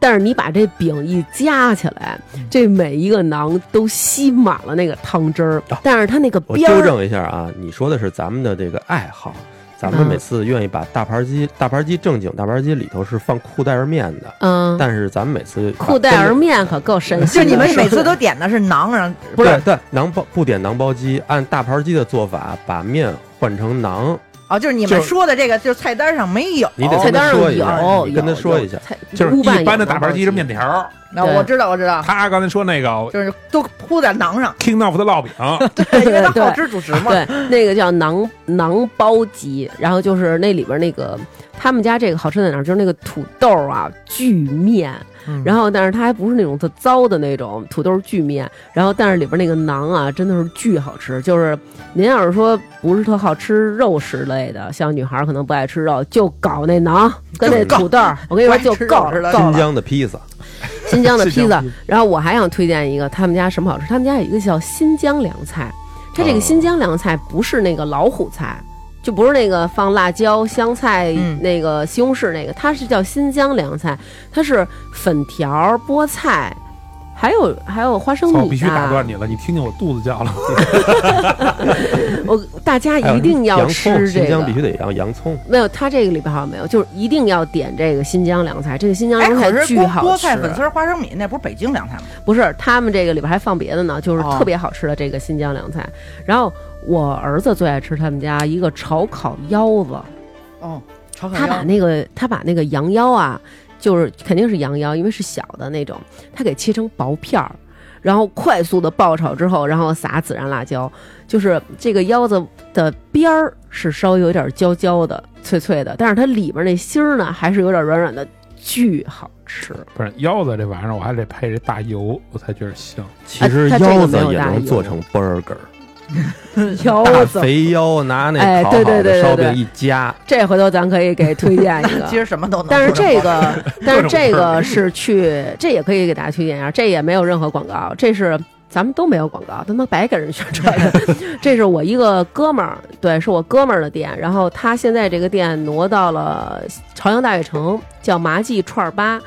[SPEAKER 1] 但是你把这饼一夹起来，
[SPEAKER 2] 嗯
[SPEAKER 1] 这每一个馕都吸满了那个汤汁儿，但是它那个
[SPEAKER 2] 哦我
[SPEAKER 1] 边儿
[SPEAKER 2] 纠正一下啊，你说的是咱们的这个爱好，咱们
[SPEAKER 1] 嗯
[SPEAKER 2] 每次愿意把大盘鸡，大盘鸡正经，大盘鸡里头是放裤带儿面的，
[SPEAKER 1] 嗯，
[SPEAKER 2] 但是咱们每次把
[SPEAKER 1] 裤带儿
[SPEAKER 2] 真的。
[SPEAKER 1] 面可够神奇
[SPEAKER 3] 就
[SPEAKER 1] 的。
[SPEAKER 3] 你们每次都点的是馕，然后
[SPEAKER 2] 不是，对，馕包不点馕包鸡，按大盘鸡的做法，把面换成馕，
[SPEAKER 3] 哦，就是你
[SPEAKER 2] 就
[SPEAKER 3] 们说的这个，就是菜单上没有。
[SPEAKER 2] 你得
[SPEAKER 1] 哦菜
[SPEAKER 2] 跟
[SPEAKER 1] 单
[SPEAKER 2] 他
[SPEAKER 1] 上
[SPEAKER 2] 说一下
[SPEAKER 1] 有，
[SPEAKER 2] 你跟他
[SPEAKER 1] 有
[SPEAKER 2] 说一
[SPEAKER 1] 有
[SPEAKER 2] 下
[SPEAKER 1] 菜
[SPEAKER 4] 就是
[SPEAKER 1] 乌拌
[SPEAKER 4] 一般的
[SPEAKER 1] 有
[SPEAKER 4] 大盘鸡是面条儿，
[SPEAKER 3] 那我知道，我知道，
[SPEAKER 4] 他刚才说那个
[SPEAKER 3] 就是 (laughs) 都铺在馕上，
[SPEAKER 4] King of 的烙饼，
[SPEAKER 3] 对，因为它
[SPEAKER 1] 对
[SPEAKER 3] 好吃主食嘛。
[SPEAKER 1] 对，那个叫馕馕包鸡，然后就是那里边那个他们家这个好吃在哪儿，就是那个土豆啊巨面，
[SPEAKER 3] 嗯
[SPEAKER 1] 然后但是它还不是那种特糟的那种土豆巨面，然后但是里边那个馕啊真的是巨好吃，就是您要是说不是特好吃肉食类的，像女孩儿可能不爱吃肉，就搞那馕跟那土豆儿，我跟你说就够
[SPEAKER 3] 不爱吃肉食
[SPEAKER 1] 了，
[SPEAKER 3] 的
[SPEAKER 1] 够
[SPEAKER 2] 新
[SPEAKER 1] 了。
[SPEAKER 2] 疆的披萨，
[SPEAKER 1] 新疆的披
[SPEAKER 4] 新疆
[SPEAKER 1] 萨
[SPEAKER 4] 披。
[SPEAKER 1] 然后我还想推荐一个，他们家什么好吃？他们家有一个叫新疆凉菜，它这个
[SPEAKER 2] 哦
[SPEAKER 1] 新疆凉菜不是那个老虎菜。就不是那个放辣椒、香菜、
[SPEAKER 3] 嗯
[SPEAKER 1] 那个西红柿那个，它是叫新疆凉菜，它是粉条、菠菜，还有还有花生米、
[SPEAKER 4] 操
[SPEAKER 1] 啊。
[SPEAKER 4] 我必须打断你了，你听见我肚子叫了，
[SPEAKER 1] 我大家
[SPEAKER 2] 还有
[SPEAKER 1] 一定要
[SPEAKER 2] 洋葱，
[SPEAKER 1] 吃这
[SPEAKER 2] 新疆
[SPEAKER 1] 个哎
[SPEAKER 2] 必。须得洋洋葱。
[SPEAKER 1] 没有，它这个里边好像没有，就是一定要点这个新疆凉菜。这个新疆
[SPEAKER 3] 哎，
[SPEAKER 1] 凉菜
[SPEAKER 3] 可是
[SPEAKER 1] 巨
[SPEAKER 3] 菠
[SPEAKER 1] 好吃。啊
[SPEAKER 3] 菠菜粉丝儿花生米那不是北京凉菜吗？
[SPEAKER 1] 不是，他们这个里边还放别的呢，就是
[SPEAKER 3] 哦
[SPEAKER 1] 特别好吃的这个新疆凉菜。然后我儿子最爱吃他们家一个炒烤腰子，
[SPEAKER 3] 哦，炒烤
[SPEAKER 1] 他
[SPEAKER 2] 哎
[SPEAKER 1] 把那个他把那个羊腰啊，就是肯定是羊腰，因为是小的那种，他给切成薄片儿。然后快速的爆炒之后，然后撒孜然辣椒，就是这个腰子的边儿是稍微有点焦焦的、脆脆的，但是它里边那芯儿呢还是有点软软的，巨好吃。
[SPEAKER 4] 不是腰子这玩意儿，我还得配这大油，我才觉得香。
[SPEAKER 2] 其实
[SPEAKER 1] 它这个
[SPEAKER 2] 腰
[SPEAKER 1] 没
[SPEAKER 2] 子
[SPEAKER 1] 有哦
[SPEAKER 2] 也
[SPEAKER 1] 大
[SPEAKER 2] 能
[SPEAKER 1] 油
[SPEAKER 2] 做成 burger，
[SPEAKER 1] 腰
[SPEAKER 2] (laughs) 大
[SPEAKER 1] 子
[SPEAKER 2] 肥腰拿那
[SPEAKER 1] 哎
[SPEAKER 2] 烤
[SPEAKER 1] 对
[SPEAKER 2] 好
[SPEAKER 1] 对对
[SPEAKER 2] 的
[SPEAKER 1] 对
[SPEAKER 2] 烧
[SPEAKER 1] 对
[SPEAKER 2] 饼一夹，
[SPEAKER 1] 这回头咱可以给推荐一个。
[SPEAKER 3] 其实什么都能。
[SPEAKER 1] 但是这个，但是这
[SPEAKER 4] 各种味
[SPEAKER 1] 个
[SPEAKER 4] 儿
[SPEAKER 1] 是去，这也可以给大家推荐一下，这也没有任何广告，这是咱们都没有广告，他妈白给人宣传的。
[SPEAKER 4] (laughs)
[SPEAKER 1] 这是我一个哥们儿，对，是我哥们儿的店，然后他现在这个店挪到了朝阳大悦城，叫麻记串儿吧。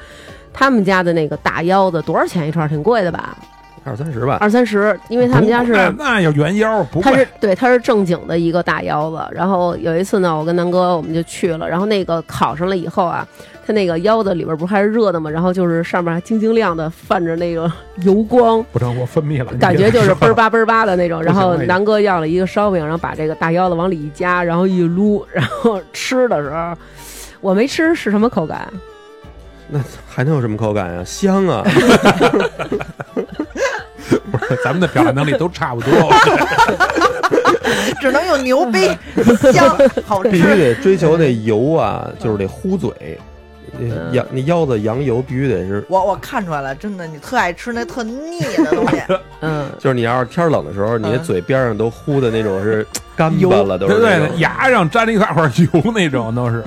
[SPEAKER 1] 他们家的那个大腰子多少钱一串儿？挺贵的吧，
[SPEAKER 2] 二三十吧。
[SPEAKER 1] 二三十。因为他们家是
[SPEAKER 4] 不那那要原腰不
[SPEAKER 1] 它
[SPEAKER 4] 贵
[SPEAKER 1] 是，对，它是正经的一个大腰子。然后有一次呢，我跟南哥我们就去了，然后那个烤上了以后啊，它那个腰子里边不是还是热的吗？然后就是上面还晶晶亮的，泛着那个 (laughs) 油光，
[SPEAKER 4] 不成我分泌了，
[SPEAKER 1] 感觉哎就是嘣儿
[SPEAKER 4] 吧。
[SPEAKER 1] 吧嘣儿吧的那种。然后
[SPEAKER 4] 不行了
[SPEAKER 1] 南哥要了一个烧饼，然后把这个大腰子往里一夹，然后一撸，然后吃的时候。我没吃是什么口感？
[SPEAKER 2] 那还能有什么口感呀、香
[SPEAKER 1] (laughs)
[SPEAKER 2] 啊！
[SPEAKER 4] 不是 (laughs) 咱们的表达能力都差不多，
[SPEAKER 2] (laughs)
[SPEAKER 4] (laughs)
[SPEAKER 3] (laughs) 只能用牛逼香好
[SPEAKER 2] 必须
[SPEAKER 3] 吃。
[SPEAKER 2] 得追求那油啊，就是得糊嘴，
[SPEAKER 1] 嗯
[SPEAKER 2] 那羊那腰子羊油必须得是，
[SPEAKER 3] 我我看出来了，真的，你特爱吃那特腻的东 (laughs) 西，
[SPEAKER 1] (laughs) 嗯，
[SPEAKER 2] 就是你要是天冷的时候，你的
[SPEAKER 3] 嗯
[SPEAKER 2] 嘴边上都糊的那种
[SPEAKER 4] (laughs)
[SPEAKER 2] 是干
[SPEAKER 4] 油
[SPEAKER 2] 巴了，都
[SPEAKER 4] 对
[SPEAKER 2] 是那
[SPEAKER 4] 对，
[SPEAKER 2] 种。
[SPEAKER 4] 牙上粘了一大块油那种都
[SPEAKER 1] (laughs)
[SPEAKER 4] 是。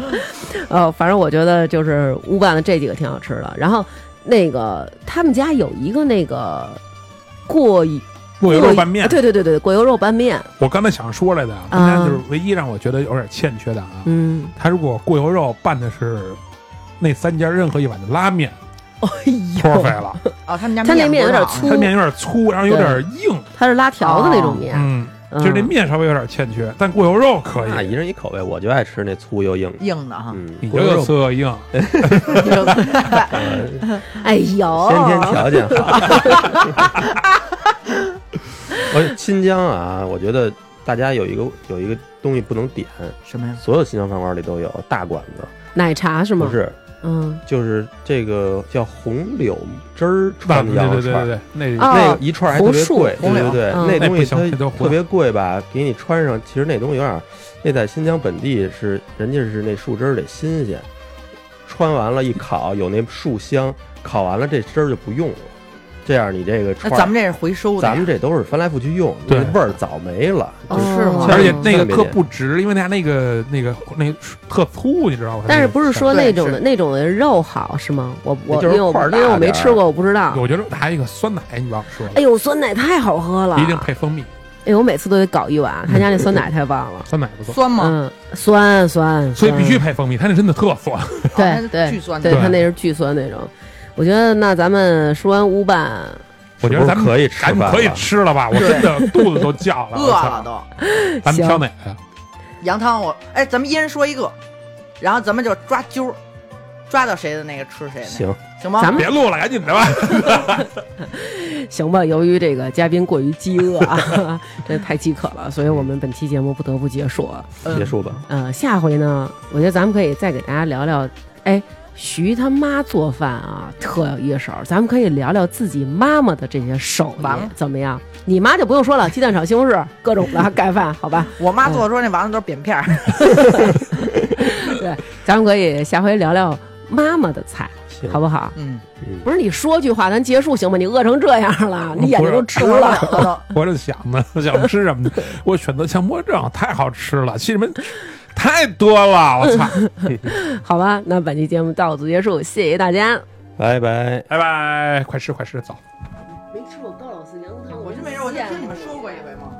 [SPEAKER 1] 呃，反正我觉得就是乌办的这几个挺好吃的。然后那个他们家有一个那个过
[SPEAKER 4] 过油肉拌面，
[SPEAKER 1] 哦对对对对，过油肉拌面，
[SPEAKER 4] 我刚才想说来的，他们家就是唯一让我觉得有点欠缺的啊。
[SPEAKER 1] 嗯，
[SPEAKER 4] 他如果过油肉拌的是那三家任何一碗的
[SPEAKER 1] (laughs)
[SPEAKER 4] 拉面，
[SPEAKER 1] 哎
[SPEAKER 4] 托
[SPEAKER 1] 呦
[SPEAKER 4] 肥，了，
[SPEAKER 3] 哦，他们家
[SPEAKER 1] 他那面有点
[SPEAKER 3] 不是啊
[SPEAKER 1] 粗
[SPEAKER 4] 它，面有点粗，然后有点硬，
[SPEAKER 1] 它是拉条的那种面，
[SPEAKER 4] 嗯，
[SPEAKER 1] 嗯
[SPEAKER 4] 就是这面稍微有点欠缺，但过油肉可
[SPEAKER 2] 那一
[SPEAKER 4] 以，
[SPEAKER 2] 人一口味，我就爱吃那粗又硬的。
[SPEAKER 3] 硬的
[SPEAKER 1] 啊
[SPEAKER 3] 哈。
[SPEAKER 4] 你
[SPEAKER 2] 嗯，
[SPEAKER 4] 就有色硬，
[SPEAKER 1] 哎呦，
[SPEAKER 2] 呃先天条件好。 (laughs) 而且新疆啊，我觉得大家有一个有一个东西不能点，
[SPEAKER 3] 什么呀？
[SPEAKER 2] 所有新疆饭馆里都有大馆子，
[SPEAKER 1] 奶茶是吗？
[SPEAKER 2] 不，是，
[SPEAKER 1] 嗯，
[SPEAKER 2] 就是这个叫红柳汁儿
[SPEAKER 4] 那
[SPEAKER 2] 串
[SPEAKER 4] 对
[SPEAKER 2] 羊肉
[SPEAKER 4] 对对
[SPEAKER 2] 串
[SPEAKER 4] 对
[SPEAKER 2] 儿。
[SPEAKER 4] 对，那
[SPEAKER 1] 啊
[SPEAKER 2] 那个一串儿还特别贵，
[SPEAKER 1] 红
[SPEAKER 2] 对对对，
[SPEAKER 3] 树
[SPEAKER 1] 红柳
[SPEAKER 2] 那
[SPEAKER 4] 嗯
[SPEAKER 2] 东西
[SPEAKER 4] 那不行这都
[SPEAKER 2] 它
[SPEAKER 4] 糊
[SPEAKER 2] 特
[SPEAKER 4] 了
[SPEAKER 2] 别贵吧？给你穿上，其实那东西有点儿，那在新疆本地是人家是那树枝儿得新鲜，穿完了，一烤有那树香，烤完了这汁儿就不用了，这样你这个
[SPEAKER 3] 那
[SPEAKER 2] 串儿，
[SPEAKER 3] 咱们这是回收的呀，
[SPEAKER 2] 咱们这都是翻来覆去用，
[SPEAKER 4] 对
[SPEAKER 2] 那味儿早没了。
[SPEAKER 1] 哦
[SPEAKER 2] 就是
[SPEAKER 3] 吗
[SPEAKER 1] 嗯
[SPEAKER 4] 而且那个
[SPEAKER 2] 特别
[SPEAKER 4] 特
[SPEAKER 2] 点
[SPEAKER 4] 不值，因为它那个那个那个特粗，你知道吗？
[SPEAKER 1] 但是不是说那种的
[SPEAKER 3] 对
[SPEAKER 1] 那种的肉好是吗？我我
[SPEAKER 2] 就
[SPEAKER 1] 因
[SPEAKER 2] 是
[SPEAKER 1] 为我
[SPEAKER 2] 块儿
[SPEAKER 1] 因
[SPEAKER 2] 大
[SPEAKER 1] 为我没
[SPEAKER 2] 点儿
[SPEAKER 1] 吃过，我不知道。
[SPEAKER 4] 我觉得还有一个酸奶，你忘了说
[SPEAKER 1] 哎
[SPEAKER 4] 了，
[SPEAKER 1] 呦，酸奶太好喝了！
[SPEAKER 4] 一定配蜂蜜，
[SPEAKER 1] 哎，我每次都得搞一碗，他家那酸奶太棒了。
[SPEAKER 4] 酸奶不错，
[SPEAKER 3] 酸吗？
[SPEAKER 1] 嗯，酸酸，
[SPEAKER 4] 所以必须
[SPEAKER 1] 酸
[SPEAKER 4] 配蜂蜜，它那真的特酸。
[SPEAKER 3] 哦那
[SPEAKER 1] 嗯对
[SPEAKER 3] 是
[SPEAKER 1] 对
[SPEAKER 3] 巨酸的
[SPEAKER 1] 对
[SPEAKER 4] 对
[SPEAKER 1] 他那是巨酸那种。我觉得那咱们说完乌办，
[SPEAKER 4] 我觉得咱
[SPEAKER 2] 是
[SPEAKER 4] 们
[SPEAKER 2] 不是可以吃
[SPEAKER 4] 咱们
[SPEAKER 2] 饭
[SPEAKER 4] 可以
[SPEAKER 2] 了
[SPEAKER 4] 吃了吧？我真的肚子都叫
[SPEAKER 1] (laughs)
[SPEAKER 4] 了，
[SPEAKER 3] 饿
[SPEAKER 4] 我操
[SPEAKER 3] 了。都。
[SPEAKER 4] 咱们挑哪个呀？
[SPEAKER 3] 羊汤我哎，咱们一人说一个，然后咱们就抓阄儿，抓到谁的那个吃谁的那个，
[SPEAKER 2] 行，
[SPEAKER 3] 行吗？
[SPEAKER 1] 咱们
[SPEAKER 4] 别录了，赶紧的吧。
[SPEAKER 1] 行吧，由于这个嘉宾过于饥饿啊， (laughs) 这太饥渴了，所以我们本期节目不得不结束。啊
[SPEAKER 2] 结束吧。
[SPEAKER 1] 呃，下回呢，我觉得咱们可以再给大家聊聊，哎，徐他妈做饭啊，特有一手，咱们可以聊聊自己妈妈的这些手艺
[SPEAKER 3] 完了
[SPEAKER 1] 怎么样？你妈就不用说了，鸡蛋炒西红柿，各种
[SPEAKER 3] (laughs)
[SPEAKER 1] 的盖饭，好吧？
[SPEAKER 3] 我妈做的说那丸子都是扁片儿，
[SPEAKER 1] 对，咱们可以下回聊聊妈妈的菜，
[SPEAKER 2] 行，
[SPEAKER 1] 好不好？
[SPEAKER 3] 嗯，
[SPEAKER 2] 嗯
[SPEAKER 1] 不是你说句话，咱结束行吗？你饿成这样了，你眼睛都直
[SPEAKER 3] 受不了
[SPEAKER 1] 了。
[SPEAKER 3] 了都。
[SPEAKER 4] 我就想呢，想吃什么呢？我选择强迫症，太好吃了，其实们太多
[SPEAKER 1] (laughs)
[SPEAKER 4] 了，我操！
[SPEAKER 1] 好吧，那本期节目到此结束，谢谢大家。
[SPEAKER 2] 拜拜。
[SPEAKER 4] 拜拜，快吃快吃，走。
[SPEAKER 1] 没吃过高老四羊汤，
[SPEAKER 3] (laughs) 我是没事，我就听你们说过一回嘛。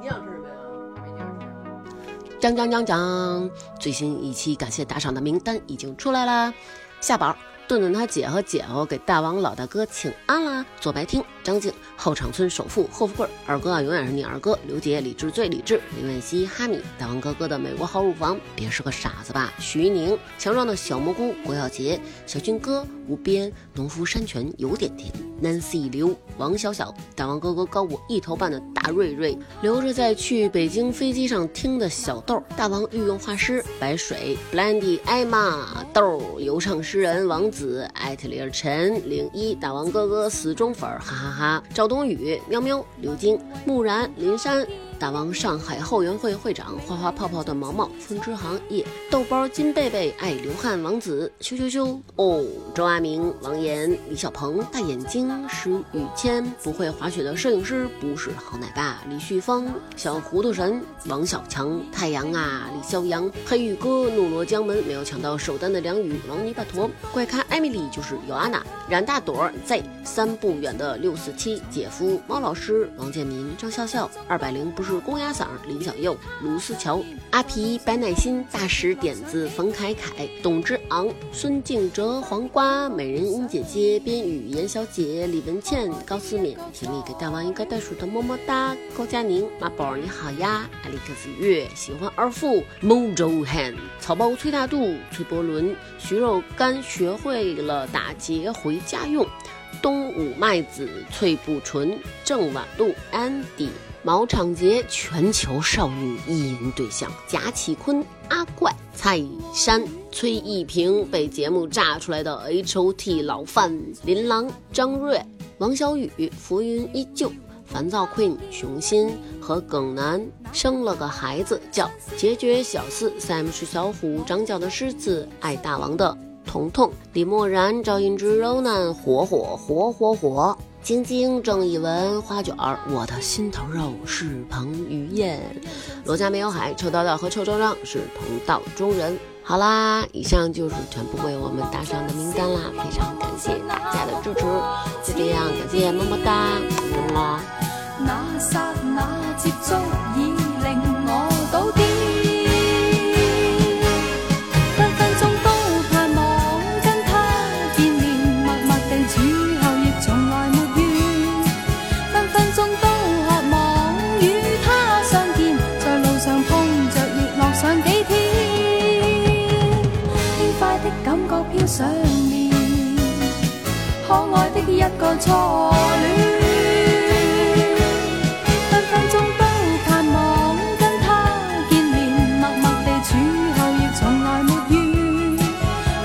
[SPEAKER 1] 你想吃什么呀？
[SPEAKER 6] 张张张张，最新一期感谢打赏的名单已经出来啦！夏宝、顿顿他姐和姐夫给大王老大哥请安啦！左白厅、张静、后场村首富霍富贵儿、二哥啊永远是你二哥，刘杰、李志最李志、林wen希、哈米、大王哥哥的美国好乳房，别是个傻子吧？徐宁、强壮的小蘑菇郭晓杰、小军哥、无边、农夫山泉有点甜、Nancy 刘、王小小、大王哥哥高我一头半的大瑞瑞、留着在去北京飞机上听的小豆儿、大王御用画师、白水、Blandy、艾玛、豆儿、游唱诗人王子、艾特里尔陈、零一、大王哥哥、死忠粉儿，哈哈哈！赵冬雨、喵喵、刘晶、木然、林珊。大王上海后援会会长，花花泡泡的毛毛，风之行业，豆包金贝贝，爱流汗王子，咻咻咻，哦，周阿明、王岩、李小鹏、大眼睛、石宇谦，不会滑雪的摄影师，不是好奶爸，李旭峰、小糊涂神、王小强、太阳啊，李逍遥、黑羽哥、怒罗江门没有抢到首单的梁宇、王泥巴陀、怪咖艾米丽就是尤安娜、冉大朵儿 Z 三不远的六四七姐夫猫老师王建民张笑笑二百零不是公鸭嗓儿林小佑卢思乔阿皮白乃馨大石点子冯凯凯董之昂孙敬哲黄瓜美人音姐姐边雨严小姐李文倩高思敏婷丽给大王一个袋鼠的么么哒高佳宁马宝儿你好呀艾利克斯月喜欢二副 Mojo Hand 草包崔大度崔伯伦徐肉干学会了打结回家用。东武麦子、翠不纯、郑婉露、Andy、毛长杰，全球少女意淫对象贾启坤、阿怪、蔡珊、崔一平，被节目炸出来的 H O T 老范、林郎、张瑞、王小雨、浮云依旧。烦躁 Queen 熊心和耿楠生了个孩子，叫孑孓小四。Sam 是小虎，长角的狮子，爱大王的彤彤、李默然、赵印之、Ronan、火火、火火火、晶晶、郑义文、花卷儿，我的心头肉是彭于晏，罗家没有海、臭叨叨和臭周章是同道中人。好啦，以上就是全部为我们打赏的名单啦，非常感谢大家的支持，就这样，感谢么么哒，么么。
[SPEAKER 7] 那刹那接觸已令我倒跌，分分鐘都盼望跟他見面，默默地處後亦從來沒怨，分分鐘都渴望與他相見，在路上碰着亦樂上幾天，輕快的感覺飄上面，可愛的一個初戀。分分鐘都盼望跟他見面，默默地處後亦從來沒怨。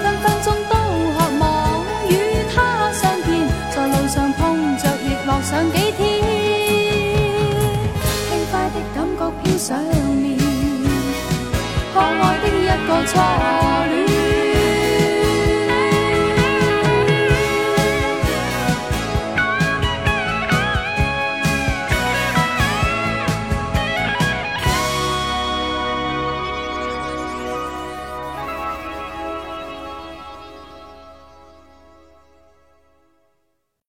[SPEAKER 7] 分分鐘都渴望與他相見，在路上碰着亦樂上幾天。輕快的感覺飄上面，可愛的一個初戀。